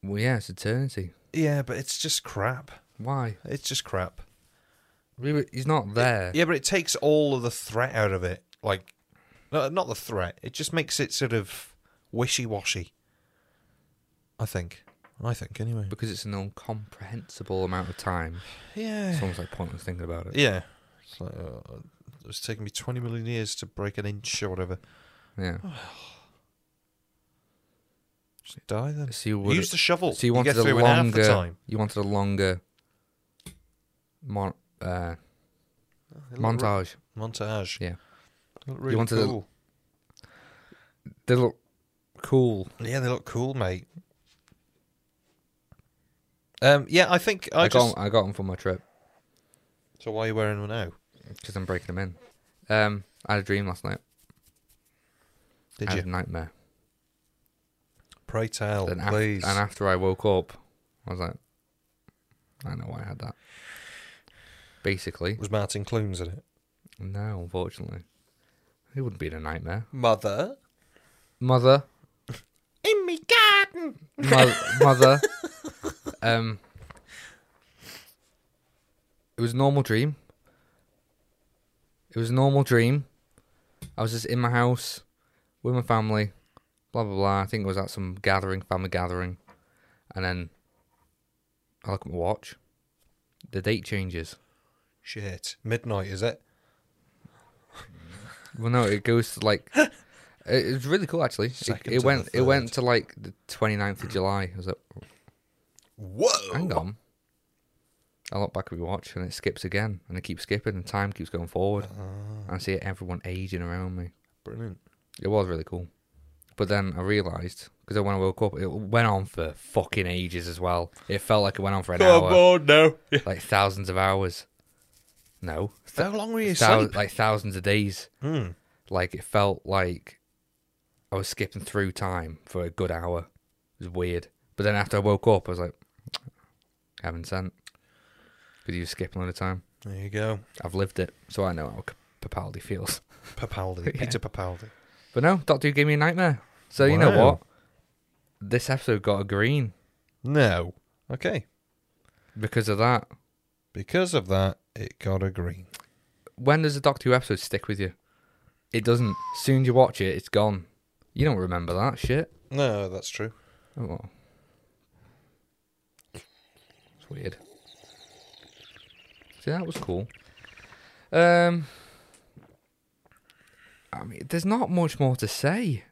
[SPEAKER 2] Well, yeah, it's eternity.
[SPEAKER 1] Yeah, but it's just crap.
[SPEAKER 2] Why?
[SPEAKER 1] It's just crap.
[SPEAKER 2] We were- He's not there.
[SPEAKER 1] Yeah, but it takes all of the threat out of it. Like, no, not the threat. It just makes it sort of wishy-washy. I think. I think anyway.
[SPEAKER 2] Because it's an incomprehensible amount of time.
[SPEAKER 1] yeah.
[SPEAKER 2] It's almost like pointless thinking about it.
[SPEAKER 1] Yeah. It's like, uh, it's taken me 20 million years to break an inch or whatever.
[SPEAKER 2] Yeah.
[SPEAKER 1] Oh, Just die then.
[SPEAKER 2] So you would.
[SPEAKER 1] Use the shovel.
[SPEAKER 2] So you wanted
[SPEAKER 1] get
[SPEAKER 2] a
[SPEAKER 1] through in half the
[SPEAKER 2] longer.
[SPEAKER 1] time.
[SPEAKER 2] You wanted a longer. Mon- uh, montage.
[SPEAKER 1] Montage.
[SPEAKER 2] Yeah.
[SPEAKER 1] They look really
[SPEAKER 2] wanted a-
[SPEAKER 1] cool.
[SPEAKER 2] They look cool.
[SPEAKER 1] Yeah, they look cool, mate. Um, yeah, I think I,
[SPEAKER 2] I, got
[SPEAKER 1] just...
[SPEAKER 2] 'em- I got them for my trip
[SPEAKER 1] So why are you wearing one now?
[SPEAKER 2] because I'm breaking them in. Um, I had a dream last night.
[SPEAKER 1] Did
[SPEAKER 2] I
[SPEAKER 1] you?
[SPEAKER 2] had a nightmare.
[SPEAKER 1] Pray tell,
[SPEAKER 2] Then af-
[SPEAKER 1] please.
[SPEAKER 2] and after I woke up, I was like, I know why I had that. Basically,
[SPEAKER 1] was Martin Clunes in it?
[SPEAKER 2] no, unfortunately, It wouldn't be in a nightmare.
[SPEAKER 1] Mother.
[SPEAKER 2] Mother,
[SPEAKER 1] In me garden.
[SPEAKER 2] mo- mother. Um, it was a normal dream. It was a normal dream. I was just in my house with my family, blah blah blah. I think it was at some gathering, family gathering, and then I look at my watch. The date changes.
[SPEAKER 1] Shit. Midnight, is it?
[SPEAKER 2] Well, no, it goes to like. it- It was really cool, actually. It,
[SPEAKER 1] Second
[SPEAKER 2] it
[SPEAKER 1] to
[SPEAKER 2] went.
[SPEAKER 1] the
[SPEAKER 2] It went
[SPEAKER 1] third.
[SPEAKER 2] to like the 29th of July. I was like,
[SPEAKER 1] Whoa.
[SPEAKER 2] hang on. I look back at my watch and it skips again, and it keeps skipping, and time keeps going forward. And I see everyone aging around me.
[SPEAKER 1] Brilliant.
[SPEAKER 2] It was really cool. But then I realised because when I woke up, it went on for fucking ages as well. It felt like it went on for an
[SPEAKER 1] uh,
[SPEAKER 2] hour,
[SPEAKER 5] on now.
[SPEAKER 2] like thousands of hours. No,
[SPEAKER 1] How long were you
[SPEAKER 2] thou-
[SPEAKER 1] asleep? Hmm,
[SPEAKER 2] like thousands of days. Like it felt like I was skipping through time for a good hour. It was weird. But then after I woke up, I was like, haven't sent. Because you were skipping all the time.
[SPEAKER 1] There you go.
[SPEAKER 2] I've lived it, so I know how C- Capaldi feels.
[SPEAKER 1] Papaldi. Peter Papaldi.
[SPEAKER 2] But no, Doctor Who gave me a nightmare. So you know
[SPEAKER 1] Wow.
[SPEAKER 2] what? This episode got a green
[SPEAKER 1] No. Okay.
[SPEAKER 2] because of that.
[SPEAKER 1] Because of that, it got a green.
[SPEAKER 2] When does a Doctor Who episode stick with you? It doesn't. Soon as you watch it, it's gone. You don't remember that shit.
[SPEAKER 1] No, that's true.
[SPEAKER 2] Oh. well. It's weird. See, that was cool. Um, I mean, there's not much more to say.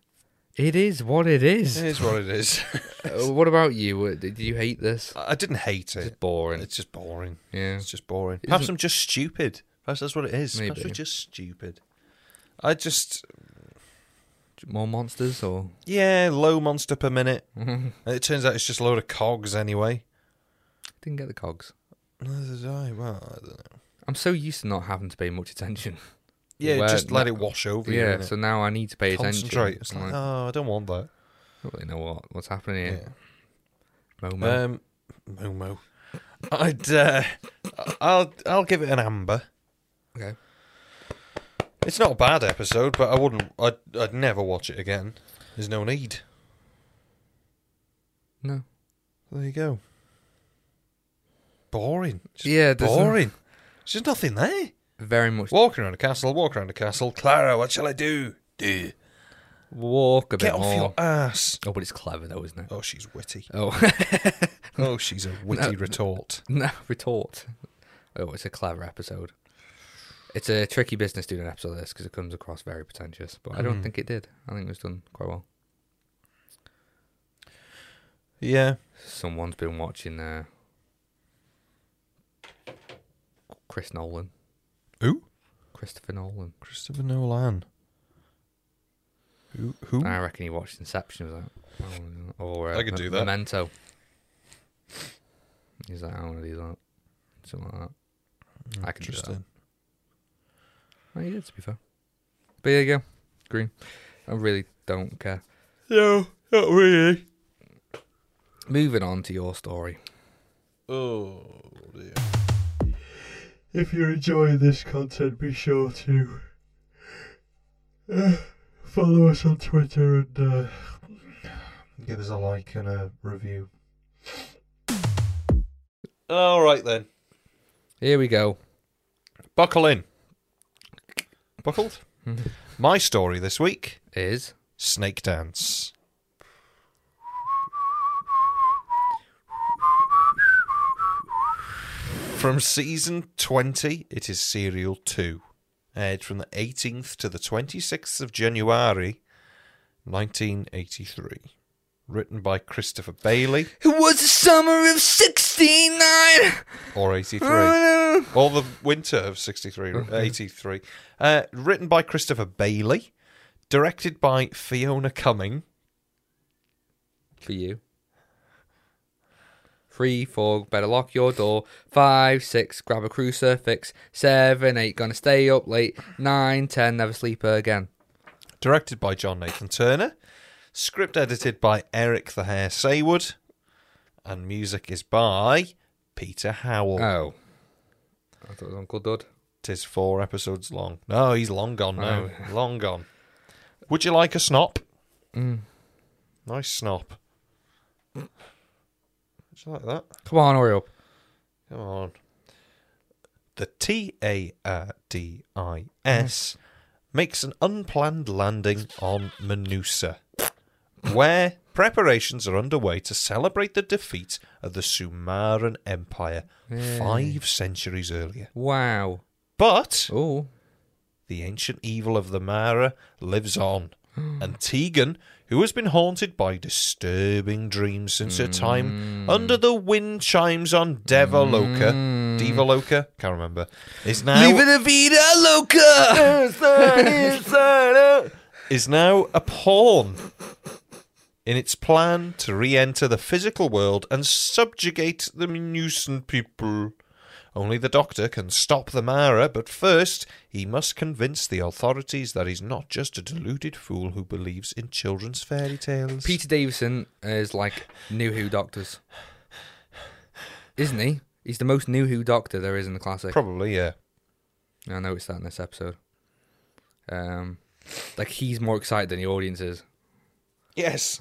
[SPEAKER 2] It is what it
[SPEAKER 1] It
[SPEAKER 2] is.
[SPEAKER 1] is what it is.
[SPEAKER 2] Uh, what about you? Uh, Did you hate this?
[SPEAKER 1] I didn't hate
[SPEAKER 2] It's
[SPEAKER 1] it.
[SPEAKER 2] boring.
[SPEAKER 1] It's just boring.
[SPEAKER 2] yeah.
[SPEAKER 1] It's just boring. Perhaps I'm just stupid. Perhaps that's what it is. Perhaps
[SPEAKER 2] Maybe.
[SPEAKER 1] we're just stupid. I just
[SPEAKER 2] More monsters or
[SPEAKER 1] yeah, low monster per minute. and it turns out it's just a load of cogs anyway.
[SPEAKER 2] didn't get the cogs.
[SPEAKER 1] Neither did I. Well, I don't know.
[SPEAKER 2] I'm so used to not having to pay much attention.
[SPEAKER 1] Yeah,
[SPEAKER 2] Well,
[SPEAKER 1] just let
[SPEAKER 2] no-
[SPEAKER 1] it wash over you.
[SPEAKER 2] Yeah,
[SPEAKER 1] innit?
[SPEAKER 2] so now I need to pay
[SPEAKER 1] concentrate.
[SPEAKER 2] attention.
[SPEAKER 1] It's
[SPEAKER 2] I'm
[SPEAKER 1] like,
[SPEAKER 2] like,
[SPEAKER 1] oh, I don't want that.
[SPEAKER 2] I don't really know what, what's happening here. Moment.
[SPEAKER 1] Um, Momo. I'd uh, I'll I'll give it an amber.
[SPEAKER 2] okay.
[SPEAKER 1] It's not a bad episode, but I wouldn't. I'd I'd never watch it again. There's no need.
[SPEAKER 2] No.
[SPEAKER 1] There you go. Boring. Just
[SPEAKER 2] Yeah, there's no-
[SPEAKER 1] boring. There's just nothing there.
[SPEAKER 2] Very much
[SPEAKER 1] Walking around a castle, walk around a castle. Clara, what shall I do? Do
[SPEAKER 2] walk a
[SPEAKER 1] get
[SPEAKER 2] bit
[SPEAKER 1] off
[SPEAKER 2] more.
[SPEAKER 1] your ass.
[SPEAKER 2] Oh, but it's clever though, isn't it?
[SPEAKER 1] Oh, she's witty.
[SPEAKER 2] Oh,
[SPEAKER 1] Oh, she's a witty retort.
[SPEAKER 2] no, retort. Oh, it's a clever episode. It's a tricky business doing an episode of this because it comes across very pretentious, but I don't
[SPEAKER 1] Mm.
[SPEAKER 2] think it did. I think it was done quite well.
[SPEAKER 1] Yeah,
[SPEAKER 2] Someone's been watching uh, Chris Nolan,
[SPEAKER 1] Who?
[SPEAKER 2] Christopher Nolan.
[SPEAKER 1] Christopher Nolan. Who? Who?
[SPEAKER 2] I reckon he watched Inception. Was that? Or uh,
[SPEAKER 1] I could
[SPEAKER 2] Me-
[SPEAKER 1] do that.
[SPEAKER 2] Memento. He's like, I want to do that. Something like that. I can do that.
[SPEAKER 1] Hmm, Interesting.
[SPEAKER 2] Oh, you did, to be fair. But there you go. Green. I really don't care.
[SPEAKER 1] No, not really.
[SPEAKER 2] Moving on to your story.
[SPEAKER 1] Oh dear.
[SPEAKER 5] If you enjoy this content, be sure to uh, follow us on Twitter and uh,
[SPEAKER 1] Give us a like and a review. All right then.
[SPEAKER 2] Here we go.
[SPEAKER 1] Buckle in. Buckled? My story this week
[SPEAKER 2] Is
[SPEAKER 1] Snake Dance. From season 20, it is serial 2. Aired from the 18th to the 26th of January 1983. Written by Christopher Bailey,
[SPEAKER 2] It was the summer of sixty nine.
[SPEAKER 1] or 83. Or the winter of 63, uh, 83. Uh, written by Christopher Bailey. Directed by Fiona Cumming.
[SPEAKER 2] For you. Three, four, better lock your door. Five, six, grab a crucifix. Seven, eight, gonna stay up late. Nine, ten, never sleep again.
[SPEAKER 1] Directed by John Nathan Turner. Script edited by Eric the Hare Saywood. And music is by Peter Howell.
[SPEAKER 2] Uh. Oh. I thought it was Uncle Dud.
[SPEAKER 1] Tis four episodes long. No, he's long gone now. Long gone. Would you like a snop? Nice snop. Would you like that?
[SPEAKER 3] Come on, hurry up.
[SPEAKER 1] Come on. The T A R D I S makes an unplanned landing on Manusa, where preparations are underway to celebrate the defeat of the Sumeran Empire five centuries earlier.
[SPEAKER 2] Wow.
[SPEAKER 1] But
[SPEAKER 2] Oh.
[SPEAKER 1] the ancient evil of the Mara lives on, and Tegan, who has been haunted by disturbing dreams since her time under the wind chimes on Devaloka, Devaloka, can't remember, is now
[SPEAKER 2] the Vida Loca!
[SPEAKER 1] is now a pawn in its plan to re-enter the physical world and subjugate the Minusan people. Only the Doctor can stop the Mara, but first he must convince the authorities that he's not just a deluded fool who believes in children's fairy tales.
[SPEAKER 2] Peter Davison is like New Who doctors. Isn't he? He's the most New Who doctor there is in the classic.
[SPEAKER 1] Probably, yeah.
[SPEAKER 2] I noticed that in this episode. Um, like he's more excited than the audience is.
[SPEAKER 1] Yes.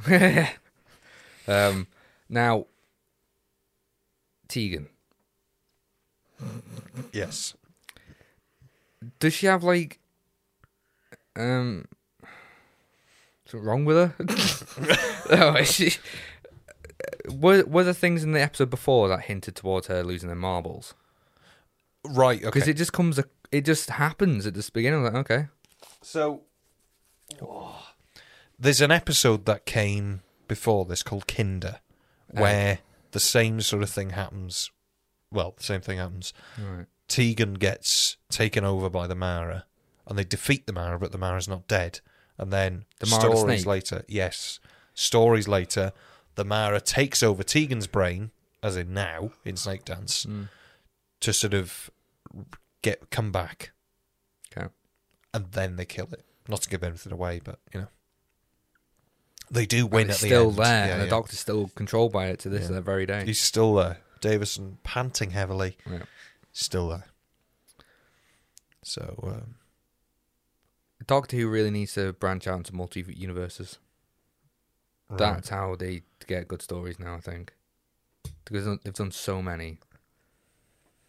[SPEAKER 2] Um, now, Tegan,
[SPEAKER 1] yes.
[SPEAKER 2] does she have like, um, something wrong with her? no, is she, were were there things in the episode before that hinted towards her losing her marbles?
[SPEAKER 1] Right, okay.
[SPEAKER 2] Because it just comes, a, it just happens at the beginning. Like, okay,
[SPEAKER 1] So there's an episode that came before this called Kinder,
[SPEAKER 2] Uh,
[SPEAKER 1] where the same sort of thing happens. Well, the same thing happens.
[SPEAKER 2] Right.
[SPEAKER 1] Tegan gets taken over by the Mara, and they defeat the Mara, but the Mara's not dead. And then
[SPEAKER 2] The Mara the
[SPEAKER 1] stories
[SPEAKER 2] snake?
[SPEAKER 1] later, yes, stories later, the Mara takes over Tegan's brain, as in now in Snake Dance,
[SPEAKER 2] Mm.
[SPEAKER 1] to sort of get come back
[SPEAKER 2] okay,
[SPEAKER 1] and then they kill it. Not to give anything away, but you know, they do win
[SPEAKER 2] it's
[SPEAKER 1] at the
[SPEAKER 2] still
[SPEAKER 1] end.
[SPEAKER 2] there,
[SPEAKER 1] Yeah,
[SPEAKER 2] and the
[SPEAKER 1] yeah.
[SPEAKER 2] doctor's still controlled by it to this very day.
[SPEAKER 1] He's still there. Davison panting heavily,
[SPEAKER 2] Yeah.
[SPEAKER 1] still there. So um,
[SPEAKER 2] Doctor Who really needs to branch out into multi universes. That's how they get good stories now, I think. Because they've done so many.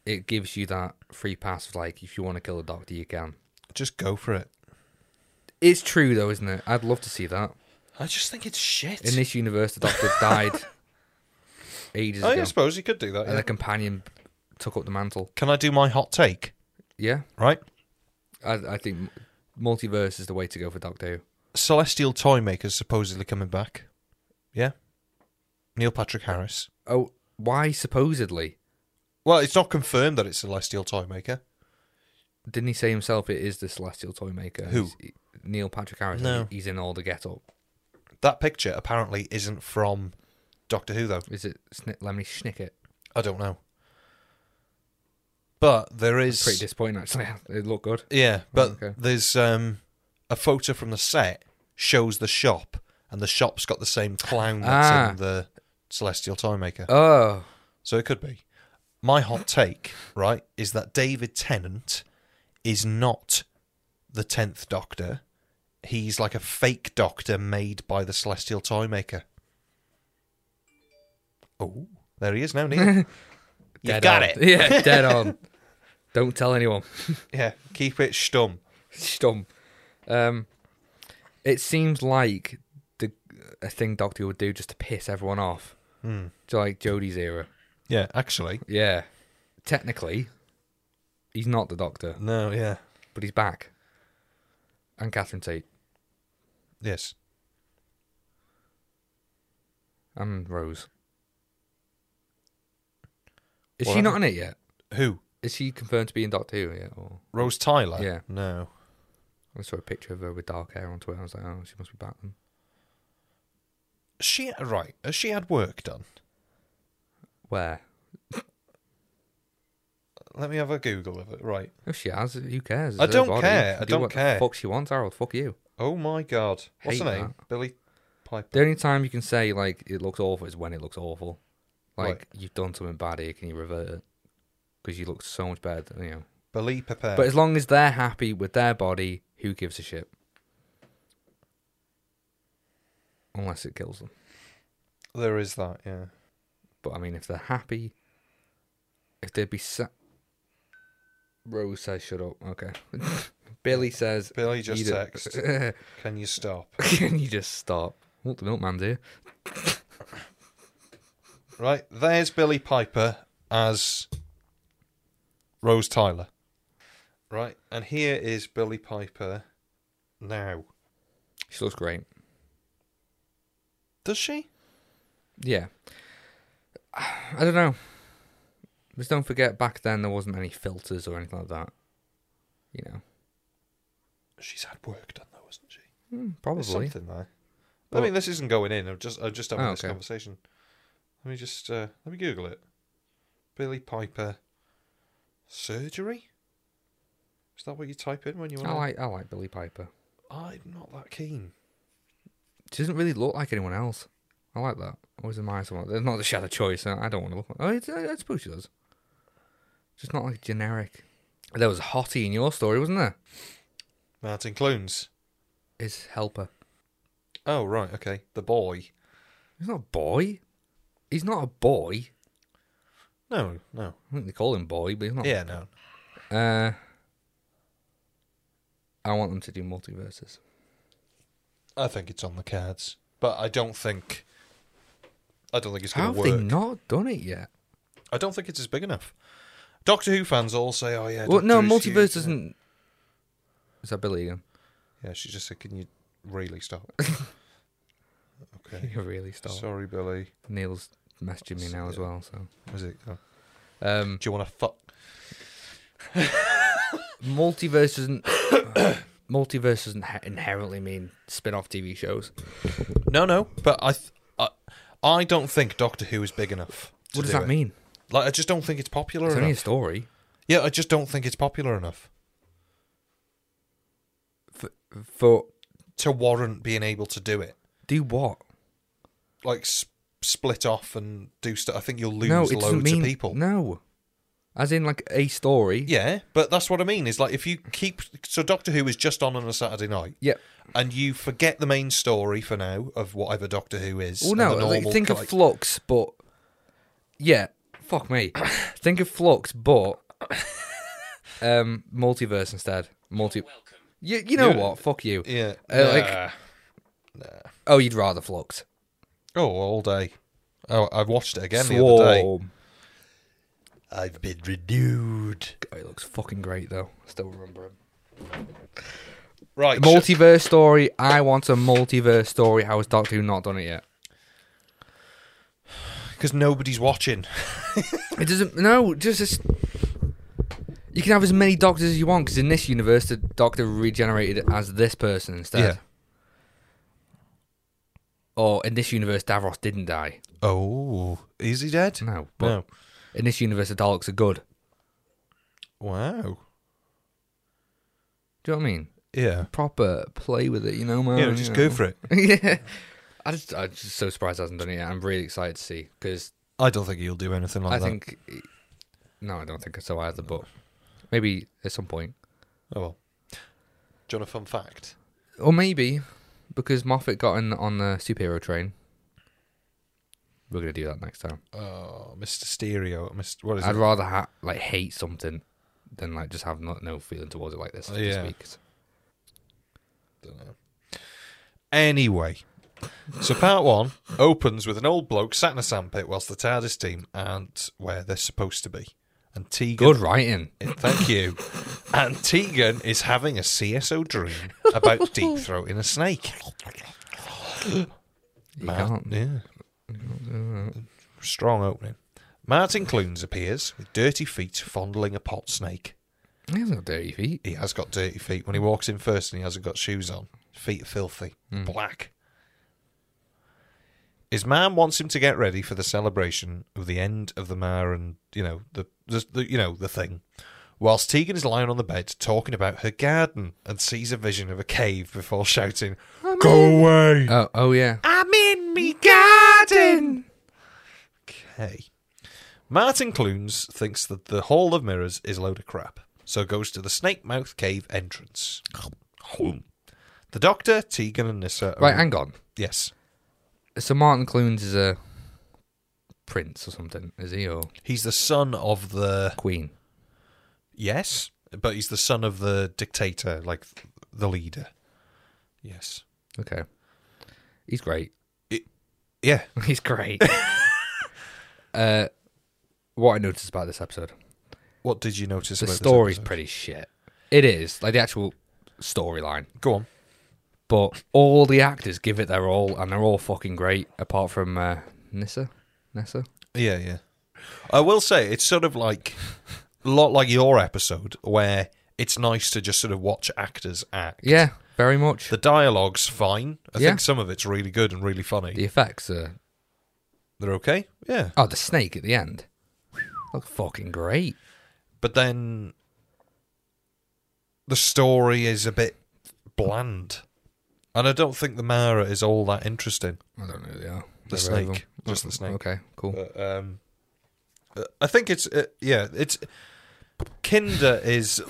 [SPEAKER 2] It gives you that free pass of like, if you want to kill the doctor, you can.
[SPEAKER 1] just go for it.
[SPEAKER 2] It's true though, isn't it? I'd love to see that.
[SPEAKER 1] I just think it's shit.
[SPEAKER 2] In this universe, the doctor died ages
[SPEAKER 1] oh, yeah,
[SPEAKER 2] ago,
[SPEAKER 1] I suppose you could do that.
[SPEAKER 2] and
[SPEAKER 1] yeah.
[SPEAKER 2] the companion took up the mantle.
[SPEAKER 1] Can I do my hot take?
[SPEAKER 2] Yeah,
[SPEAKER 1] Right,
[SPEAKER 2] I, I think m- multiverse is the way to go for Doctor
[SPEAKER 1] Celestial Toy Maker's supposedly coming back. Yeah, Neil Patrick Harris.
[SPEAKER 2] Who. Oh, why supposedly?
[SPEAKER 1] Well, it's not confirmed that it's Celestial Toy Maker.
[SPEAKER 2] Didn't he say himself it is the Celestial Toy Maker?
[SPEAKER 1] Who?
[SPEAKER 2] He's- Neil Patrick Harris.
[SPEAKER 1] No.
[SPEAKER 2] He's in all the get up.
[SPEAKER 1] That picture apparently isn't from Doctor Who, though.
[SPEAKER 2] Is it Sni Lemony Snicket?
[SPEAKER 1] I don't know. But there is-
[SPEAKER 2] Pretty disappointing, actually. It looked good.
[SPEAKER 1] yeah, but
[SPEAKER 2] okay.
[SPEAKER 1] there's um, a photo from the set shows the shop, and the shop's got the same clown that's
[SPEAKER 2] Ah.
[SPEAKER 1] in the Celestial Toy Maker.
[SPEAKER 2] Oh,
[SPEAKER 1] So it could be. My hot take, right, is that David Tennant is not the tenth Doctor. He's like a fake Doctor made by the Celestial Toy Maker. Oh, there he is now, Neil. you
[SPEAKER 2] dead
[SPEAKER 1] got
[SPEAKER 2] on.
[SPEAKER 1] it.
[SPEAKER 2] Yeah, dead on. Don't tell anyone.
[SPEAKER 1] Yeah, keep it stum.
[SPEAKER 2] Stump. Um, it seems like the a thing Doctor Who would do just to piss everyone off. To like Jodie's era.
[SPEAKER 1] Hmm. Yeah, actually.
[SPEAKER 2] Yeah. Technically, he's not the Doctor,
[SPEAKER 1] No, yeah.
[SPEAKER 2] but he's back. And Catherine Tate
[SPEAKER 1] Yes.
[SPEAKER 2] and Rose. Is she
[SPEAKER 1] Well,
[SPEAKER 2] not in it yet?
[SPEAKER 1] Who?
[SPEAKER 2] Is she confirmed to be in Doctor Who yet? Or
[SPEAKER 1] Rose Tyler?
[SPEAKER 2] Yeah.
[SPEAKER 1] No.
[SPEAKER 2] I saw a picture of her with dark hair on Twitter. I was like, oh, she must be back then.
[SPEAKER 1] She right. Has she had work done?
[SPEAKER 2] Where?
[SPEAKER 1] Let me have a Google of it. Right.
[SPEAKER 2] If she has, who cares? It's
[SPEAKER 1] I
[SPEAKER 2] her
[SPEAKER 1] don't
[SPEAKER 2] body.
[SPEAKER 1] care,
[SPEAKER 2] She
[SPEAKER 1] I
[SPEAKER 2] can do
[SPEAKER 1] don't
[SPEAKER 2] what the
[SPEAKER 1] care.
[SPEAKER 2] fuck she wants, Harold. Fuck you.
[SPEAKER 1] Oh my god. What's
[SPEAKER 2] Hate
[SPEAKER 1] her name? Billy Piper.
[SPEAKER 2] The only time you can say like it looks awful is when it looks awful. Like
[SPEAKER 1] Right.
[SPEAKER 2] you've done something bad here. Can you revert it? Because you look so much better. Than, you know.
[SPEAKER 1] Bully prepared.
[SPEAKER 2] But as long as they're happy with their body, who gives a shit? Unless it kills them.
[SPEAKER 1] there is that, yeah.
[SPEAKER 2] But I mean, if they're happy, if they'd be sa- Rose says, "Shut up." Okay. Billy says,
[SPEAKER 1] Billy just
[SPEAKER 2] "You don't-
[SPEAKER 1] text, can you stop?
[SPEAKER 2] "Can you just stop?" Oh, the milkman's here.
[SPEAKER 1] Right, there's Billy Piper as Rose Tyler. Right, and here is Billy Piper now.
[SPEAKER 2] She looks great.
[SPEAKER 1] Does she?
[SPEAKER 2] Yeah. I don't know. Just don't forget, back then there wasn't any filters or anything like that. You know,
[SPEAKER 1] She's had work done though, hasn't she?
[SPEAKER 2] Hmm,
[SPEAKER 1] There's
[SPEAKER 2] probably.
[SPEAKER 1] something there. I
[SPEAKER 2] Well-
[SPEAKER 1] mean, this isn't going in. I'm just, I'm just having
[SPEAKER 2] Oh,
[SPEAKER 1] this
[SPEAKER 2] okay.
[SPEAKER 1] conversation. Let me just, uh, let me Google it. Billy Piper surgery. Is that what you type in when you want?
[SPEAKER 2] I like I like Billy Piper.
[SPEAKER 1] I'm not that keen.
[SPEAKER 2] She doesn't really look like anyone else. I like that. Always admire someone. There's not a shadow choice. I I don't want to look. Like, oh, it's- I, I suppose she does. Just not like generic. There was a hottie in your story, wasn't there?
[SPEAKER 1] Martin Clunes.
[SPEAKER 2] His helper.
[SPEAKER 1] Oh right, okay. The boy.
[SPEAKER 2] He's not a boy. He's not a boy.
[SPEAKER 1] No, no.
[SPEAKER 2] I think they call him boy, but he's not.
[SPEAKER 1] Yeah, no.
[SPEAKER 2] Uh, I want them to do multiverses.
[SPEAKER 1] I think it's on the cards, but I don't think. I don't think it's
[SPEAKER 2] How
[SPEAKER 1] going
[SPEAKER 2] have
[SPEAKER 1] to work.
[SPEAKER 2] they not done it yet?
[SPEAKER 1] I don't think it's as big enough. Doctor Who fans all say, "Oh yeah."
[SPEAKER 2] Well,
[SPEAKER 1] Doctor
[SPEAKER 2] no,
[SPEAKER 1] Who's huge,"
[SPEAKER 2] multiverse
[SPEAKER 1] isn't it?
[SPEAKER 2] doesn't. Is that Billy again?
[SPEAKER 1] Yeah, she just said, "Can you really stop?" okay.
[SPEAKER 2] You really stop.
[SPEAKER 1] Sorry, Billy.
[SPEAKER 2] Neil's messaging me now as well, so.
[SPEAKER 1] Was it? oh.
[SPEAKER 2] Um,
[SPEAKER 1] Do you want to fuck?
[SPEAKER 2] multiverse doesn't multiverse doesn't he- inherently mean spin-off TV shows.
[SPEAKER 1] No, no. But I, th- I, I don't think Doctor Who is big enough. to
[SPEAKER 2] What does
[SPEAKER 1] do
[SPEAKER 2] that
[SPEAKER 1] it.
[SPEAKER 2] mean?
[SPEAKER 1] Like, I just don't think it's popular
[SPEAKER 2] It's only a
[SPEAKER 1] enough.
[SPEAKER 2] story
[SPEAKER 1] Yeah, I just don't think it's popular enough
[SPEAKER 2] for
[SPEAKER 1] to warrant being able to do it.
[SPEAKER 2] do what?
[SPEAKER 1] Like sp- split off and do stuff. I think you'll lose
[SPEAKER 2] no, it doesn't
[SPEAKER 1] loads
[SPEAKER 2] mean
[SPEAKER 1] of people.
[SPEAKER 2] no. As in like a story.
[SPEAKER 1] Yeah, but that's what I mean. Is like if you keep so Doctor Who is just on on a Saturday night.
[SPEAKER 2] Yep.
[SPEAKER 1] And you forget the main story for now of whatever Doctor Who is.
[SPEAKER 2] Well,
[SPEAKER 1] and
[SPEAKER 2] no,
[SPEAKER 1] the
[SPEAKER 2] like,
[SPEAKER 1] normal,
[SPEAKER 2] think of
[SPEAKER 1] like-
[SPEAKER 2] Flux, but yeah, fuck me. think of Flux, but um, multiverse instead. Multi. You, you know
[SPEAKER 1] Yeah.
[SPEAKER 2] what? Fuck you.
[SPEAKER 1] Yeah.
[SPEAKER 2] Uh, like-
[SPEAKER 1] Nah.
[SPEAKER 2] Oh, you'd rather Flux.
[SPEAKER 1] Oh, all day. Oh, I watched it again
[SPEAKER 2] Swarm.
[SPEAKER 1] the other day. I've been renewed.
[SPEAKER 2] God, he looks fucking great though. Still remember him.
[SPEAKER 1] Right.
[SPEAKER 2] Multiverse story. I want a multiverse story. How has Doctor Who not done it yet?
[SPEAKER 1] Because nobody's watching.
[SPEAKER 2] It doesn't. No, just. just you can have as many doctors as you want because in this universe, the doctor regenerated as this person instead.
[SPEAKER 1] Yeah.
[SPEAKER 2] Or in this universe, Davros didn't die.
[SPEAKER 1] Oh, is he dead?
[SPEAKER 2] No, but in this universe, the Daleks are good.
[SPEAKER 1] Wow.
[SPEAKER 2] Do you know what I mean?
[SPEAKER 1] Yeah.
[SPEAKER 2] Proper play with it, you know, man.
[SPEAKER 1] Yeah, just go for it.
[SPEAKER 2] it. yeah. I just, I'm just so surprised it hasn't done it yet. I'm really excited to see because
[SPEAKER 1] I don't think he'll do anything like
[SPEAKER 2] I
[SPEAKER 1] that.
[SPEAKER 2] think. No, I don't think so either, but maybe at some point.
[SPEAKER 1] Oh well. Do you want a fun fact?
[SPEAKER 2] Or maybe because Moffat got in on the superhero train. We're gonna do that next time.
[SPEAKER 1] Oh, Mr. Stereo. Mr. What is
[SPEAKER 2] I'd
[SPEAKER 1] it?
[SPEAKER 2] rather ha- like hate something than like just have not no feeling towards it like this.
[SPEAKER 1] Oh,
[SPEAKER 2] this
[SPEAKER 1] yeah.
[SPEAKER 2] week.
[SPEAKER 1] Anyway, so part one opens with an old bloke sat in a sandpit whilst the TARDIS team aren't where they're supposed to be. And Tegan.
[SPEAKER 2] Good writing.
[SPEAKER 1] Thank you. And Tegan is having a CSO dream about deep throating a snake.
[SPEAKER 2] You
[SPEAKER 1] Mar-
[SPEAKER 2] can't.
[SPEAKER 1] yeah. Strong opening. Martin Clunes appears with dirty feet fondling a pot snake.
[SPEAKER 2] He has no dirty feet.
[SPEAKER 1] He has got dirty feet. When he walks in first and he hasn't got shoes on, feet are filthy, black. His man wants him to get ready for the celebration of the end of the Mar and you know the, the, the you know the thing. Whilst Tegan is lying on the bed talking about her garden and sees a vision of a cave before shouting, "Go away!
[SPEAKER 2] Oh, oh yeah.
[SPEAKER 1] I'm in me garden." Okay. Martin Clunes thinks that the Hall of Mirrors is a load of crap. so goes to the Snake Mouth Cave entrance. The Doctor, Tegan, and Nissa. Are
[SPEAKER 2] Right, hang on.
[SPEAKER 1] yes,
[SPEAKER 2] So Martin Clunes is a prince or something, is he? Or
[SPEAKER 1] he's the son of the
[SPEAKER 2] queen?
[SPEAKER 1] yes, but he's the son of the dictator, like th- the leader. Yes,
[SPEAKER 2] Okay. He's great.
[SPEAKER 1] yeah,
[SPEAKER 2] He's great. uh, what I noticed about this episode
[SPEAKER 1] What did you notice?
[SPEAKER 2] the
[SPEAKER 1] about this
[SPEAKER 2] story's
[SPEAKER 1] episode?
[SPEAKER 2] pretty shit. It is, like the actual storyline.
[SPEAKER 1] Go on.
[SPEAKER 2] But all the actors give it their all, and they're all fucking great, apart from uh, Nissa. Nessa?
[SPEAKER 1] Yeah, yeah. I will say it's sort of like a lot like your episode where it's nice to just sort of watch actors act.
[SPEAKER 2] Yeah, very much.
[SPEAKER 1] The dialogue's fine. I
[SPEAKER 2] Yeah.
[SPEAKER 1] think some of it's really good and really funny.
[SPEAKER 2] the effects are.
[SPEAKER 1] They're okay. Yeah.
[SPEAKER 2] Oh, the snake at the end. Look fucking great.
[SPEAKER 1] But then the story is a bit bland. And I don't think the Mara is all that interesting.
[SPEAKER 2] I don't know who they are.
[SPEAKER 1] The
[SPEAKER 2] Never heard of
[SPEAKER 1] snake.
[SPEAKER 2] them.
[SPEAKER 1] Just the snake.
[SPEAKER 2] Okay, cool.
[SPEAKER 1] But, um, uh, I think it's uh, yeah, it's Kinder is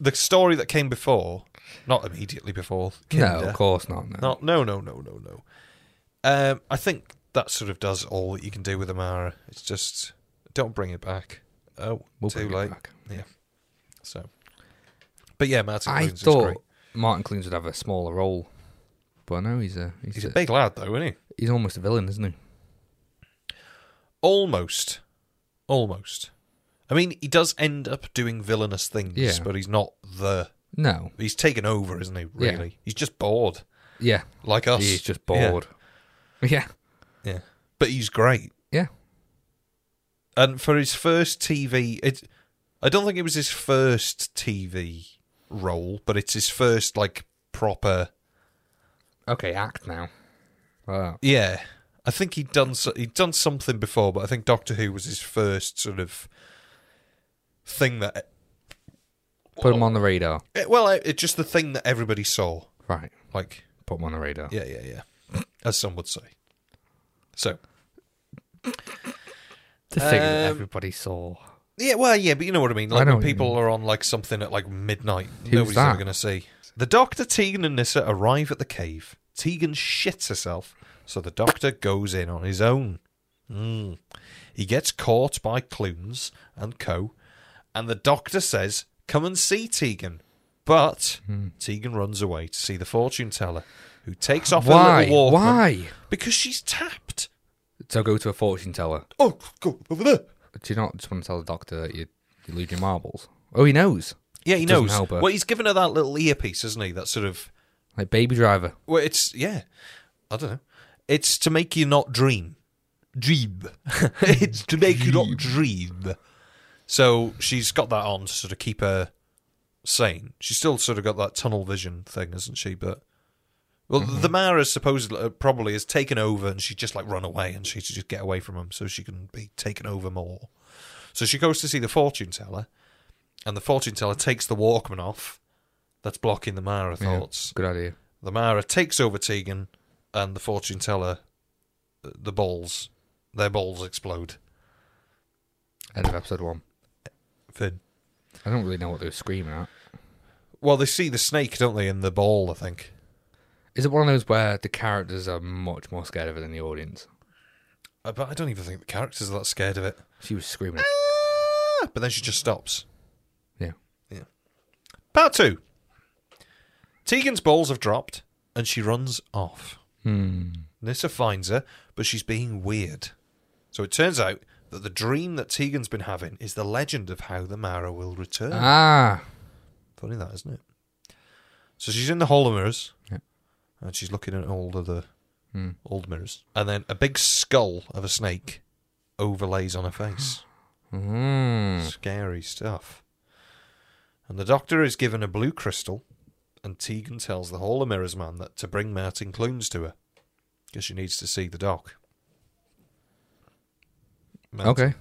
[SPEAKER 1] the story that came before, not immediately before.
[SPEAKER 2] no,
[SPEAKER 1] Kinder.
[SPEAKER 2] of course not. No.
[SPEAKER 1] Not no no no no no. Um, I think that sort of does all that you can do with Amara. It's just don't bring it back. Oh,
[SPEAKER 2] We'll
[SPEAKER 1] too
[SPEAKER 2] bring it
[SPEAKER 1] late.
[SPEAKER 2] back.
[SPEAKER 1] Yeah. So, but yeah, Martin.
[SPEAKER 2] I
[SPEAKER 1] Clunes is
[SPEAKER 2] thought
[SPEAKER 1] great.
[SPEAKER 2] Martin Clunes would have a smaller role, but no, he's a he's,
[SPEAKER 1] he's a
[SPEAKER 2] a-
[SPEAKER 1] big lad though, isn't he?
[SPEAKER 2] he's almost a villain, isn't he?
[SPEAKER 1] Almost. Almost. I mean, he does end up doing villainous things,
[SPEAKER 2] Yeah.
[SPEAKER 1] but he's not the.
[SPEAKER 2] No.
[SPEAKER 1] He's taken over, isn't he?
[SPEAKER 2] Yeah.
[SPEAKER 1] Really, he's just bored,
[SPEAKER 2] Yeah,
[SPEAKER 1] like us.
[SPEAKER 2] he's just
[SPEAKER 1] Yeah,
[SPEAKER 2] bored. Yeah,
[SPEAKER 1] Yeah, but he's great,
[SPEAKER 2] yeah.
[SPEAKER 1] and for his first TV, it. I don't think it was his first TV role, but it's his first like proper.
[SPEAKER 2] Okay, act now. Wow.
[SPEAKER 1] Yeah, I think he'd done so, he'd done something before, but I think Doctor Who was his first sort of thing that
[SPEAKER 2] Put him on the radar.
[SPEAKER 1] Eh, Well, it- it's just the thing that everybody saw.
[SPEAKER 2] Right.
[SPEAKER 1] Like,
[SPEAKER 2] Put him on the radar.
[SPEAKER 1] yeah, yeah, yeah. As some would say. So,
[SPEAKER 2] The thing that
[SPEAKER 1] Um,
[SPEAKER 2] everybody saw.
[SPEAKER 1] yeah, well, yeah, but you know what I mean. Like,
[SPEAKER 2] know
[SPEAKER 1] when
[SPEAKER 2] what you
[SPEAKER 1] people are on, like, something at, like, midnight,
[SPEAKER 2] Who's
[SPEAKER 1] nobody's ever
[SPEAKER 2] that?
[SPEAKER 1] going to see. The doctor, Tegan, and Nissa arrive at the cave. Tegan shits herself, so the doctor goes in on his own. Mm. He gets caught by Clunes and co, and the doctor says, Come and see Tegan. But
[SPEAKER 2] Hmm.
[SPEAKER 1] Tegan runs away to see the fortune teller, who takes off
[SPEAKER 2] Why?
[SPEAKER 1] her little Walkman.
[SPEAKER 2] Why?
[SPEAKER 1] Because she's tapped.
[SPEAKER 2] So go to a fortune teller.
[SPEAKER 1] Oh, go over there.
[SPEAKER 2] Do you not just want to tell the doctor that you, you lose your marbles? Oh, he knows.
[SPEAKER 1] Yeah, he
[SPEAKER 2] Doesn't
[SPEAKER 1] knows.
[SPEAKER 2] help her.
[SPEAKER 1] Well, he's given her that little earpiece, isn't he? That sort of.
[SPEAKER 2] Like Baby Driver.
[SPEAKER 1] Well, it's yeah. I don't know. It's to make you not dream. Dream. it's to make you not dream. So she's got that on to sort of keep her sane. She's still sort of got that tunnel vision thing, isn't she? But well, the Mara supposedly uh, probably has taken over, and she's just like run away, and she should just get away from him so she can be taken over more. So she goes to see the fortune teller, and the fortune teller takes the Walkman off. That's blocking the Mara
[SPEAKER 2] Yeah,
[SPEAKER 1] thoughts.
[SPEAKER 2] Good idea.
[SPEAKER 1] The Mara takes over Tegan, and the fortune teller, the balls, their balls explode.
[SPEAKER 2] End of episode one.
[SPEAKER 1] Finn.
[SPEAKER 2] I don't really know what they were screaming at.
[SPEAKER 1] Well, they see the snake, don't they, in the ball, I think.
[SPEAKER 2] Is it one of those where the characters are much more scared of it than the audience?
[SPEAKER 1] Uh, But I don't even think the characters are that scared of it.
[SPEAKER 2] She was screaming.
[SPEAKER 1] Ah, But then she just stops.
[SPEAKER 2] Yeah.
[SPEAKER 1] Part two. Tegan's balls have dropped, and she runs off.
[SPEAKER 2] Hmm.
[SPEAKER 1] Nissa finds her, but she's being weird. So it turns out that the dream that Tegan's been having is the legend of how the Mara will return.
[SPEAKER 2] Ah.
[SPEAKER 1] Funny that, isn't it? So she's in the hall of mirrors,
[SPEAKER 2] Yep.
[SPEAKER 1] and she's looking at all of the
[SPEAKER 2] Hmm.
[SPEAKER 1] old mirrors, and then a big skull of a snake overlays on her face.
[SPEAKER 2] Mm.
[SPEAKER 1] Scary stuff. And the doctor is given a blue crystal, and Tegan tells the hall of mirrors man that to bring Martin Clunes to her, because she needs to see the doc. Martin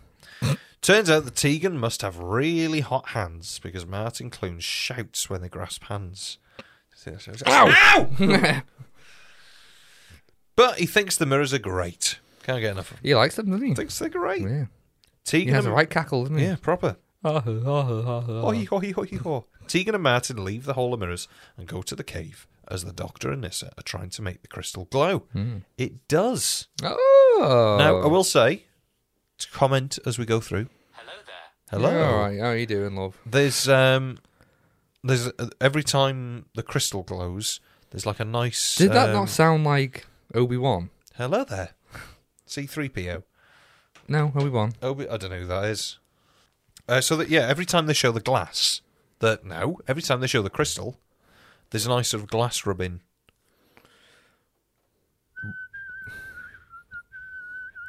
[SPEAKER 2] Okay.
[SPEAKER 1] Turns out the Tegan must have really hot hands because Martin Clune shouts when they grasp hands. Ow! but he thinks the mirrors are great. Can't get enough of them.
[SPEAKER 2] he likes them, doesn't he?
[SPEAKER 1] Thinks they're great.
[SPEAKER 2] Yeah. He
[SPEAKER 1] Tegan
[SPEAKER 2] has a right cackle, doesn't he? Oh.
[SPEAKER 1] Yeah, proper. Oi, oi, oi, oi. Tegan and Martin leave the Hall of Mirrors and go to the cave as the Doctor and Nissa are trying to make the crystal glow. It does.
[SPEAKER 2] Hmm. Oh.
[SPEAKER 1] Now, I will say, to comment as we go through. Hello there. Hello.
[SPEAKER 2] All right. How are you doing, love?
[SPEAKER 1] There's um, there's uh, every time the crystal glows, there's like a nice.
[SPEAKER 2] Did that
[SPEAKER 1] um,
[SPEAKER 2] not sound like Obi Wan?
[SPEAKER 1] Hello there. C3PO.
[SPEAKER 2] No, Obi Wan.
[SPEAKER 1] Obi- I don't know who that is. Uh, so that yeah, every time they show the glass, that no, every time they show the crystal, there's a nice sort of glass rubbing.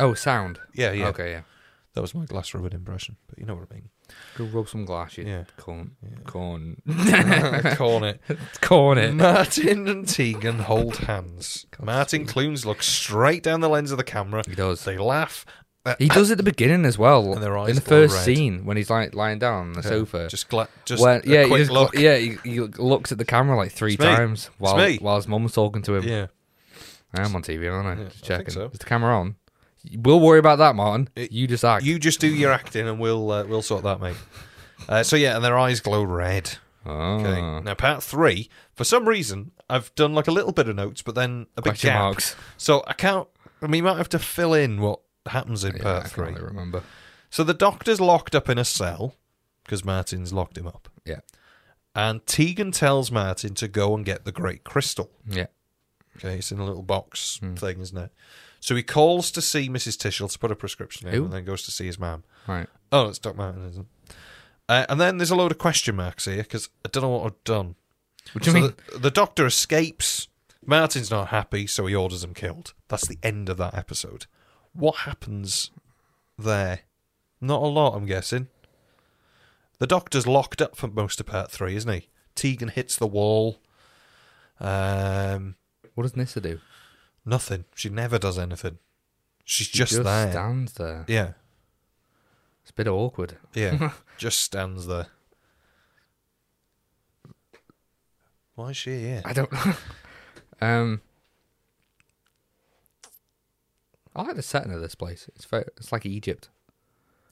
[SPEAKER 2] Oh, sound.
[SPEAKER 1] Yeah, Uh, yeah.
[SPEAKER 2] Okay, yeah.
[SPEAKER 1] That was my glass rubbing impression, but you know what I mean.
[SPEAKER 2] Go rub some glass, you
[SPEAKER 1] Yeah.
[SPEAKER 2] corn. Corn.
[SPEAKER 1] I call it.
[SPEAKER 2] Corn it.
[SPEAKER 1] Martin and Tegan hold hands. Martin Clunes looks straight down the lens of the camera. He
[SPEAKER 2] does.
[SPEAKER 1] They laugh. Uh,
[SPEAKER 2] He does at the beginning as well.
[SPEAKER 1] And their eyes
[SPEAKER 2] in the
[SPEAKER 1] glow
[SPEAKER 2] first
[SPEAKER 1] red.
[SPEAKER 2] scene when he's like lying down on the sofa.
[SPEAKER 1] Just, gla- just
[SPEAKER 2] When-
[SPEAKER 1] yeah,
[SPEAKER 2] yeah,
[SPEAKER 1] a
[SPEAKER 2] he
[SPEAKER 1] quick
[SPEAKER 2] just,
[SPEAKER 1] look.
[SPEAKER 2] yeah, he, he looks at the camera like three
[SPEAKER 1] It's me.
[SPEAKER 2] times while
[SPEAKER 1] me.
[SPEAKER 2] while his mum's talking to him.
[SPEAKER 1] yeah.
[SPEAKER 2] I'm on TV, aren't I?
[SPEAKER 1] I
[SPEAKER 2] just
[SPEAKER 1] think
[SPEAKER 2] checking.
[SPEAKER 1] so.
[SPEAKER 2] Is the camera on? We'll worry about that, Martin.
[SPEAKER 1] It-
[SPEAKER 2] you just act.
[SPEAKER 1] You just do your acting, and we'll uh, we'll sort that, mate. Uh, so yeah, and their eyes glow red.
[SPEAKER 2] Ah.
[SPEAKER 1] Okay. Now, part three, for some reason, I've done like a little bit of notes, but then a big
[SPEAKER 2] Question
[SPEAKER 1] gap.
[SPEAKER 2] marks.
[SPEAKER 1] So I can't. I mean, you might have to fill in what happens in
[SPEAKER 2] Yeah, I
[SPEAKER 1] part
[SPEAKER 2] can't
[SPEAKER 1] three.
[SPEAKER 2] really remember.
[SPEAKER 1] So the doctor's locked up in a cell because Martin's locked him up,
[SPEAKER 2] Yeah,
[SPEAKER 1] and Tegan tells Martin to go and get the Great Crystal.
[SPEAKER 2] yeah.
[SPEAKER 1] Okay, it's in a little box
[SPEAKER 2] Hmm.
[SPEAKER 1] thing, isn't it? So he calls to see Mrs. Tishell to put a prescription in,
[SPEAKER 2] Who?
[SPEAKER 1] and then goes to see his mum.
[SPEAKER 2] Right.
[SPEAKER 1] Oh, it's Doc Martin, isn't it? Uh, and then there's a load of question marks here because I don't know what I've done.
[SPEAKER 2] What do you
[SPEAKER 1] So
[SPEAKER 2] mean?
[SPEAKER 1] The, the doctor escapes. Martin's not happy, so he orders him killed. That's the end of that episode. What happens there? Not a lot, I'm guessing. The doctor's locked up for most of part three, isn't he? Tegan hits the wall. Um,
[SPEAKER 2] What does Nissa do?
[SPEAKER 1] nothing. She never does anything. She's
[SPEAKER 2] She
[SPEAKER 1] just, there.
[SPEAKER 2] stands there.
[SPEAKER 1] yeah,
[SPEAKER 2] It's a bit awkward.
[SPEAKER 1] yeah. just stands there. Why is she here?
[SPEAKER 2] I don't know. um, I like the setting of this place. It's very, it's like Egypt.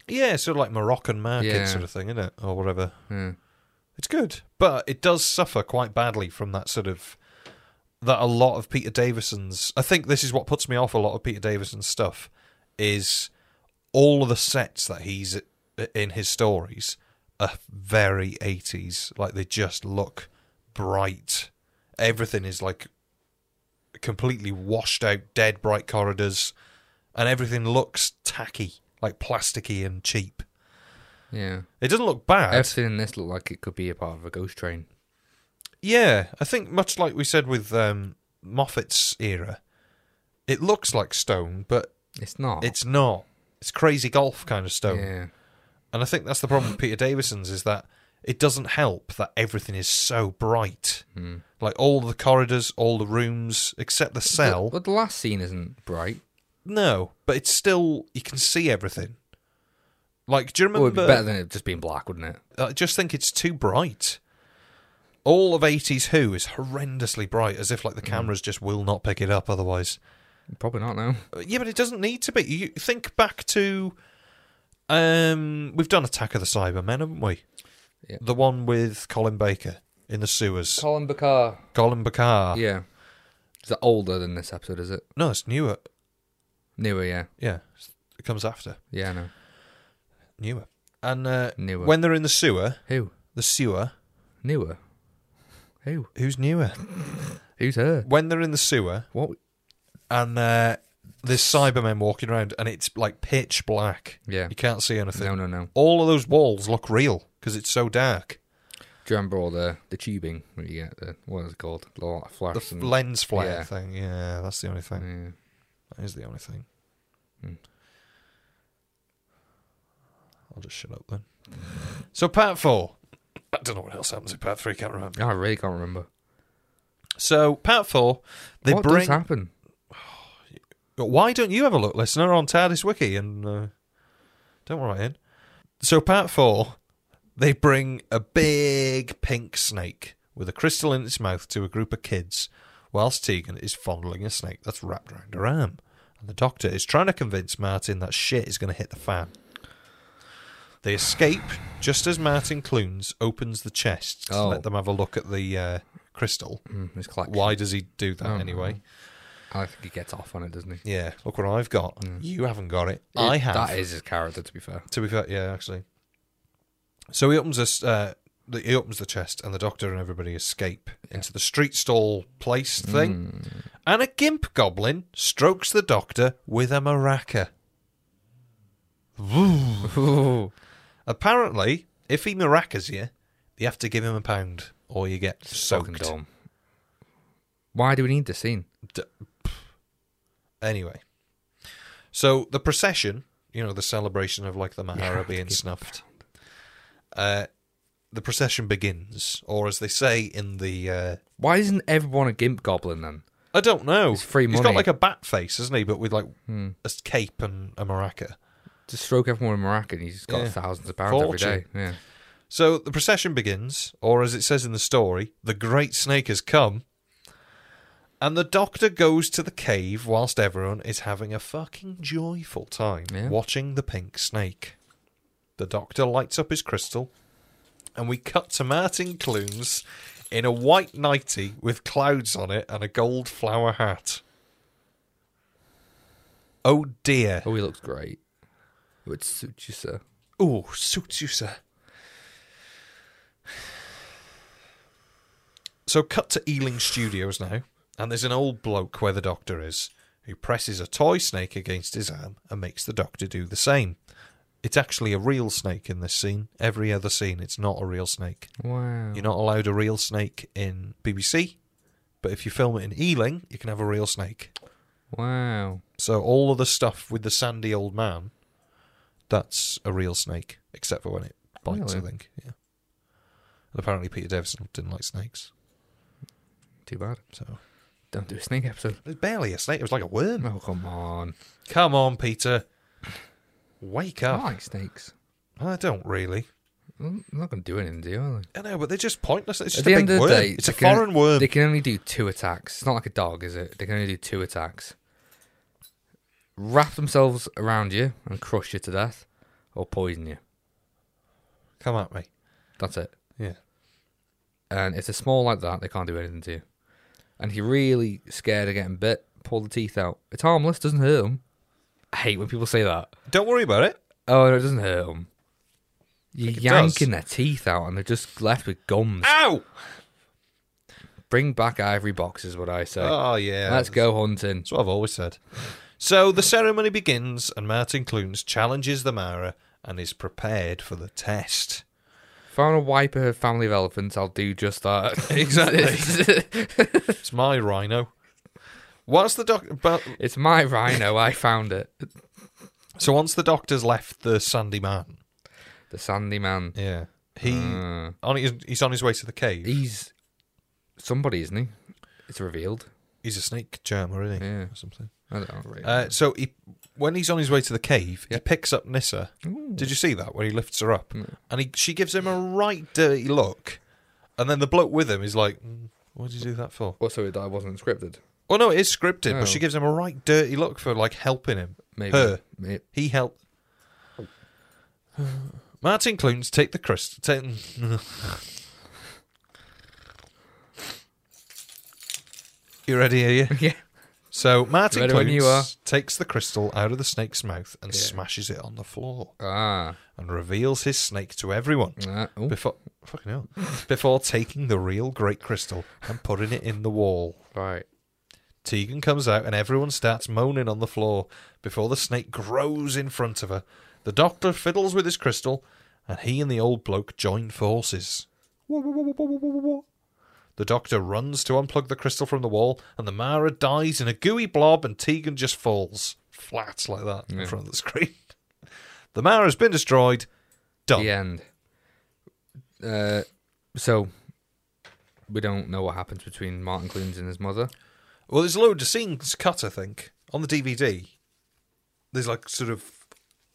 [SPEAKER 1] Yeah, sort of like Moroccan market
[SPEAKER 2] Yeah.
[SPEAKER 1] sort of thing, isn't it? Or whatever.
[SPEAKER 2] Yeah.
[SPEAKER 1] It's good, but it does suffer quite badly from that sort of that a lot of Peter Davison's. I think this is what puts me off a lot of Peter Davison's stuff is all of the sets that he's in his stories are very 80s. Like they just look bright. Everything is like completely washed out, dead bright corridors, and everything looks tacky, like plasticky and cheap.
[SPEAKER 2] Yeah.
[SPEAKER 1] It doesn't look bad.
[SPEAKER 2] Everything in this looked like it could be a part of a ghost train.
[SPEAKER 1] Yeah, I think much like we said with um, Moffat's era, it looks like stone, but
[SPEAKER 2] It's not.
[SPEAKER 1] it's not. It's crazy golf kind of stone,
[SPEAKER 2] yeah.
[SPEAKER 1] and I think that's the problem with Peter Davison's is that it doesn't help that everything is so bright,
[SPEAKER 2] Hmm.
[SPEAKER 1] like all the corridors, all the rooms except the cell.
[SPEAKER 2] But the last scene isn't bright.
[SPEAKER 1] No, but it's still you can see everything. Like, do you
[SPEAKER 2] It would
[SPEAKER 1] remember?
[SPEAKER 2] be better than it just being black, wouldn't it?
[SPEAKER 1] I just think it's too bright. All of 80s Who is horrendously bright, as if like the
[SPEAKER 2] Mm.
[SPEAKER 1] cameras just will not pick it up otherwise.
[SPEAKER 2] Probably not now.
[SPEAKER 1] Uh, Yeah, but it doesn't need to be. You think back to um we've done Attack of the Cybermen, haven't we?
[SPEAKER 2] Yeah.
[SPEAKER 1] The one with Colin Baker in the sewers.
[SPEAKER 2] Colin Bacar.
[SPEAKER 1] Colin Baker.
[SPEAKER 2] Yeah. Is that older than this episode? Is it
[SPEAKER 1] No, it's newer.
[SPEAKER 2] newer? Yeah.
[SPEAKER 1] Yeah. It comes after.
[SPEAKER 2] Yeah. No.
[SPEAKER 1] Newer. And uh,
[SPEAKER 2] Newer.
[SPEAKER 1] when they're in the sewer,
[SPEAKER 2] Who?
[SPEAKER 1] the sewer,
[SPEAKER 2] Newer. Who?
[SPEAKER 1] who's newer?
[SPEAKER 2] Who's her?
[SPEAKER 1] When they're in the sewer,
[SPEAKER 2] What?
[SPEAKER 1] and uh, there's Cybermen walking around, and it's like pitch black.
[SPEAKER 2] Yeah.
[SPEAKER 1] you can't see anything.
[SPEAKER 2] No. No. No.
[SPEAKER 1] All of those walls look real because it's so dark.
[SPEAKER 2] Do you remember all the, the tubing that you get? The, what is it called? The lot of flash.
[SPEAKER 1] The f-
[SPEAKER 2] and,
[SPEAKER 1] lens flare
[SPEAKER 2] yeah. Mm.
[SPEAKER 1] thing, yeah, that's the only thing.
[SPEAKER 2] yeah.
[SPEAKER 1] That is the only thing.
[SPEAKER 2] Mm.
[SPEAKER 1] I'll just shut up then. So part four. I don't know what else happens in part three. Can't remember.
[SPEAKER 2] Oh, I really can't remember.
[SPEAKER 1] So part four, they
[SPEAKER 2] what
[SPEAKER 1] bring.
[SPEAKER 2] does happen?
[SPEAKER 1] But Why don't you have a look, listener, on TARDIS Wiki and uh, don't write in. So, part four, they bring a big pink snake with a crystal in its mouth to a group of kids, whilst Tegan is fondling a snake that's wrapped around her arm. And the doctor is trying to convince Martin that shit is going to hit the fan. They escape just as Martin Clunes opens the chest to
[SPEAKER 2] Oh.
[SPEAKER 1] let them have a look at the uh, crystal.
[SPEAKER 2] Mm, it's collection.
[SPEAKER 1] Why does he do that
[SPEAKER 2] Oh.
[SPEAKER 1] anyway?
[SPEAKER 2] I think he gets off on it, doesn't he?
[SPEAKER 1] Yeah, look what I've got. You haven't got it. I
[SPEAKER 2] Mm. It-
[SPEAKER 1] have.
[SPEAKER 2] That is his character, to be fair.
[SPEAKER 1] To be fair, yeah, actually. So he opens this. Uh, the, he opens the chest, and the doctor and everybody escape into the street stall place thing.
[SPEAKER 2] Mm.
[SPEAKER 1] And a gimp goblin strokes the doctor with a maraca.
[SPEAKER 2] Ooh.
[SPEAKER 1] Apparently, if he maracas you, you have to give him a pound, or you get
[SPEAKER 2] Fucking
[SPEAKER 1] soaked.
[SPEAKER 2] dumb. Why do we need this scene?
[SPEAKER 1] Anyway, so the procession, you know, the celebration of like the Mahara being snuffed, uh, the procession begins, or as they say in the, uh,
[SPEAKER 2] Why isn't everyone a gimp goblin then?
[SPEAKER 1] I don't know,
[SPEAKER 2] It's free
[SPEAKER 1] He's got
[SPEAKER 2] money.
[SPEAKER 1] like a bat face, isn't he? But with like Hmm. a s- cape and a maraca.
[SPEAKER 2] Just stroke everyone in Morocco and he's just got
[SPEAKER 1] Yeah.
[SPEAKER 2] thousands of pounds every
[SPEAKER 1] Fortune.
[SPEAKER 2] day. Yeah.
[SPEAKER 1] So the procession begins, or as it says in the story, the great snake has come. And the doctor goes to the cave whilst everyone is having a fucking joyful time
[SPEAKER 2] Yeah.
[SPEAKER 1] watching the pink snake. The doctor lights up his crystal, and we cut to Martin Clunes in a white nightie with clouds on it and a gold flower hat. Oh dear.
[SPEAKER 2] Oh, he looks great. It would suit you, sir.
[SPEAKER 1] Ooh, suits you, sir. So, cut to Ealing Studios now, and there's an old bloke where the doctor is, who presses a toy snake against his arm and makes the doctor do the same. It's actually a real snake in this scene. Every other scene, it's not a real snake.
[SPEAKER 2] Wow.
[SPEAKER 1] You're not allowed a real snake in BBC, but if you film it in Ealing, you can have a real snake.
[SPEAKER 2] Wow.
[SPEAKER 1] So all of the stuff with the sandy old man, that's a real snake, except for when it bites. I
[SPEAKER 2] Really?
[SPEAKER 1] think. Yeah. And apparently Peter Davison didn't like snakes,
[SPEAKER 2] Too bad.
[SPEAKER 1] so
[SPEAKER 2] Don't do a snake episode.
[SPEAKER 1] it was barely a snake. It was like a worm.
[SPEAKER 2] Oh, come on.
[SPEAKER 1] Come on, Peter, wake
[SPEAKER 2] I
[SPEAKER 1] up!
[SPEAKER 2] don't like snakes.
[SPEAKER 1] I don't really.
[SPEAKER 2] I'm not going to do anything, do you? Are they?
[SPEAKER 1] I know, but they're just pointless. It's just
[SPEAKER 2] At the
[SPEAKER 1] a
[SPEAKER 2] end
[SPEAKER 1] big
[SPEAKER 2] of the
[SPEAKER 1] worm.
[SPEAKER 2] day,
[SPEAKER 1] it's a
[SPEAKER 2] they can-
[SPEAKER 1] foreign worm.
[SPEAKER 2] They can only do two attacks. It's not like a dog, is it? They can only do two attacks. Wrap themselves around you and crush you to death, or poison you.
[SPEAKER 1] Come at me.
[SPEAKER 2] That's it.
[SPEAKER 1] Yeah.
[SPEAKER 2] And if they're small like that, they can't do anything to you. And if you're really scared of getting bit, pull the teeth out. It's harmless, doesn't hurt them. I hate when people say that.
[SPEAKER 1] Don't worry about it.
[SPEAKER 2] Oh, no, it doesn't hurt them. You're
[SPEAKER 1] it
[SPEAKER 2] yanking their teeth out and they're just left with gums.
[SPEAKER 1] Ow!
[SPEAKER 2] Bring back ivory boxes, what I say.
[SPEAKER 1] Oh yeah.
[SPEAKER 2] Let's go hunting.
[SPEAKER 1] That's what I've always said. So the ceremony begins, and Martin Clunes challenges the Mara and is prepared for the test.
[SPEAKER 2] If I want to wipe a family of elephants, I'll do just that.
[SPEAKER 1] Exactly. It's my rhino. Once the doc- but,
[SPEAKER 2] it's my rhino. I found it.
[SPEAKER 1] so once the doctor's left the Sandy Man,
[SPEAKER 2] The Sandy Man.
[SPEAKER 1] yeah, he
[SPEAKER 2] Uh,
[SPEAKER 1] on his, he's on his way to the cave.
[SPEAKER 2] he's somebody, isn't he? It's revealed.
[SPEAKER 1] He's a snake charmer, isn't he?
[SPEAKER 2] Yeah.
[SPEAKER 1] Or something.
[SPEAKER 2] I don't know.
[SPEAKER 1] Uh, so he, when he's on his way to the cave, he picks up Nissa. Did you see that when he lifts her up? And he, she gives him a right dirty look, and then the bloke with him is like, "Mm, "What did you do that for?"
[SPEAKER 2] Well, sorry that I wasn't scripted.
[SPEAKER 1] Oh no, it is scripted, but she
[SPEAKER 2] Oh.
[SPEAKER 1] gives him a right dirty look for like helping him.
[SPEAKER 2] Maybe.
[SPEAKER 1] Her.
[SPEAKER 2] May-
[SPEAKER 1] He helped. Martin Clunes take the crystal. Take... you ready? Are you?
[SPEAKER 2] Yeah.
[SPEAKER 1] So Martin
[SPEAKER 2] Ready
[SPEAKER 1] Clunes
[SPEAKER 2] when you are.
[SPEAKER 1] takes the crystal out of the snake's mouth and smashes it on the floor
[SPEAKER 2] Ah.
[SPEAKER 1] and reveals his snake to everyone
[SPEAKER 2] Uh, ooh.
[SPEAKER 1] before fucking hell, before taking the real great crystal and putting it in the wall.
[SPEAKER 2] right.
[SPEAKER 1] Tegan comes out and everyone starts moaning on the floor before the snake grows in front of her. The doctor fiddles with his crystal and he and the old bloke join forces. The doctor runs to unplug the crystal from the wall and the Mara dies in a gooey blob and Tegan just falls flat like that in front of the screen. The Mara's been destroyed. Done.
[SPEAKER 2] The end. Uh, so we don't know what happens between Martin Clunes and his mother.
[SPEAKER 1] Well, there's loads of scenes cut, I think, on the DVD. There's like sort of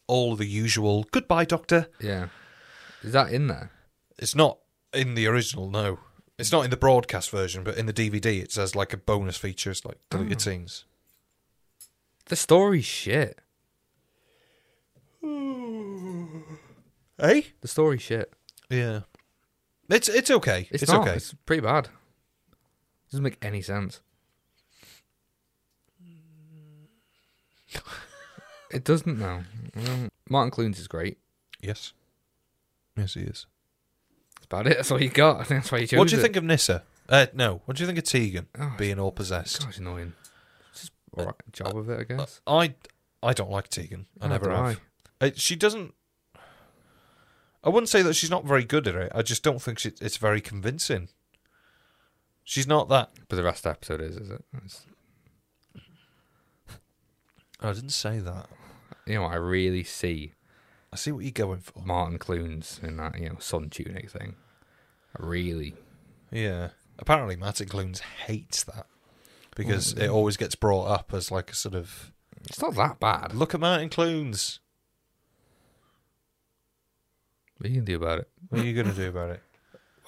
[SPEAKER 1] all the usual goodbye, Doctor.
[SPEAKER 2] Yeah. Is that in there?
[SPEAKER 1] It's not in the original, no. It's not in the broadcast version, but in the DVD, it says like a bonus feature. It's like
[SPEAKER 2] Oh.
[SPEAKER 1] deleted scenes.
[SPEAKER 2] The story's shit.
[SPEAKER 1] Eh?
[SPEAKER 2] The story shit.
[SPEAKER 1] Yeah. It's it's okay.
[SPEAKER 2] It's,
[SPEAKER 1] It's,
[SPEAKER 2] not.
[SPEAKER 1] okay.
[SPEAKER 2] It's pretty bad. doesn't make any sense. it doesn't though. Mm. Martin Clunes is great.
[SPEAKER 1] Yes. Yes, he is.
[SPEAKER 2] That's about it. That's all you got. That's why you chose
[SPEAKER 1] What do you
[SPEAKER 2] it.
[SPEAKER 1] think of Nissa? Uh, no. What do you think of Uh, Tegan
[SPEAKER 2] Oh,
[SPEAKER 1] being all possessed?
[SPEAKER 2] Gosh, annoying. Just all right job of it, I guess.
[SPEAKER 1] I I don't like Tegan. I
[SPEAKER 2] Neither
[SPEAKER 1] never
[SPEAKER 2] do
[SPEAKER 1] have. Uh, she doesn't. I wouldn't say that she's not very good at it. I just don't think she, it's very convincing. She's not that.
[SPEAKER 2] But the rest of the episode is, is it? It's-
[SPEAKER 1] I didn't say that.
[SPEAKER 2] you know, I really see
[SPEAKER 1] I see what you're going for.
[SPEAKER 2] Martin Clunes in that, you know, sun tunic thing. I really.
[SPEAKER 1] Yeah. Apparently, Martin Clunes hates that because it always gets brought up as like a sort of
[SPEAKER 2] It's not that bad.
[SPEAKER 1] look at Martin Clunes.
[SPEAKER 2] What you can do about it?
[SPEAKER 1] What are you going to do about it?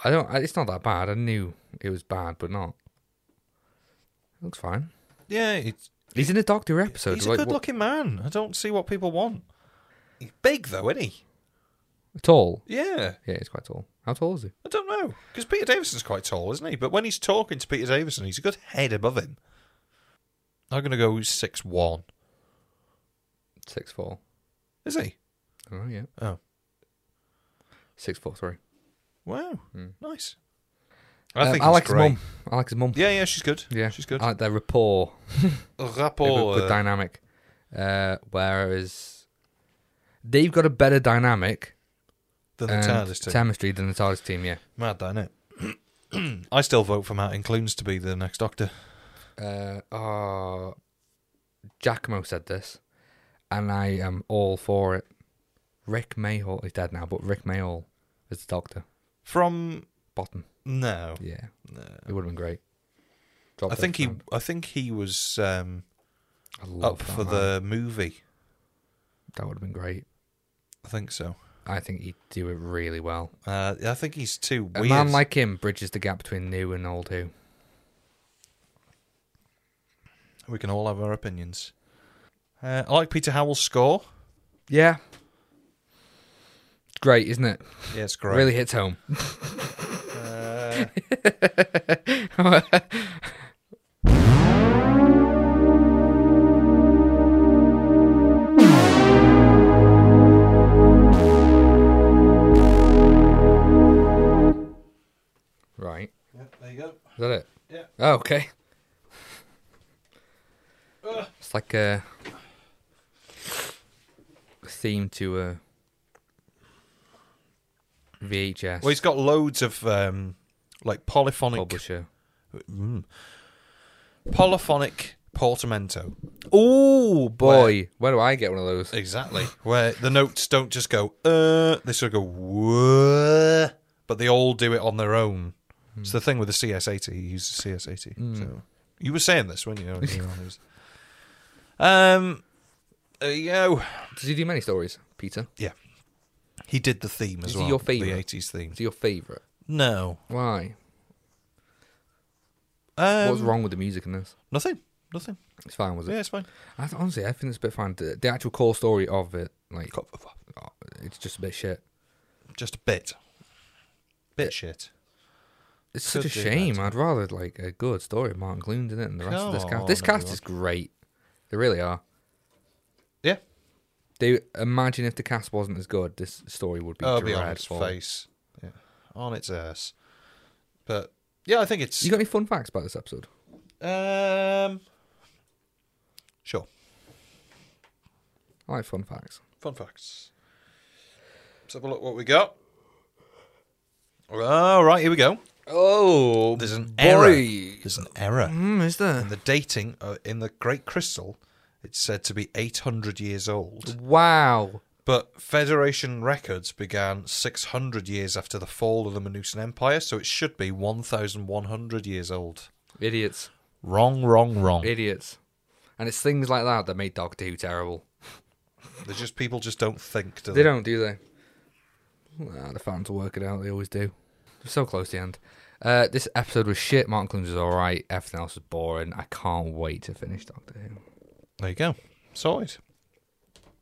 [SPEAKER 2] I don't. I- It's not that bad. I knew it was bad, but not. It looks fine.
[SPEAKER 1] Yeah, it's,
[SPEAKER 2] He's in a Doctor Who episode.
[SPEAKER 1] he's
[SPEAKER 2] like,
[SPEAKER 1] a
[SPEAKER 2] what-
[SPEAKER 1] good-looking man. I don't see what people want. He's big though, isn't he?
[SPEAKER 2] Tall.
[SPEAKER 1] Yeah,
[SPEAKER 2] Yeah, he's quite tall. How tall is he?
[SPEAKER 1] I don't know because Peter Davison's quite tall, isn't he? But when he's talking to Peter Davison, he's a good head above him. I'm going to go six one.
[SPEAKER 2] Six four.
[SPEAKER 1] Is he?
[SPEAKER 2] Oh yeah.
[SPEAKER 1] Oh.
[SPEAKER 2] Six four three.
[SPEAKER 1] Wow, nice.
[SPEAKER 2] Um,
[SPEAKER 1] Hmm. he's
[SPEAKER 2] like
[SPEAKER 1] great.
[SPEAKER 2] his mum. I like his mum.
[SPEAKER 1] Yeah, yeah, she's good.
[SPEAKER 2] Yeah,
[SPEAKER 1] she's good.
[SPEAKER 2] I like their rapport. They've got
[SPEAKER 1] Rapport. uh,
[SPEAKER 2] good dynamic. Uh, whereas they've got a better dynamic
[SPEAKER 1] than the
[SPEAKER 2] and
[SPEAKER 1] TARDIS team.
[SPEAKER 2] chemistry than the TARDIS team. Yeah.
[SPEAKER 1] Mad, that, innit? I still vote for Martin Clunes to be the next Doctor.
[SPEAKER 2] uh, oh, Giacomo said this, and I am all for it. Rick Mayall, he's dead now, but Rick Mayall is the doctor.
[SPEAKER 1] From
[SPEAKER 2] Bottom,
[SPEAKER 1] no,
[SPEAKER 2] yeah.
[SPEAKER 1] No.
[SPEAKER 2] It would have been great. Drop
[SPEAKER 1] I
[SPEAKER 2] dead
[SPEAKER 1] think he.
[SPEAKER 2] sound.
[SPEAKER 1] I think he was um,
[SPEAKER 2] I love
[SPEAKER 1] up
[SPEAKER 2] that,
[SPEAKER 1] for
[SPEAKER 2] man.
[SPEAKER 1] the movie.
[SPEAKER 2] That would have been great.
[SPEAKER 1] I think so.
[SPEAKER 2] I think he'd do it really well.
[SPEAKER 1] Uh, I think he's too weird.
[SPEAKER 2] A man like him bridges the gap between new and old who.
[SPEAKER 1] we can all have our opinions. Uh, I like Peter Howell's score.
[SPEAKER 2] Yeah. Great, isn't it?
[SPEAKER 1] Yeah, it's great.
[SPEAKER 2] Really hits home.
[SPEAKER 1] Uh,
[SPEAKER 2] Right.
[SPEAKER 1] there you go.
[SPEAKER 2] Is that it?
[SPEAKER 1] Yeah.
[SPEAKER 2] Oh, okay. It's like a theme to a VHS
[SPEAKER 1] Well, he's got loads of um, like polyphonic,
[SPEAKER 2] publisher.
[SPEAKER 1] Mm. polyphonic portamento.
[SPEAKER 2] Oh boy, where do I get one of those?
[SPEAKER 1] Exactly. Where the notes don't just go, uh, they sort of go, Whoa, but they all do it on their own. It's the thing with the CS80. He uses CS80.
[SPEAKER 2] Hmm.
[SPEAKER 1] So you were saying this, weren't you? When you were on his- um, there you go.
[SPEAKER 2] Does he do many stories, Peter?
[SPEAKER 1] He did the theme as
[SPEAKER 2] Is he
[SPEAKER 1] well.
[SPEAKER 2] your favourite?
[SPEAKER 1] The 80s theme.
[SPEAKER 2] Is he your favourite?
[SPEAKER 1] No.
[SPEAKER 2] Why?
[SPEAKER 1] Um,
[SPEAKER 2] What's wrong with the music in this?
[SPEAKER 1] Nothing. Nothing.
[SPEAKER 2] It's fine, was it?
[SPEAKER 1] Yeah, it's fine.
[SPEAKER 2] I th- honestly, I think it's a bit fine. The, the actual core story of it, like, uh, it's just a bit shit.
[SPEAKER 1] Just a bit. Bit shit.
[SPEAKER 2] It's such a
[SPEAKER 1] Could do
[SPEAKER 2] shame. I'd rather like a good story of Martin Clunes in it and the rest of this
[SPEAKER 1] Come
[SPEAKER 2] cast. This
[SPEAKER 1] on,
[SPEAKER 2] cast
[SPEAKER 1] everyone.
[SPEAKER 2] is great. They really are.
[SPEAKER 1] Yeah.
[SPEAKER 2] They imagine if the cast wasn't as good, this story would be
[SPEAKER 1] Oh, be on its
[SPEAKER 2] dreadful.
[SPEAKER 1] face. Yeah. On its ass. But yeah, I think it's.
[SPEAKER 2] You got any fun facts about this episode?
[SPEAKER 1] Um, sure.
[SPEAKER 2] I like fun facts.
[SPEAKER 1] Fun facts. Let's have a look what we got. All right, here we go.
[SPEAKER 2] Oh,
[SPEAKER 1] There's an error.
[SPEAKER 2] boy.
[SPEAKER 1] There's an error
[SPEAKER 2] Hmm, is there?
[SPEAKER 1] in the dating uh, in the Great Crystal. It's said to be 800 years old,
[SPEAKER 2] Wow.
[SPEAKER 1] but Federation records began 600 years after the fall of the Manusan Empire, so it should be 1,100 years old.
[SPEAKER 2] Idiots.
[SPEAKER 1] Wrong, wrong, wrong.
[SPEAKER 2] Idiots. And it's things like that that made Doctor Who terrible.
[SPEAKER 1] They're just people just don't think. Do they?
[SPEAKER 2] They don't, do they? Ah, the fans will work it out. They always do. We're so close to the end. Uh, this episode was shit. Martin Clunes was alright. Everything else was boring. I can't wait to finish Doctor Who.
[SPEAKER 1] There you go. Sorted.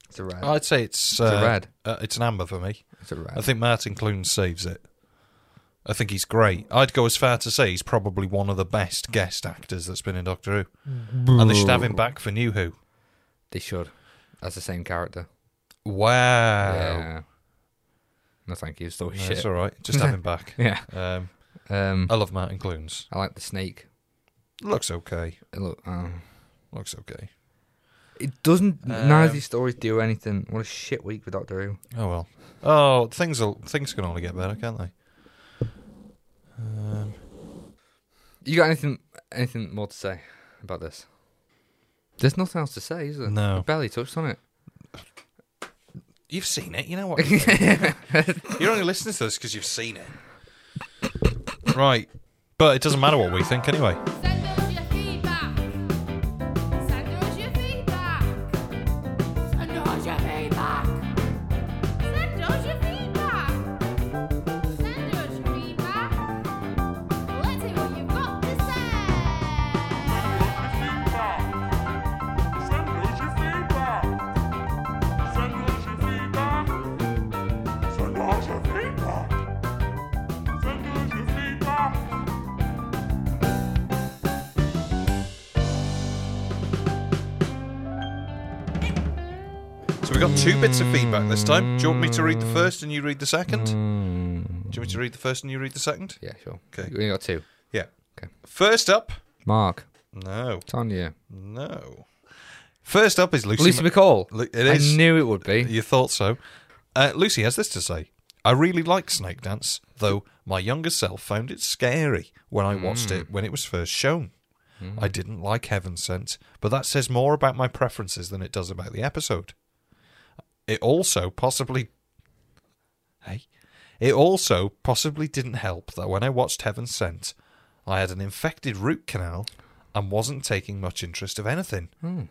[SPEAKER 2] It's a red.
[SPEAKER 1] I'd say it's uh,
[SPEAKER 2] a red.
[SPEAKER 1] Uh, it's an amber for me.
[SPEAKER 2] It's a red.
[SPEAKER 1] I think Martin Clunes saves it. I think he's great. I'd go as far to say he's probably one of the best guest actors that's been in Doctor
[SPEAKER 2] Mm-hmm.
[SPEAKER 1] Who, and they should have him back for New Who.
[SPEAKER 2] They should. That's the same character.
[SPEAKER 1] Wow, Oh.
[SPEAKER 2] Yeah. No, thank you. It's still
[SPEAKER 1] Yeah,
[SPEAKER 2] shit.
[SPEAKER 1] it's all right. Just have him back.
[SPEAKER 2] Yeah.
[SPEAKER 1] Um,
[SPEAKER 2] Um,
[SPEAKER 1] I love Martin Clunes.
[SPEAKER 2] I like the snake.
[SPEAKER 1] Looks okay.
[SPEAKER 2] It look, um,
[SPEAKER 1] Looks okay.
[SPEAKER 2] it doesn't. none of these stories do anything. What a shit week for Doctor Who.
[SPEAKER 1] Oh well. Oh, things will, things can only get better, can't they? Um,
[SPEAKER 2] You got anything? Anything more to say about this? There's nothing else to say, is there?
[SPEAKER 1] No.
[SPEAKER 2] We barely touched on it.
[SPEAKER 1] You've seen it. You know what? You're only listening to this because you've seen it. Right. But it doesn't matter what we think anyway.
[SPEAKER 6] Send us your feedback. Send us your feedback. Send us your feedback. Send us your feedback. Send us your feedback. Let's hear what you've got to say.
[SPEAKER 1] So we got two bits of feedback this time. Do you want me to read the first and you read the second? Do you want me to read the first and you read the second?
[SPEAKER 2] Yeah, sure.
[SPEAKER 1] Okay.
[SPEAKER 2] We only got two.
[SPEAKER 1] Yeah.
[SPEAKER 2] Okay.
[SPEAKER 1] First up.
[SPEAKER 2] Mark,
[SPEAKER 1] No.
[SPEAKER 2] Tanya,
[SPEAKER 1] No. First up is Lucy.
[SPEAKER 2] Lucy
[SPEAKER 1] Ma-
[SPEAKER 2] McCall.
[SPEAKER 1] Lu- it is.
[SPEAKER 2] I knew it would be.
[SPEAKER 1] You thought so. Uh, Lucy has this to say I really like Snake Dance, though my younger self found it scary when I watched it when it was first shown. I didn't like Heaven Sent, but that says more about my preferences than it does about the episode. It also possibly. Hey? It also possibly didn't help that when I watched Heaven Sent, I had an infected root canal and wasn't taking much interest of anything.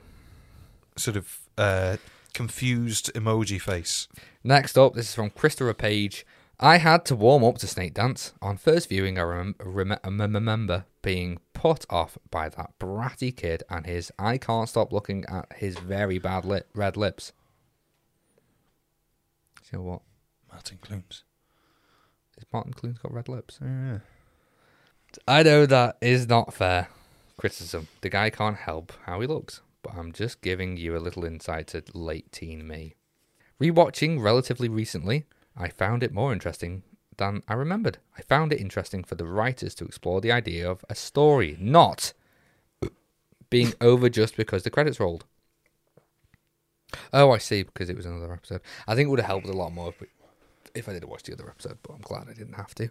[SPEAKER 1] Sort of uh, confused emoji face.
[SPEAKER 2] Next up, this is from Christopher Page. I had to warm up to Snake Dance. On first viewing, I rem- rem- rem- remember being put off by that bratty kid and his I can't stop looking at his very bad lip- red lips. So what?
[SPEAKER 1] Martin Clunes.
[SPEAKER 2] Is Martin Clunes got red lips? I know that is not fair criticism. The guy can't help how he looks, but I'm just giving you a little insight to late teen me. Rewatching relatively recently, I found it more interesting than I remembered. I found it interesting for the writers to explore the idea of a story, not being over just because the credits rolled. Oh, I see, because it was another episode. I think it would have helped a lot more if, we, if I did watch the other episode, but I'm glad I didn't have to.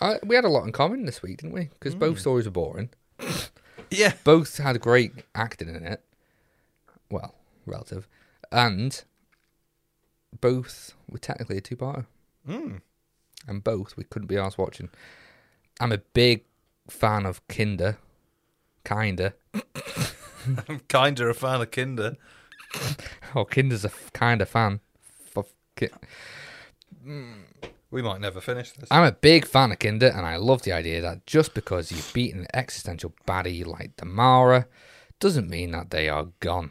[SPEAKER 2] I, we had a lot in common this week, didn't we? Because both stories were boring.
[SPEAKER 1] Yeah.
[SPEAKER 2] Both had great acting in it. Well, relative. And both were technically a two-parter. Mm. And both we couldn't be asked watching. I'm a big fan of Kinder. Kinder.
[SPEAKER 1] Kinda a fan of Kinder.
[SPEAKER 2] Oh, Kinder's a f- kind of fan. F- ki-
[SPEAKER 1] We might never finish this.
[SPEAKER 2] I'm a big fan of Kinder, and I love the idea that just because you've beaten an existential baddie like Damara doesn't mean that they are gone.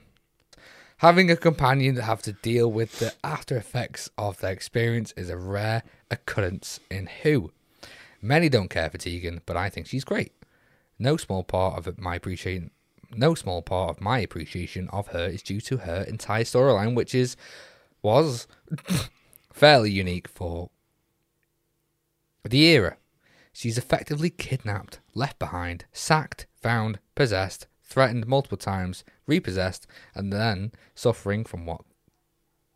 [SPEAKER 2] Having a companion that have to deal with the after effects of their experience is a rare occurrence in Who. Many don't care for Tegan, but I think she's great. No small part of my appreciation, no small part of my appreciation of her is due to her entire storyline, which is was fairly unique for the era. She's effectively kidnapped, left behind, sacked, found, possessed, threatened multiple times, repossessed, and then suffering from what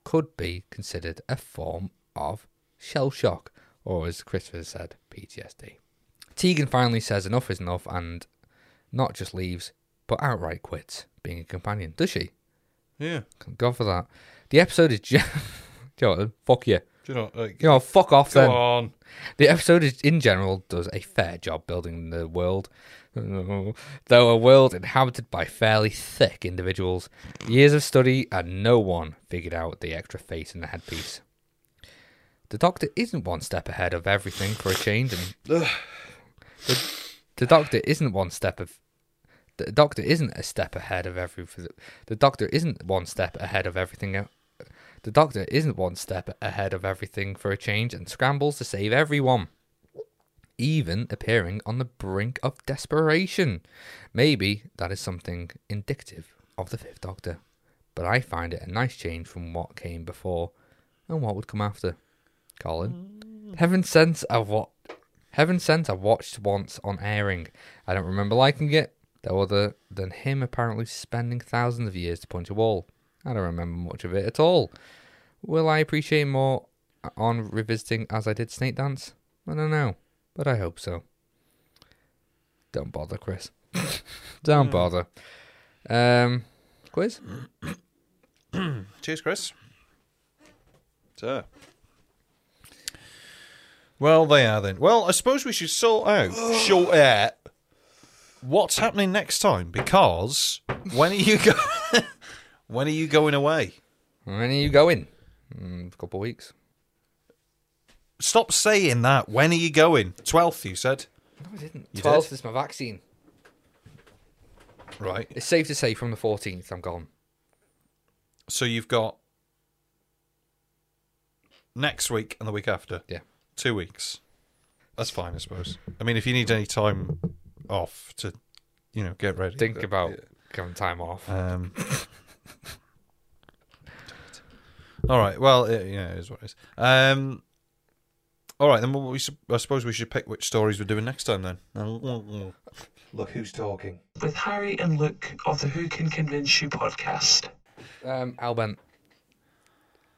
[SPEAKER 2] could be considered a form of shell shock, or as Christopher said, PTSD. Tegan finally says enough is enough and not just leaves, but outright quits being a companion, does she?
[SPEAKER 1] yeah.
[SPEAKER 2] God for that. The episode is. Ge- Jordan, fuck you.
[SPEAKER 1] Do you know? Like,
[SPEAKER 2] You know, fuck off
[SPEAKER 1] go
[SPEAKER 2] then.
[SPEAKER 1] on.
[SPEAKER 2] The episode, is, in general, does a fair job building the world, though a world inhabited by fairly thick individuals. Years of study, and no one figured out the extra face in the headpiece. The Doctor isn't one step ahead of everything for a change, and the, the Doctor isn't one step of The doctor isn't a step ahead of every. phys- The doctor isn't one step ahead of everything. e- el- The doctor isn't one step ahead of everything for a change and scrambles to save everyone, even appearing on the brink of desperation. Maybe that is something indicative of the Fifth Doctor, but I find it a nice change from what came before and what would come after. Colin, heaven sent I what? Heaven sent I watched once on airing. I don't remember liking it, though other than him apparently spending thousands of years to punch a wall. I don't remember much of it at all. Will I appreciate more on revisiting as I did Snake Dance? I don't know, but I hope so. Don't bother, Chris.
[SPEAKER 1] Hmm.
[SPEAKER 2] don't bother. Um, quiz.
[SPEAKER 1] Cheers, Chris. So. Well, they are then. Well, I suppose we should sort out, short air, what's happening next time because when are you go- when are you going away?
[SPEAKER 2] When are you going? Mm, couple of weeks.
[SPEAKER 1] Stop saying that. When are you going? Twelfth, you said.
[SPEAKER 2] No, I didn't.
[SPEAKER 1] You
[SPEAKER 2] Twelfth
[SPEAKER 1] did?
[SPEAKER 2] is my vaccine.
[SPEAKER 1] Right.
[SPEAKER 2] It's safe to say from the fourteenth, I'm gone.
[SPEAKER 1] So you've got next week and the week after.
[SPEAKER 2] Yeah.
[SPEAKER 1] Two weeks. That's fine, I suppose. I mean, if you need any time off to, you know, get ready.
[SPEAKER 2] Think about giving time off.
[SPEAKER 1] Um, all right. Well, it, you know, it is what it is. Um, all right, then. Well, we, sup- I suppose we should pick which stories we're doing next time. Then. Look who's talking.
[SPEAKER 7] with Harry and Luke of the Who Can Convince You podcast.
[SPEAKER 2] Um, Albent.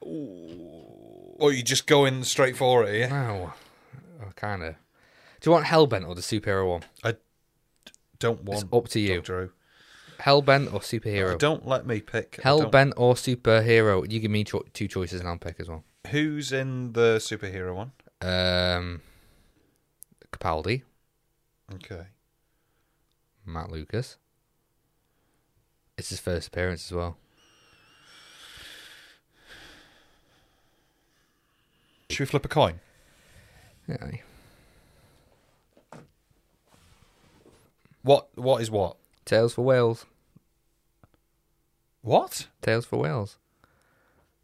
[SPEAKER 1] Or you just going straight for it? Yeah.
[SPEAKER 2] Wow. Oh, kind of. Do you want Hellbent or the superhero one?
[SPEAKER 1] Don't
[SPEAKER 2] It's
[SPEAKER 1] want
[SPEAKER 2] up to you.
[SPEAKER 1] Doctor Who.
[SPEAKER 2] Hellbent or superhero?
[SPEAKER 1] Don't let me pick. I don't-
[SPEAKER 2] Hellbent or superhero? You give me cho- two choices and I'll pick as well.
[SPEAKER 1] Who's in the superhero one?
[SPEAKER 2] Um, Capaldi,
[SPEAKER 1] Okay.
[SPEAKER 2] Matt Lucas. It's his first appearance as well.
[SPEAKER 1] Should we flip a coin?
[SPEAKER 2] Yeah.
[SPEAKER 1] What? What is what?
[SPEAKER 2] Tales for Wales.
[SPEAKER 1] What?
[SPEAKER 2] Tales for Wales.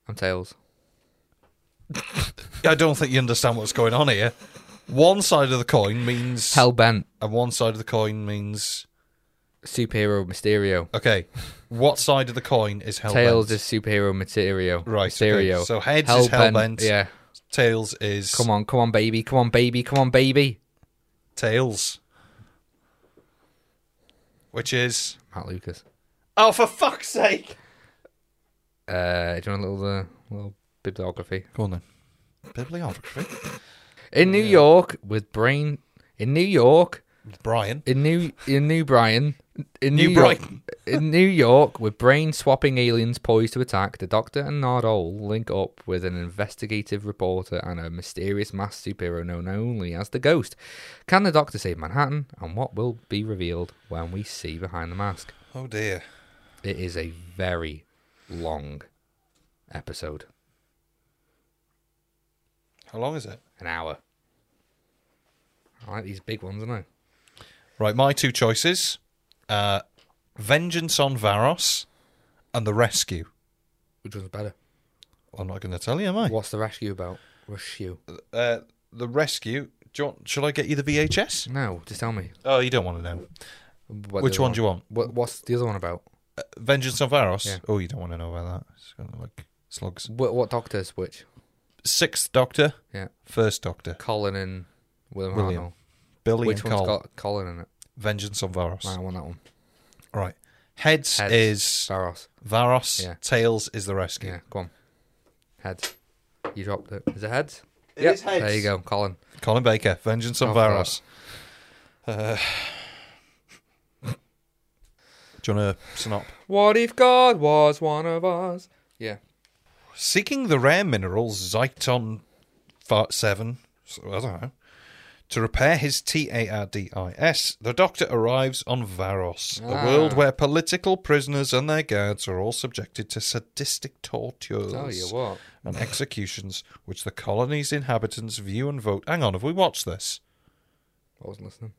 [SPEAKER 2] I'm Tails.
[SPEAKER 1] I don't think you understand what's going on here. One side of the coin means
[SPEAKER 2] Hellbent,
[SPEAKER 1] and one side of the coin means
[SPEAKER 2] superhero Mysterio.
[SPEAKER 1] okay. What side of the coin is hellbent?
[SPEAKER 2] Tails is superhero Mysterio.
[SPEAKER 1] Right, okay.
[SPEAKER 2] Mysterio.
[SPEAKER 1] So heads is Hellbent.
[SPEAKER 2] Yeah.
[SPEAKER 1] tails is
[SPEAKER 2] Come on, come on, baby. Come on, baby. Come on, baby.
[SPEAKER 1] tails, which is
[SPEAKER 2] Matt Lucas.
[SPEAKER 1] oh for fuck's sake!
[SPEAKER 2] Uh, do you want a little, uh, little bibliography?
[SPEAKER 1] Go on then. Bibliography.
[SPEAKER 2] In New York, with brain. In New York,
[SPEAKER 1] Brian.
[SPEAKER 2] in New in New Brian, in
[SPEAKER 1] New
[SPEAKER 2] New, York,
[SPEAKER 1] Brighton.
[SPEAKER 2] in New York, with brain swapping aliens poised to attack, the Doctor and Nardole link up with an investigative reporter and a mysterious masked superhero known only as the Ghost. Can the Doctor save Manhattan? And what will be revealed when we see behind the mask?
[SPEAKER 1] Oh dear.
[SPEAKER 2] It is a very long episode,
[SPEAKER 1] How long is it?
[SPEAKER 2] an hour. I like these big ones, don't I?
[SPEAKER 1] Right, my two choices: uh, Vengeance on Varos and The Rescue.
[SPEAKER 2] Which one's better?
[SPEAKER 1] I'm not going to tell you, am I?
[SPEAKER 2] What's the rescue about? Rescue?
[SPEAKER 1] Uh, the Rescue. Do you want, shall I get you the VHS?
[SPEAKER 2] No, just tell me.
[SPEAKER 1] Oh, you don't want to know.
[SPEAKER 2] what
[SPEAKER 1] Which
[SPEAKER 2] the other
[SPEAKER 1] one do you want?
[SPEAKER 2] What, what's the other one about?
[SPEAKER 1] Vengeance of Varos.
[SPEAKER 2] Yeah.
[SPEAKER 1] Oh, you don't want to know about that. It's kind of like slugs.
[SPEAKER 2] What, what doctors? Which?
[SPEAKER 1] Sixth Doctor,
[SPEAKER 2] Yeah,
[SPEAKER 1] First Doctor,
[SPEAKER 2] Colin and William,
[SPEAKER 1] William.
[SPEAKER 2] Hartnell.
[SPEAKER 1] Billy
[SPEAKER 2] Which
[SPEAKER 1] and
[SPEAKER 2] one's
[SPEAKER 1] Cole.
[SPEAKER 2] got Colin in it?
[SPEAKER 1] Vengeance on Varos.
[SPEAKER 2] Right, I want that one.
[SPEAKER 1] Right. Heads,
[SPEAKER 2] Heads.
[SPEAKER 1] is
[SPEAKER 2] Barros.
[SPEAKER 1] Varos.
[SPEAKER 2] Yeah.
[SPEAKER 1] Tails is the rescue.
[SPEAKER 2] Yeah, go on. Heads. You dropped it. Is it heads?
[SPEAKER 1] It
[SPEAKER 2] Yep.
[SPEAKER 1] is heads.
[SPEAKER 2] There you go, Colin.
[SPEAKER 1] Colin Baker. Vengeance on
[SPEAKER 2] After
[SPEAKER 1] Varos. Uh, do you want to synop?
[SPEAKER 2] What if God was one of us? Yeah.
[SPEAKER 1] Seeking the rare minerals Zyton fa- 7, so I don't know, to repair his TARDIS, the Doctor arrives on Varos, a world where political prisoners and their guards are all subjected to sadistic tortures
[SPEAKER 2] Tell you what.
[SPEAKER 1] and executions, which the colony's inhabitants view and vote. Hang on, have we watched this?
[SPEAKER 2] I wasn't listening.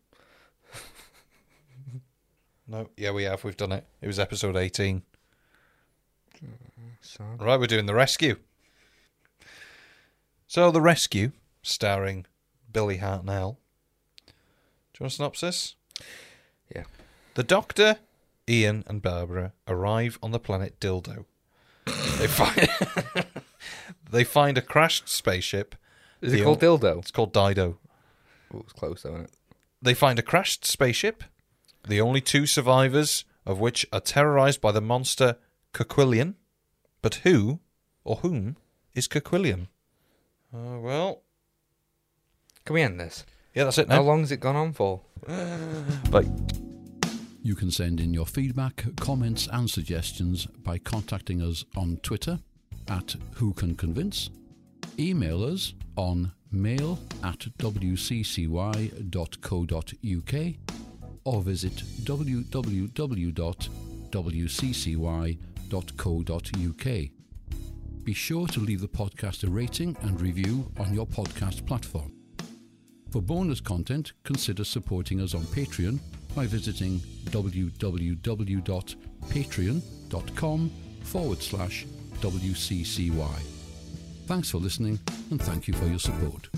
[SPEAKER 1] No. Yeah, we have. We've done it. It was episode 18.
[SPEAKER 2] Sad.
[SPEAKER 1] Right, we're doing The Rescue. So, The Rescue, starring Billy Hartnell. Do you want a synopsis?
[SPEAKER 2] Yeah.
[SPEAKER 1] The Doctor, Ian, and Barbara arrive on the planet Dildo. They find, they find a crashed spaceship.
[SPEAKER 2] Is
[SPEAKER 1] The
[SPEAKER 2] it called
[SPEAKER 1] o-
[SPEAKER 2] dildo?
[SPEAKER 1] It's called Dido.
[SPEAKER 2] Oh, it's close though, isn't it?
[SPEAKER 1] They find a crashed spaceship, the only two survivors of which are terrorized by the monster Coquillian. But who or whom is Coquillian? Uh, well,
[SPEAKER 2] Can we end this?
[SPEAKER 1] yeah, that's it
[SPEAKER 2] How
[SPEAKER 1] now.
[SPEAKER 2] long's it gone on for?
[SPEAKER 1] Like,
[SPEAKER 8] You can send in your feedback, comments, and suggestions by contacting us on Twitter at Who Can Convince, email us on mail at wccy.co.uk, or visit www.wccy.co.uk. Be sure to leave the podcast a rating and review on your podcast platform. For bonus content, consider supporting us on Patreon by visiting www.patreon.com forward slash WCCY. Thanks for listening and thank you for your support.